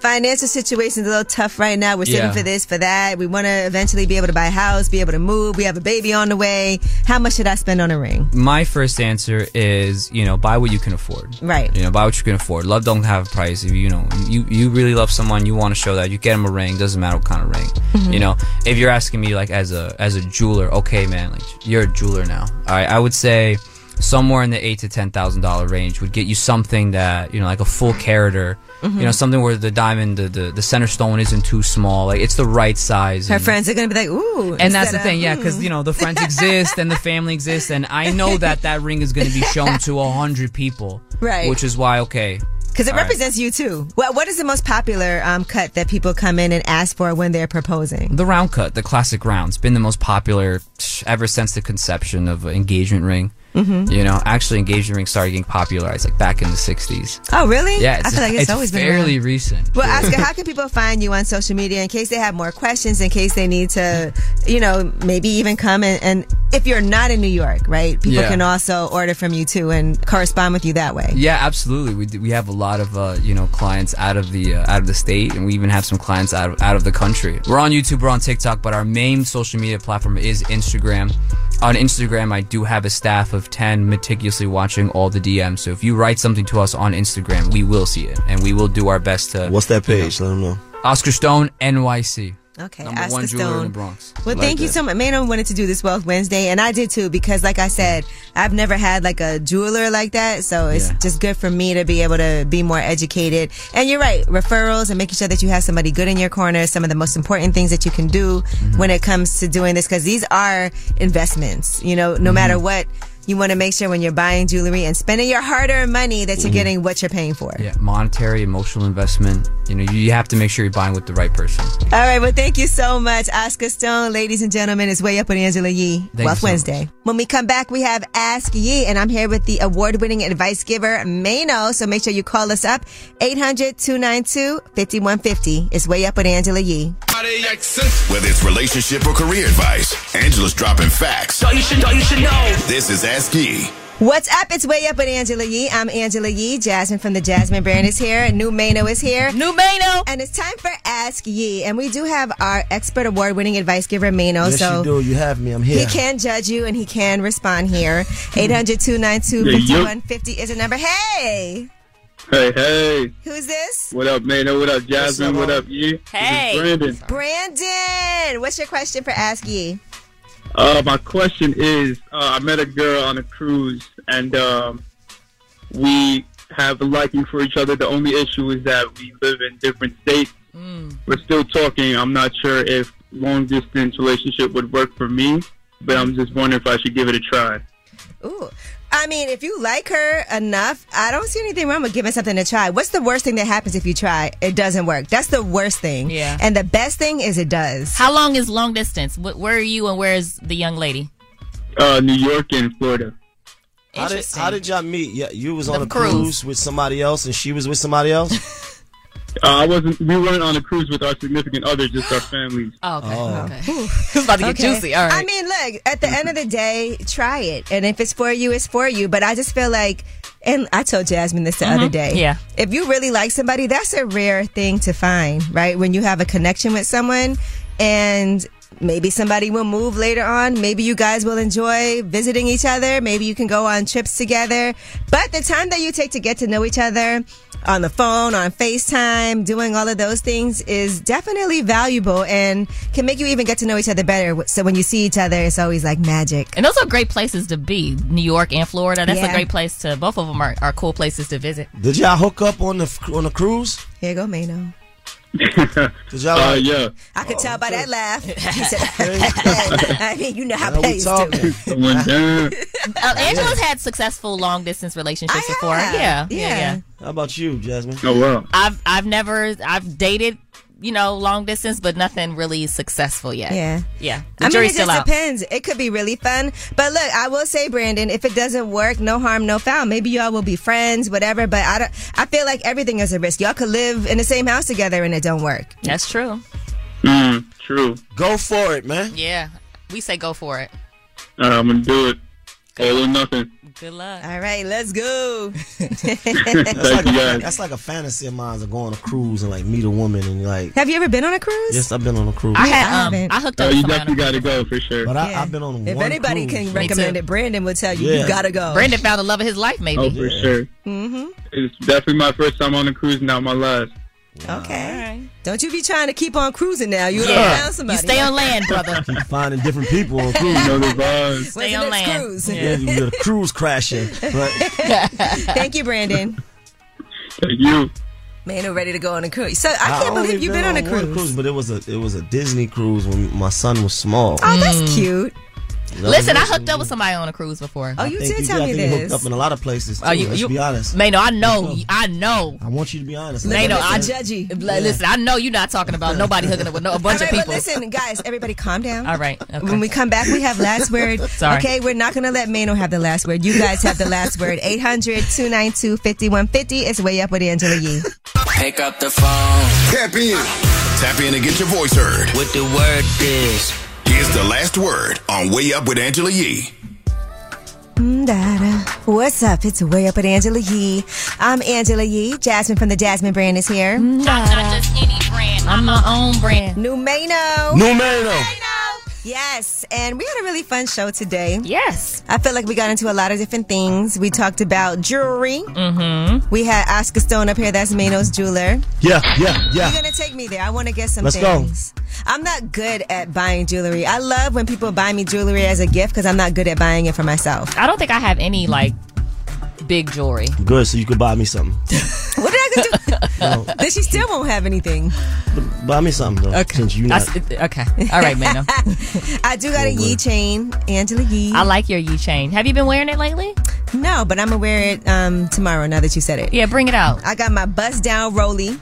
[SPEAKER 4] Financial situation's a little tough right now. We're sitting
[SPEAKER 17] Yeah.
[SPEAKER 4] for this, for that. We want to eventually be able to buy a house, be able to move. We have a baby on the way. How much should I spend on a ring?
[SPEAKER 17] My first answer is you know buy what you can afford.
[SPEAKER 4] Right.
[SPEAKER 17] You know buy what you can afford. Love don't have a price. If you know you you really love someone, you want to show that. You get them a ring. Doesn't matter what kind of ring.
[SPEAKER 19] Mhm.
[SPEAKER 17] You know if you're asking me like as a as a jeweler, okay, man, like you're a jeweler now. All right, I would say somewhere in the eight to ten thousand dollar range would get you something that you know like a full character You know, something where the diamond, the, the the center stone isn't too small. Like it's the right size.
[SPEAKER 4] Her
[SPEAKER 17] and-
[SPEAKER 4] friends are gonna be like, ooh.
[SPEAKER 17] and
[SPEAKER 4] instead
[SPEAKER 17] that's the
[SPEAKER 4] of,
[SPEAKER 17] thing, yeah, because
[SPEAKER 4] mm.
[SPEAKER 17] you know the friends exist and the family exists, and I know that that ring is going to be shown to a hundred people,
[SPEAKER 4] Right.
[SPEAKER 17] Which is why, okay,
[SPEAKER 4] Because it
[SPEAKER 17] all right.
[SPEAKER 4] represents you too. Well, what is the most popular um, cut that people come in and ask for when they're proposing?
[SPEAKER 17] the round cut, the classic round, has been the most popular psh, ever since the conception of engagement ring.
[SPEAKER 4] Mhm.
[SPEAKER 17] You know, actually, engagement rings started getting popularized like back in the '60s.
[SPEAKER 4] Oh, really?
[SPEAKER 17] Yeah,
[SPEAKER 4] I feel like it's, always been
[SPEAKER 17] fairly
[SPEAKER 4] around.
[SPEAKER 17] recent.
[SPEAKER 4] Well, Oscar, how can people find you on social media in case they have more questions, in case they need to, you know, maybe even come and, and if you're not in New York, right? People
[SPEAKER 17] Yeah.
[SPEAKER 4] can also order from you too and correspond with you that way.
[SPEAKER 17] Yeah, absolutely. We do, we have a lot of uh, you know clients out of the uh, out of the state, and we even have some clients out of, out of the country. We're on YouTube, we're on TikTok, but our main social media platform is Instagram. On Instagram, I do have a staff of ten meticulously watching all the DMs. So if you write something to us on Instagram, we will see it, and we will do our best to.
[SPEAKER 6] What's that page? Let them know.
[SPEAKER 17] Oscar Stone NYC.
[SPEAKER 4] Okay,
[SPEAKER 17] number
[SPEAKER 4] Oscar
[SPEAKER 17] one jeweler in the
[SPEAKER 4] Stone.
[SPEAKER 17] Bronx.
[SPEAKER 4] Well, thank you so much. Manon wanted to do this Wealth Wednesday, and I did too because, like I said, I've never had like a jeweler like that, so it's
[SPEAKER 17] Yeah.
[SPEAKER 4] just good for me to be able to be more educated. And you're right, referrals and making sure that you have somebody good in your corner is some of the most important things that you can do
[SPEAKER 17] Mm-hmm.
[SPEAKER 4] when it comes to doing this because these are investments. You know, no
[SPEAKER 17] Mm-hmm.
[SPEAKER 4] matter what, you want to make sure when you're buying jewelry and spending your hard-earned money that you're
[SPEAKER 17] Mhm.
[SPEAKER 4] getting what you're paying for.
[SPEAKER 17] Yeah, monetary, emotional investment. You know, you have to make sure you're buying with the right person.
[SPEAKER 4] All right, well, thank you so much, Oscar Stone. Ladies and gentlemen, it's Way Up with Angela Yee.
[SPEAKER 17] you
[SPEAKER 4] Wealth
[SPEAKER 17] so much.
[SPEAKER 4] Wednesday. When we come back, we have Ask Yee, and I'm here with the award winning advice giver, Mano. So make sure you call us up 800 292 5150. It's Way Up with Angela Yee.
[SPEAKER 7] Whether it's relationship or career advice, Angela's dropping facts.
[SPEAKER 3] Thought you should know, you should know.
[SPEAKER 7] This is Ask Yee.
[SPEAKER 4] What's up? It's Way Up with Angela Yee. I'm Angela Yee. Jasmine from the Jasmine brand is here. New Mano is here. New Mano! And it's time for Ask Yee. And we do have our expert award winning advice giver, Mano.
[SPEAKER 6] yes,
[SPEAKER 4] so
[SPEAKER 6] you do. You have me. I'm here.
[SPEAKER 4] He can judge you and he can respond here. 800 292 5150 is a number. Hey!
[SPEAKER 18] Hey, hey.
[SPEAKER 4] Who's this?
[SPEAKER 18] What up, Mano? What up, Jasmine? What up, you?
[SPEAKER 4] Hey.
[SPEAKER 18] This is Brandon.
[SPEAKER 4] Brandon! What's your question for Ask Yee?
[SPEAKER 18] Uh, my question is uh, I met a girl on a cruise, and um, we have a liking for each other. The only issue is that we live in different states. We're still talking. I'm not sure if long distance relationship would work for me, but I'm just wondering if I should give it a try.
[SPEAKER 4] Ooh. I mean, if you like her enough, I don't see anything wrong with giving something a try. What's the worst thing that happens if you try? It doesn't work. That's the worst thing.
[SPEAKER 5] Yeah.
[SPEAKER 4] And the best thing is it does.
[SPEAKER 5] How long is long distance? Wh- Where are you and where is the young lady?
[SPEAKER 18] Uh, New York and Florida.
[SPEAKER 6] How did, how did y'all meet? Yeah, you was on
[SPEAKER 5] The
[SPEAKER 6] a cruise.
[SPEAKER 5] cruise.
[SPEAKER 6] with somebody else, and she was with somebody else.
[SPEAKER 18] Uh, I wasn't. We weren't on a cruise with our significant other, just our families.
[SPEAKER 5] Oh, okay. okay.
[SPEAKER 4] It's
[SPEAKER 5] about to get juicy. All right.
[SPEAKER 4] I mean, look, at the end of the day, try it. And if it's for you, it's for you. But I just feel like, and I told Jasmine this the other
[SPEAKER 5] Mhm.
[SPEAKER 4] day.
[SPEAKER 5] Yeah.
[SPEAKER 4] If you really like somebody, that's a rare thing to find, right? When you have a connection with someone and maybe somebody will move later on. Maybe you guys will enjoy visiting each other. Maybe you can go on trips together. But the time that you take to get to know each other, on the phone, on FaceTime, doing all of those things is definitely valuable and can make you even get to know each other better. So when you see each other, it's always like magic.
[SPEAKER 5] And those are great places to be. New York and Florida. That's
[SPEAKER 4] Yeah.
[SPEAKER 5] a great place to. Both of them are, are cool places to visit.
[SPEAKER 6] Did y'all hook up on the f- on the cruise?
[SPEAKER 4] Here you go, Mano.
[SPEAKER 6] Did y'all?
[SPEAKER 18] Uh, yeah.
[SPEAKER 4] I could tell by that laugh. He said, I mean, you know how plays do.
[SPEAKER 18] Went down.
[SPEAKER 5] Uh, Angela's had successful long distance relationships before. Yeah, yeah, yeah.
[SPEAKER 6] How about you, Jasmine?
[SPEAKER 18] Oh wow.
[SPEAKER 5] I've I've never I've dated you know long distance, but nothing really successful yet.
[SPEAKER 4] Yeah.
[SPEAKER 5] yeah. The
[SPEAKER 4] I mean, it
[SPEAKER 5] jury's
[SPEAKER 4] just
[SPEAKER 5] still out.
[SPEAKER 4] depends. It could be really fun. But look, I will say, Brandon, if it doesn't work, no harm, no foul. Maybe y'all will be friends, whatever. But I, don't, I feel like everything is a risk. Y'all could live in the same house together and it don't work.
[SPEAKER 5] That's true.
[SPEAKER 18] Mm, true.
[SPEAKER 6] Go for it, man.
[SPEAKER 5] Yeah, we say go for it.
[SPEAKER 18] All right, I'm gonna do it. All or nothing.
[SPEAKER 5] Good luck.
[SPEAKER 4] All right, let's go.
[SPEAKER 6] That's like,
[SPEAKER 18] you,
[SPEAKER 6] a,
[SPEAKER 18] guys.
[SPEAKER 6] that's like a fantasy of mine to go on a cruise and like meet a woman and like.
[SPEAKER 4] Have you ever been on a cruise?
[SPEAKER 6] Yes, I've been on a cruise.
[SPEAKER 4] I had, um, I haven't. hooked up
[SPEAKER 18] Oh,
[SPEAKER 4] with
[SPEAKER 18] you
[SPEAKER 4] somebody
[SPEAKER 18] definitely gotta go for sure.
[SPEAKER 6] But I, I've been on
[SPEAKER 4] If
[SPEAKER 6] one
[SPEAKER 4] anybody
[SPEAKER 6] cruise.
[SPEAKER 4] can recommend it, Brandon will tell you,
[SPEAKER 6] Yeah.
[SPEAKER 4] you gotta go.
[SPEAKER 5] Brandon found the love of his life, maybe.
[SPEAKER 18] Oh, for sure.
[SPEAKER 4] Mm-hmm.
[SPEAKER 18] It's definitely my first time on a cruise, not my last.
[SPEAKER 4] Okay. Don't you be trying to keep on cruising now. You
[SPEAKER 5] Yeah.
[SPEAKER 4] don't found somebody.
[SPEAKER 5] You stay on land, brother.
[SPEAKER 6] Keep finding different people on
[SPEAKER 18] You
[SPEAKER 6] cruise.
[SPEAKER 18] know the vibes.
[SPEAKER 4] When's
[SPEAKER 5] Stay
[SPEAKER 4] the
[SPEAKER 5] on
[SPEAKER 4] next
[SPEAKER 5] land.
[SPEAKER 4] cruise?
[SPEAKER 6] yeah, you get a cruise crashing. But
[SPEAKER 4] Thank you, Brandon.
[SPEAKER 18] Thank you.
[SPEAKER 4] Man, we're ready to go on a cruise. So I can't believe you've been on a cruise.
[SPEAKER 6] but it was a it was a Disney cruise when my son was small.
[SPEAKER 4] Oh,
[SPEAKER 5] Hmm.
[SPEAKER 4] that's cute.
[SPEAKER 6] That was
[SPEAKER 5] Listen, I
[SPEAKER 6] it.
[SPEAKER 5] hooked up with somebody on a cruise before.
[SPEAKER 4] Oh,
[SPEAKER 6] I think I think You hooked up in a lot of places. Too,
[SPEAKER 5] Oh, you,
[SPEAKER 6] let's
[SPEAKER 5] you,
[SPEAKER 6] be honest.
[SPEAKER 5] Mano, I know, I know.
[SPEAKER 6] I want you to be honest.
[SPEAKER 5] Mano, I
[SPEAKER 4] judgy.
[SPEAKER 5] Listen, I know you're not talking about nobody hooking up with no, a
[SPEAKER 4] All
[SPEAKER 5] bunch
[SPEAKER 4] right,
[SPEAKER 5] of people.
[SPEAKER 4] But listen, guys, everybody calm down.
[SPEAKER 5] All right, okay.
[SPEAKER 4] When we come back, we have last word.
[SPEAKER 5] Sorry.
[SPEAKER 4] Okay, we're not going to let Mano have the last word. You guys have the last word. 800 292 5150. It's Way Up with Angela Yee.
[SPEAKER 29] Pick up the phone.
[SPEAKER 7] Tap in. Tap in and get your voice heard.
[SPEAKER 29] With the word is.
[SPEAKER 7] Here's the last word on Way Up with Angela Yee.
[SPEAKER 4] Mm-da-da. Mm, What's up? It's Way Up with Angela Yee. I'm Angela Yee. Jasmine from the Jasmine brand is here. I'm
[SPEAKER 5] not just any brand. I'm my own brand.
[SPEAKER 4] New Mano.
[SPEAKER 6] New Mano.
[SPEAKER 4] Yes, and we had a really fun show today.
[SPEAKER 5] Yes.
[SPEAKER 4] I feel like we got into a lot of different things. We talked about jewelry.
[SPEAKER 5] Mm-hmm.
[SPEAKER 4] We had Oscar Stone up here. That's Mano's jeweler.
[SPEAKER 6] Yeah, yeah, yeah.
[SPEAKER 4] You're gonna take me there. I want to get some
[SPEAKER 6] Let's go.
[SPEAKER 4] things. I'm not good at buying jewelry. I love when people buy me jewelry as a gift because I'm not good at buying it for myself.
[SPEAKER 5] I don't think I have any like big jewelry.
[SPEAKER 6] Good, so you could buy me something.
[SPEAKER 4] What did I do? Then she still won't have anything.
[SPEAKER 6] Buy me something though. Okay. Since you
[SPEAKER 5] I
[SPEAKER 6] not.
[SPEAKER 5] s- okay. All right, Mano.
[SPEAKER 4] I do got a Yee chain, Angela Yee.
[SPEAKER 5] I like your Yee chain. Have you been wearing it lately?
[SPEAKER 4] No, but I'm gonna wear it um, tomorrow. Now that you said it,
[SPEAKER 5] yeah, bring it out.
[SPEAKER 4] I got my bust down Roly.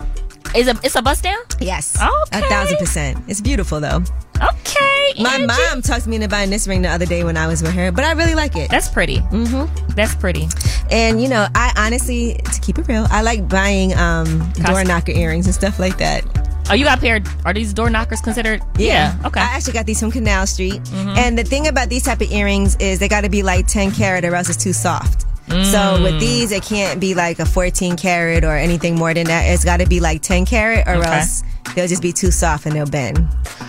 [SPEAKER 5] Is a it's a bust down?
[SPEAKER 4] Yes.
[SPEAKER 5] Okay.
[SPEAKER 4] A thousand percent. It's beautiful though.
[SPEAKER 5] Okay.
[SPEAKER 4] My mom talked me into buying this ring the other day when I was with her, but I really like it.
[SPEAKER 5] That's pretty.
[SPEAKER 4] Mm-hmm.
[SPEAKER 5] That's pretty.
[SPEAKER 4] And you know, I honestly, to keep it real, I like buying um, door knocker earrings and stuff like that.
[SPEAKER 5] Oh, you got a pair. Are these door knockers considered? Okay. Mm-hmm.
[SPEAKER 4] I actually got these from Canal Street. And the thing about these type of earrings is they got to be like 10 carat or else it's too soft. So
[SPEAKER 5] Mm.
[SPEAKER 4] with these, it can't be like a 14 carat or anything more than that. It's got to be like 10 carat or
[SPEAKER 5] Okay.
[SPEAKER 4] else they'll just be too soft and they'll bend.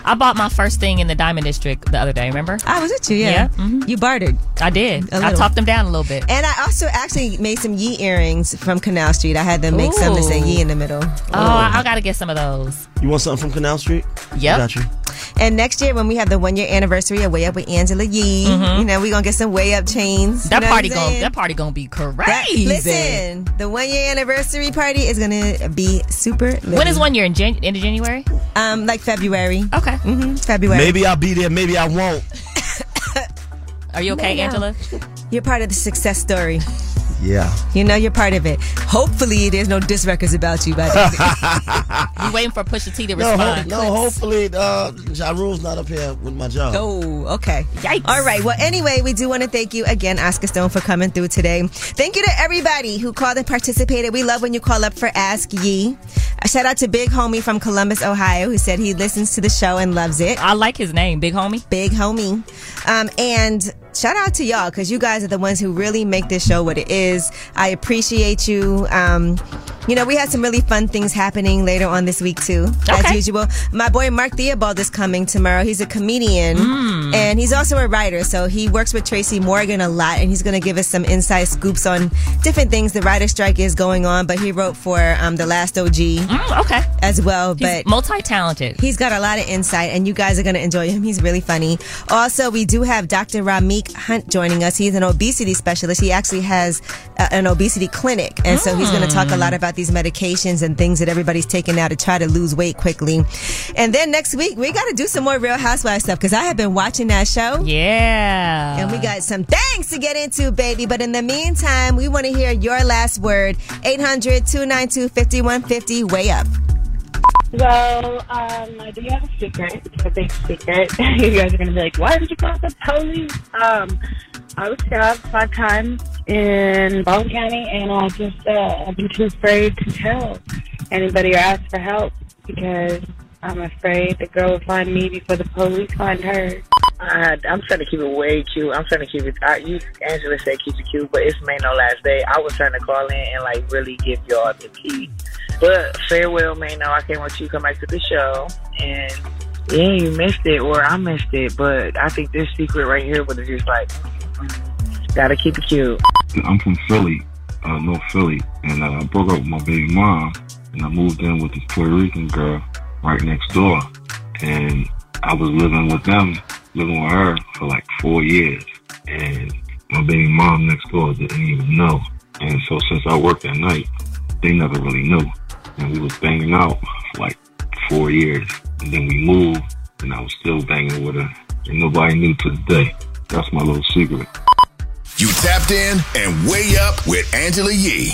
[SPEAKER 5] I bought my first thing in the Diamond District the other day. Remember? mm-hmm.
[SPEAKER 4] I was with you. Yeah, you bartered.
[SPEAKER 5] I did.
[SPEAKER 4] A
[SPEAKER 5] I
[SPEAKER 4] little.
[SPEAKER 5] topped them down a little bit.
[SPEAKER 4] And I also actually made some Yee earrings from Canal Street. I had them make some that say
[SPEAKER 5] Ooh.
[SPEAKER 4] Yee in the middle.
[SPEAKER 5] Oh, I, I gotta get some of those.
[SPEAKER 6] You want something from Canal Street?
[SPEAKER 5] Yep.
[SPEAKER 6] I got you.
[SPEAKER 4] And next year, when we have the one year anniversary of Way Up with Angela Yee,
[SPEAKER 5] Mhm.
[SPEAKER 4] you know, we're going to get some Way Up chains. You
[SPEAKER 5] That
[SPEAKER 4] know what
[SPEAKER 5] party
[SPEAKER 4] I'm
[SPEAKER 5] gonna
[SPEAKER 4] saying?
[SPEAKER 5] that party gonna be crazy.
[SPEAKER 4] That- listen, the one year anniversary party is going to be super lit.
[SPEAKER 5] When is one year in Jan- end of January?
[SPEAKER 4] Um, like February.
[SPEAKER 5] Okay.
[SPEAKER 4] hmm February.
[SPEAKER 6] Maybe I'll be there. Maybe I won't.
[SPEAKER 5] Are you okay,
[SPEAKER 4] Maybe I'll-
[SPEAKER 5] Angela?
[SPEAKER 4] You're part of the success story.
[SPEAKER 6] Yeah.
[SPEAKER 4] You know, you're part of it. Hopefully, there's no diss records about you, by the
[SPEAKER 5] You waiting for Pusha T to
[SPEAKER 6] No, ho-
[SPEAKER 5] respond?
[SPEAKER 6] no, hopefully, uh, Ja Rule's not up here with my job.
[SPEAKER 4] Oh, okay. All right. Well, anyway, we do want to thank you again, Oscar Stone, for coming through today. Thank you to everybody who called and participated. We love when you call up for Ask Yee. A shout out to Big Homie from Columbus, Ohio, who said he listens to the show and loves it.
[SPEAKER 5] I like his name, Big Homie.
[SPEAKER 4] Big Homie. Um, and shout out to y'all because you guys are the ones who really make this show what it is. I appreciate you. Um, you know, we had some really fun things happening later on this week too, as
[SPEAKER 5] Okay.
[SPEAKER 4] usual. My boy Mark Theobald is coming tomorrow. He's a comedian
[SPEAKER 5] Mm.
[SPEAKER 4] and he's also a writer. So he works with Tracy Morgan a lot, and he's going to give us some inside scoops on different things. The writer strike is going on, but he wrote for um, the Last OG,
[SPEAKER 5] Mm, okay,
[SPEAKER 4] as well.
[SPEAKER 5] He's
[SPEAKER 4] but
[SPEAKER 5] multi talented.
[SPEAKER 4] He's got a lot of insight, and you guys are going to enjoy him. He's really funny. Also, we do have Dr. Ramik Hunt joining us. He's an obesity specialist. He actually has uh, an obesity clinic, and so he's going to
[SPEAKER 5] Mm.
[SPEAKER 4] talk a lot about these medications and things that everybody's taking now to try to lose weight quickly. And then next week, we got to do some more Real Housewives stuff because I have been watching that show.
[SPEAKER 5] Yeah.
[SPEAKER 4] And we got some things to get into, baby. But in the meantime, we want to hear your last word 800 292 5150. Way up.
[SPEAKER 30] Well, um, I do have a secret, a big secret. you guys are gonna be like, "Why did you call us the police?" Um, I was stabbed five times in Baldwin County, and I just uh, I've been too afraid to tell anybody or ask for help because I'm afraid the girl will find me before the police find her.
[SPEAKER 20] Uh, I'm trying to keep it way cute. I'm trying to keep it. I, you, Angela said keep it cute, but it's May no last day. I was trying to call in and like really give y'all the tea. But farewell, May no. I can't wait you to come back to the show. And yeah, you missed it or I missed it. But I think this secret right here was just like gotta keep it cute.
[SPEAKER 21] I'm from Philly, uh, North Philly, and uh, I broke up with my baby mom, and I moved in with this Puerto Rican girl right next door, and I was living with them, living with her for like four years, and my baby mom next door didn't even know, and so since I worked at night, they never really knew, and we was banging out for like four years. And then we moved, and I was still banging with her, and nobody knew to the day. That's my little secret.
[SPEAKER 7] You tapped in and way up with Angela Yee.